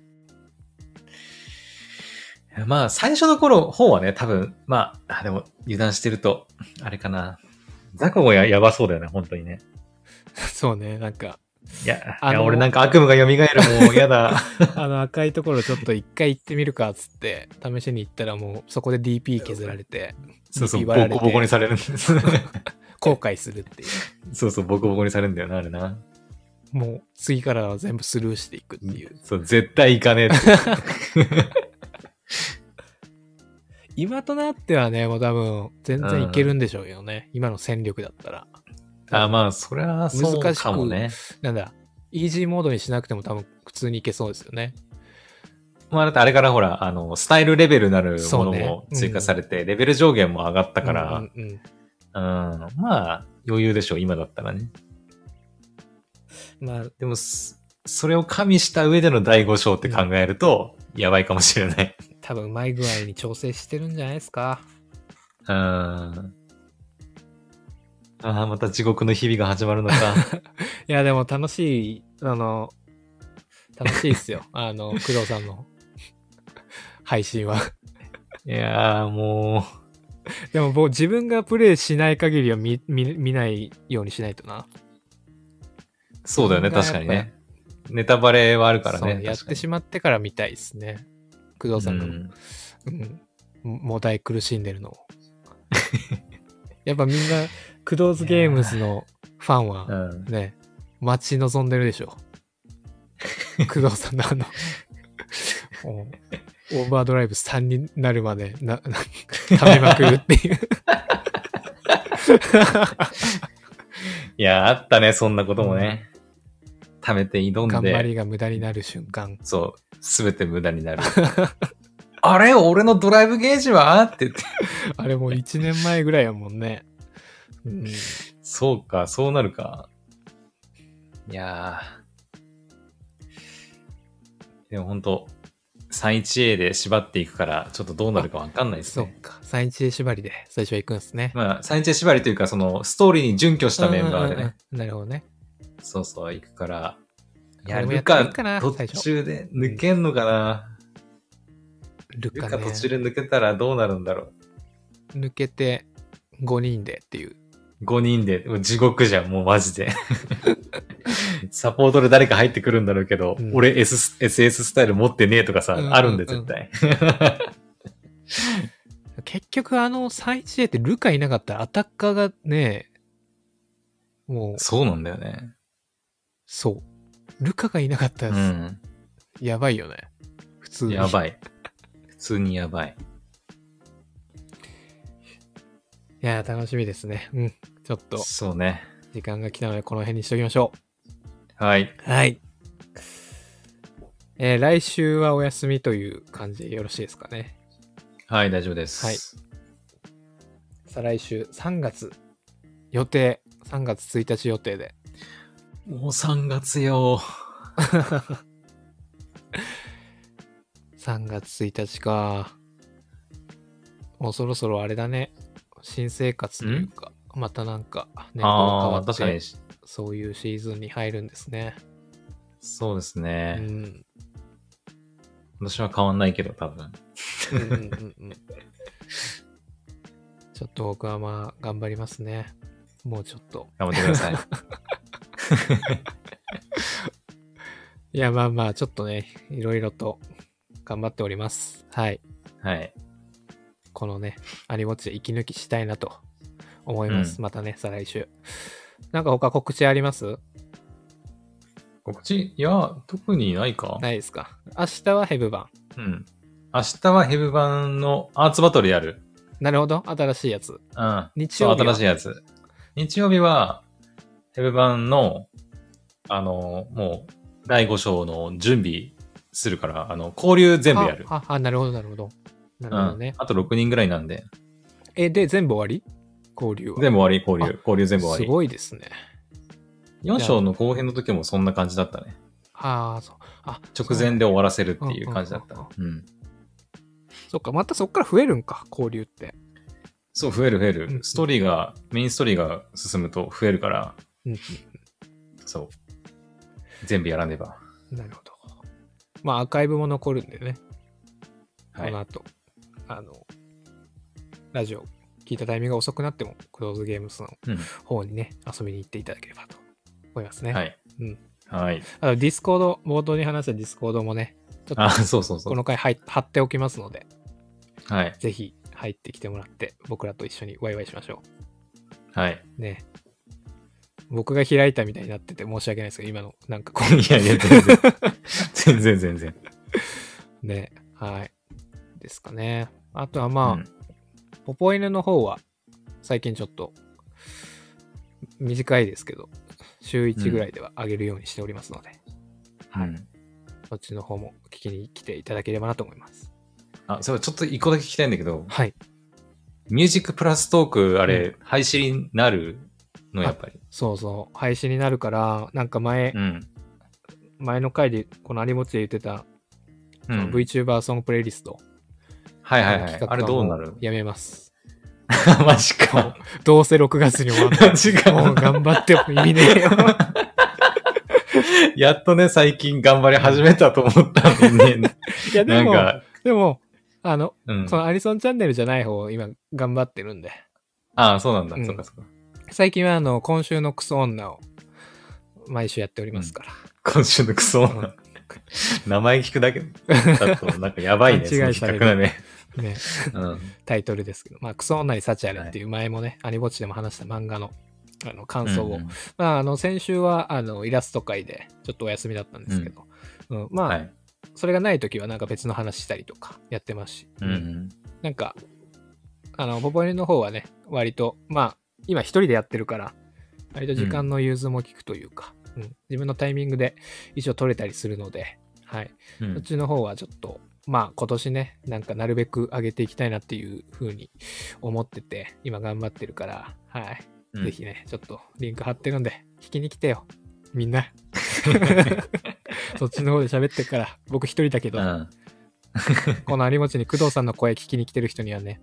Speaker 2: いやまあ、最初の頃、方はね、多分、まあ、あでも、油断してると、あれかな。ザコもややばそうだよね、本当にね。
Speaker 1: そうね、なんか、
Speaker 2: いや、
Speaker 1: あの
Speaker 2: いや俺なんか悪夢が蘇る、もう嫌だ。
Speaker 1: あの赤いところちょっと一回行ってみるかっつって、試しに行ったらもうそこで DP 削られて、
Speaker 2: そうそう、
Speaker 1: DP
Speaker 2: ボ
Speaker 1: 割られて
Speaker 2: コボコにされるんです。
Speaker 1: 後悔するっていう。
Speaker 2: そうそう、ボコボコにされるんだよな、あれな。
Speaker 1: もう次からは全部スルーしていくっていう。
Speaker 2: そう、絶対行かねえ って。
Speaker 1: 今となってはね、もう多分全然いけるんでしょうよね。今の戦力だったら。
Speaker 2: あ、まあ、そりゃ、そう
Speaker 1: 難しく
Speaker 2: かもね。
Speaker 1: なんだ、イージーモードにしなくても多分普通にいけそうですよね。
Speaker 2: まあ、だってあれからほら、あの、スタイルレベルなる
Speaker 1: そ
Speaker 2: も
Speaker 1: う
Speaker 2: の
Speaker 1: ね
Speaker 2: も
Speaker 1: うん
Speaker 2: 追加されて、レベル上限も上がったから、
Speaker 1: うんうんうん
Speaker 2: うん、まあ、余裕でしょう、今だったらね。
Speaker 1: まあ、
Speaker 2: でもす、それを加味した上での第5章って考えると、やばいかもしれない。
Speaker 1: 多分うまい具合に調整してるんじゃないですか。
Speaker 2: うーん。ああ、また地獄の日々が始まるの か。
Speaker 1: いや、でも楽しい、あの、楽しいっすよ。あの、工藤さんの配信は。
Speaker 2: いやー、も
Speaker 1: でも僕、自分がプレイしない限りは見見見ないようにしないとな。
Speaker 2: う、そうだよね、
Speaker 1: それがやっ
Speaker 2: 確
Speaker 1: ぱ
Speaker 2: かにね。ネタバレはあるから
Speaker 1: そう
Speaker 2: ね。
Speaker 1: やっ
Speaker 2: 確か
Speaker 1: て
Speaker 2: に
Speaker 1: しまってから見たいっすね。工藤さんが、
Speaker 2: うん
Speaker 1: うん、もだい苦しんでるのを。 やっぱみんな、工藤ゲームズのファンは、
Speaker 2: うん
Speaker 1: ね、待ち望んでるでし ょ。工藤さんのあの、もうオーバードライブ3になるまで、な、 な、食べまくるっていう。
Speaker 2: いやー、あったね、そんなこともね。貯めて挑ん
Speaker 1: 頑張り
Speaker 2: で、
Speaker 1: が無駄になる瞬間。
Speaker 2: そう、すべて無駄に なる。あれ俺のドライブゲージはって言って。
Speaker 1: あれもう1年前ぐらいやもんね。うん、
Speaker 2: そうか、そうなるか。いやー。でも本当 31A で縛っていくから、ちょっとどうなるかわかんないです
Speaker 1: そっ
Speaker 2: ね。
Speaker 1: か。3日縛りで最初は行くんですね。
Speaker 2: まあ、31A 縛りというか、その、ストーリーに準拠したメンバーで
Speaker 1: うんうん
Speaker 2: ね、
Speaker 1: うん。なるほどね。
Speaker 2: そうそう、行くから、
Speaker 1: こ
Speaker 2: や
Speaker 1: れもや
Speaker 2: る
Speaker 1: ってみ
Speaker 2: か
Speaker 1: るかな、
Speaker 2: 途
Speaker 1: 最初
Speaker 2: 中で抜けんのかな。
Speaker 1: ル
Speaker 2: や
Speaker 1: カ
Speaker 2: るか
Speaker 1: ね
Speaker 2: 途中で抜けたらどうなるんだろ
Speaker 1: 抜けて5人でっていう。
Speaker 2: う。5人で、もう地獄じゃん、もうマジで。 サポートで誰か入ってくるんだろうけど、
Speaker 1: うん
Speaker 2: 俺 S SS スタイル持ってねえとかさ、
Speaker 1: うんうんうん
Speaker 2: あるんで絶対。
Speaker 1: 結局あの 3-1A ってルカいなかったらアタッカーがね、もう、
Speaker 2: そうなんだよね。
Speaker 1: そう。ルカがいなかった
Speaker 2: う
Speaker 1: ら、
Speaker 2: ん。
Speaker 1: やばいよね。普通に。
Speaker 2: や
Speaker 1: い。
Speaker 2: ばい。普通にやばい。
Speaker 1: いやー、楽しみですね。うん。ちょっと、
Speaker 2: そうね。
Speaker 1: 時間が来たので、この辺にしときましょ
Speaker 2: はい。
Speaker 1: う。はい。えー来週はお休みという感じでよろしいですかね。
Speaker 2: はい、大丈夫です。
Speaker 1: 再来週3月予定、3月1日予定で。
Speaker 2: もう3月よ。
Speaker 1: 3月1日か。もうそろそろあれだね。新生活というか、またなんか年号変わ
Speaker 2: ああー、
Speaker 1: っ
Speaker 2: 確かに
Speaker 1: て、、そういうシーズンに入るんですね。
Speaker 2: そうです
Speaker 1: う
Speaker 2: ね。
Speaker 1: ん。
Speaker 2: 私は変わんないけど、多分。
Speaker 1: うんうんうん うんちょっと僕はまあ頑張りますね。もうちょっと。
Speaker 2: 頑張ってください。
Speaker 1: いやまあまあちょっとね、いろいろと頑張っております。はい。
Speaker 2: はい。
Speaker 1: このね、アニウォッチで息抜きしたいなと思います。
Speaker 2: う
Speaker 1: またね、再来週。なんか他告知あります
Speaker 2: 告知いや、特にないか。
Speaker 1: ないですか明日はヘブ版。
Speaker 2: うん。明日はヘブ版のアーツバトルやる。
Speaker 1: なるほど。新しいやつ。
Speaker 2: うん。
Speaker 1: 日
Speaker 2: そう
Speaker 1: 曜日は
Speaker 2: 新しいやつ。日曜日は、ヘブ版の、あの、もう、第5章の準備するから、あの、交流全部やる。
Speaker 1: あ、ああなるほど、なるほど。なるほど
Speaker 2: うん
Speaker 1: ね。
Speaker 2: あと6人ぐらいなんで、
Speaker 1: え、で、全部終わり交流は。
Speaker 2: 全部終わり、交流。交流全部終
Speaker 1: す
Speaker 2: わ
Speaker 1: ごいですね。
Speaker 2: り。4章の後編の時もそんな感じだったね。
Speaker 1: ああ、そう。あ、
Speaker 2: 直前で終わらせるっていう感じだった。うん。
Speaker 1: そっか、またそっから増えるんか、交流って。
Speaker 2: そう、増える増え
Speaker 1: うん
Speaker 2: る。ストーリーが、メインストーリーが進むと増えるから、
Speaker 1: うん、
Speaker 2: そう。全部やらねば。
Speaker 1: なるほど。まあ、アーカイブも残るんでね、
Speaker 2: はい
Speaker 1: この。後、あの、ラジオ聞いたタイミングが遅くなっても、クローズゲームスの
Speaker 2: うん
Speaker 1: 方にね、遊びに行っていただければと思いますね。
Speaker 2: はい。
Speaker 1: うん
Speaker 2: はい。
Speaker 1: あと、ディスコード、冒頭に話したディスコードもね、ちょ
Speaker 2: あ、
Speaker 1: っと
Speaker 2: そうそうそ
Speaker 1: こ
Speaker 2: う。
Speaker 1: の回入っ貼っておきますので、
Speaker 2: はい。
Speaker 1: ぜひ入ってきてもらって、僕らと一緒にワイワイしましょ
Speaker 2: はい。
Speaker 1: う。ね。僕が開いたみたいになってて申し訳ないですけど、今のなんかこう
Speaker 2: いやいや、全 然。全然全然。
Speaker 1: ね、はい。ですかね。あとはまあ、
Speaker 2: うん
Speaker 1: ポポ犬の方は、最近ちょっと、短いですけど、週1ぐらいでは上げるようにしておりますので、
Speaker 2: うん。
Speaker 1: そっちの方も聞きに来ていただければなと思います。
Speaker 2: あ、そう、ちょっと一個だけ聞きたいんだけど、
Speaker 1: はい。
Speaker 2: ミュージックプラストーク、あれ、廃止になるの、やっぱり。
Speaker 1: そうそう、配信になるから、なんか前、
Speaker 2: うん。
Speaker 1: 前の回で、この有本で言ってた、
Speaker 2: うん
Speaker 1: その VTuber ソングプレイリスト、
Speaker 2: はいはい
Speaker 1: の
Speaker 2: はい。
Speaker 1: 企画
Speaker 2: あれどうな
Speaker 1: は
Speaker 2: る
Speaker 1: もやめます。
Speaker 2: マジか。
Speaker 1: どうせ6月に終わる。
Speaker 2: マジ
Speaker 1: もう
Speaker 2: か。
Speaker 1: 頑張っても意味ねえよ。
Speaker 2: やっとね、最近頑張り始めたと思ったのにね。
Speaker 1: いや、で
Speaker 2: なん
Speaker 1: も、
Speaker 2: か、
Speaker 1: でも、あの、
Speaker 2: うん
Speaker 1: そ。のアニソンチャンネルじゃない方を今頑張ってるんで。
Speaker 2: ああ、そうなん
Speaker 1: う
Speaker 2: だ。
Speaker 1: ん
Speaker 2: そうかそうか。
Speaker 1: 最近はあの、今週のクソ女を毎週やっておりますから。
Speaker 2: 今週のクソ
Speaker 1: うん
Speaker 2: 名前聞くだけだと、なんかやばいね、そ
Speaker 1: 勘違
Speaker 2: の
Speaker 1: いされる
Speaker 2: 企画 がね。
Speaker 1: ね、
Speaker 2: うん。
Speaker 1: タイトルですけど。まあ、クソ女に幸あれっていう前もね、アニぼっちでも話した漫画のあの感想を。
Speaker 2: んん
Speaker 1: まあ、あの、先週はあの、イラスト会でちょっとお休みだったんですけど。うんまあ、
Speaker 2: はい。
Speaker 1: それがない時はなんか別の話したりとかやってますし。
Speaker 2: うんうん。
Speaker 1: なんか、あの、ポポネの方はね、割と、まあ、今一人でやってるから、割と時間の融通も利くというか、うん自分のタイミングで一応取れたりするので、はい。
Speaker 2: う
Speaker 1: そっ
Speaker 2: ん
Speaker 1: ちの方はちょっと、まあ、今年ね、なんかなるべく上げていきたいなっていう風に思ってて、今頑張ってるから、はい。
Speaker 2: うん
Speaker 1: ぜひね、ちょっとリンク貼ってるんで、聞きに来てよ。みん な。そっちの方で喋ってるから、僕一人だけど
Speaker 2: う、ん。
Speaker 1: この有持ちに工藤さんの声聞きに来てる人にはね、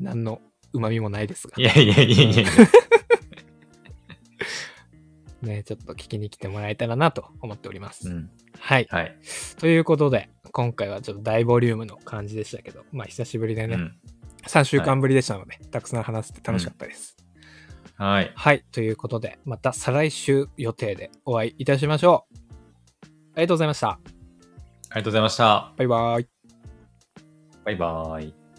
Speaker 1: 何の旨味もないですが
Speaker 2: い、やいやいやいやい や。
Speaker 1: ね、ちょっと聞きに来てもらえたらなと思っております。
Speaker 2: うん。
Speaker 1: はい。
Speaker 2: はい。
Speaker 1: ということで、今回はちょっと大ボリュームの感じでしたけど、まあ久しぶりで
Speaker 2: う
Speaker 1: ね、
Speaker 2: ん
Speaker 1: 3週間ぶりでしたので、たくさん話せて楽しかったです。
Speaker 2: はい。
Speaker 1: はい。ということで、また再来週予定でお会いいたしましょう。ありがとうございました。
Speaker 2: ありがとうございました。
Speaker 1: バイバイ。
Speaker 2: バイバーイ。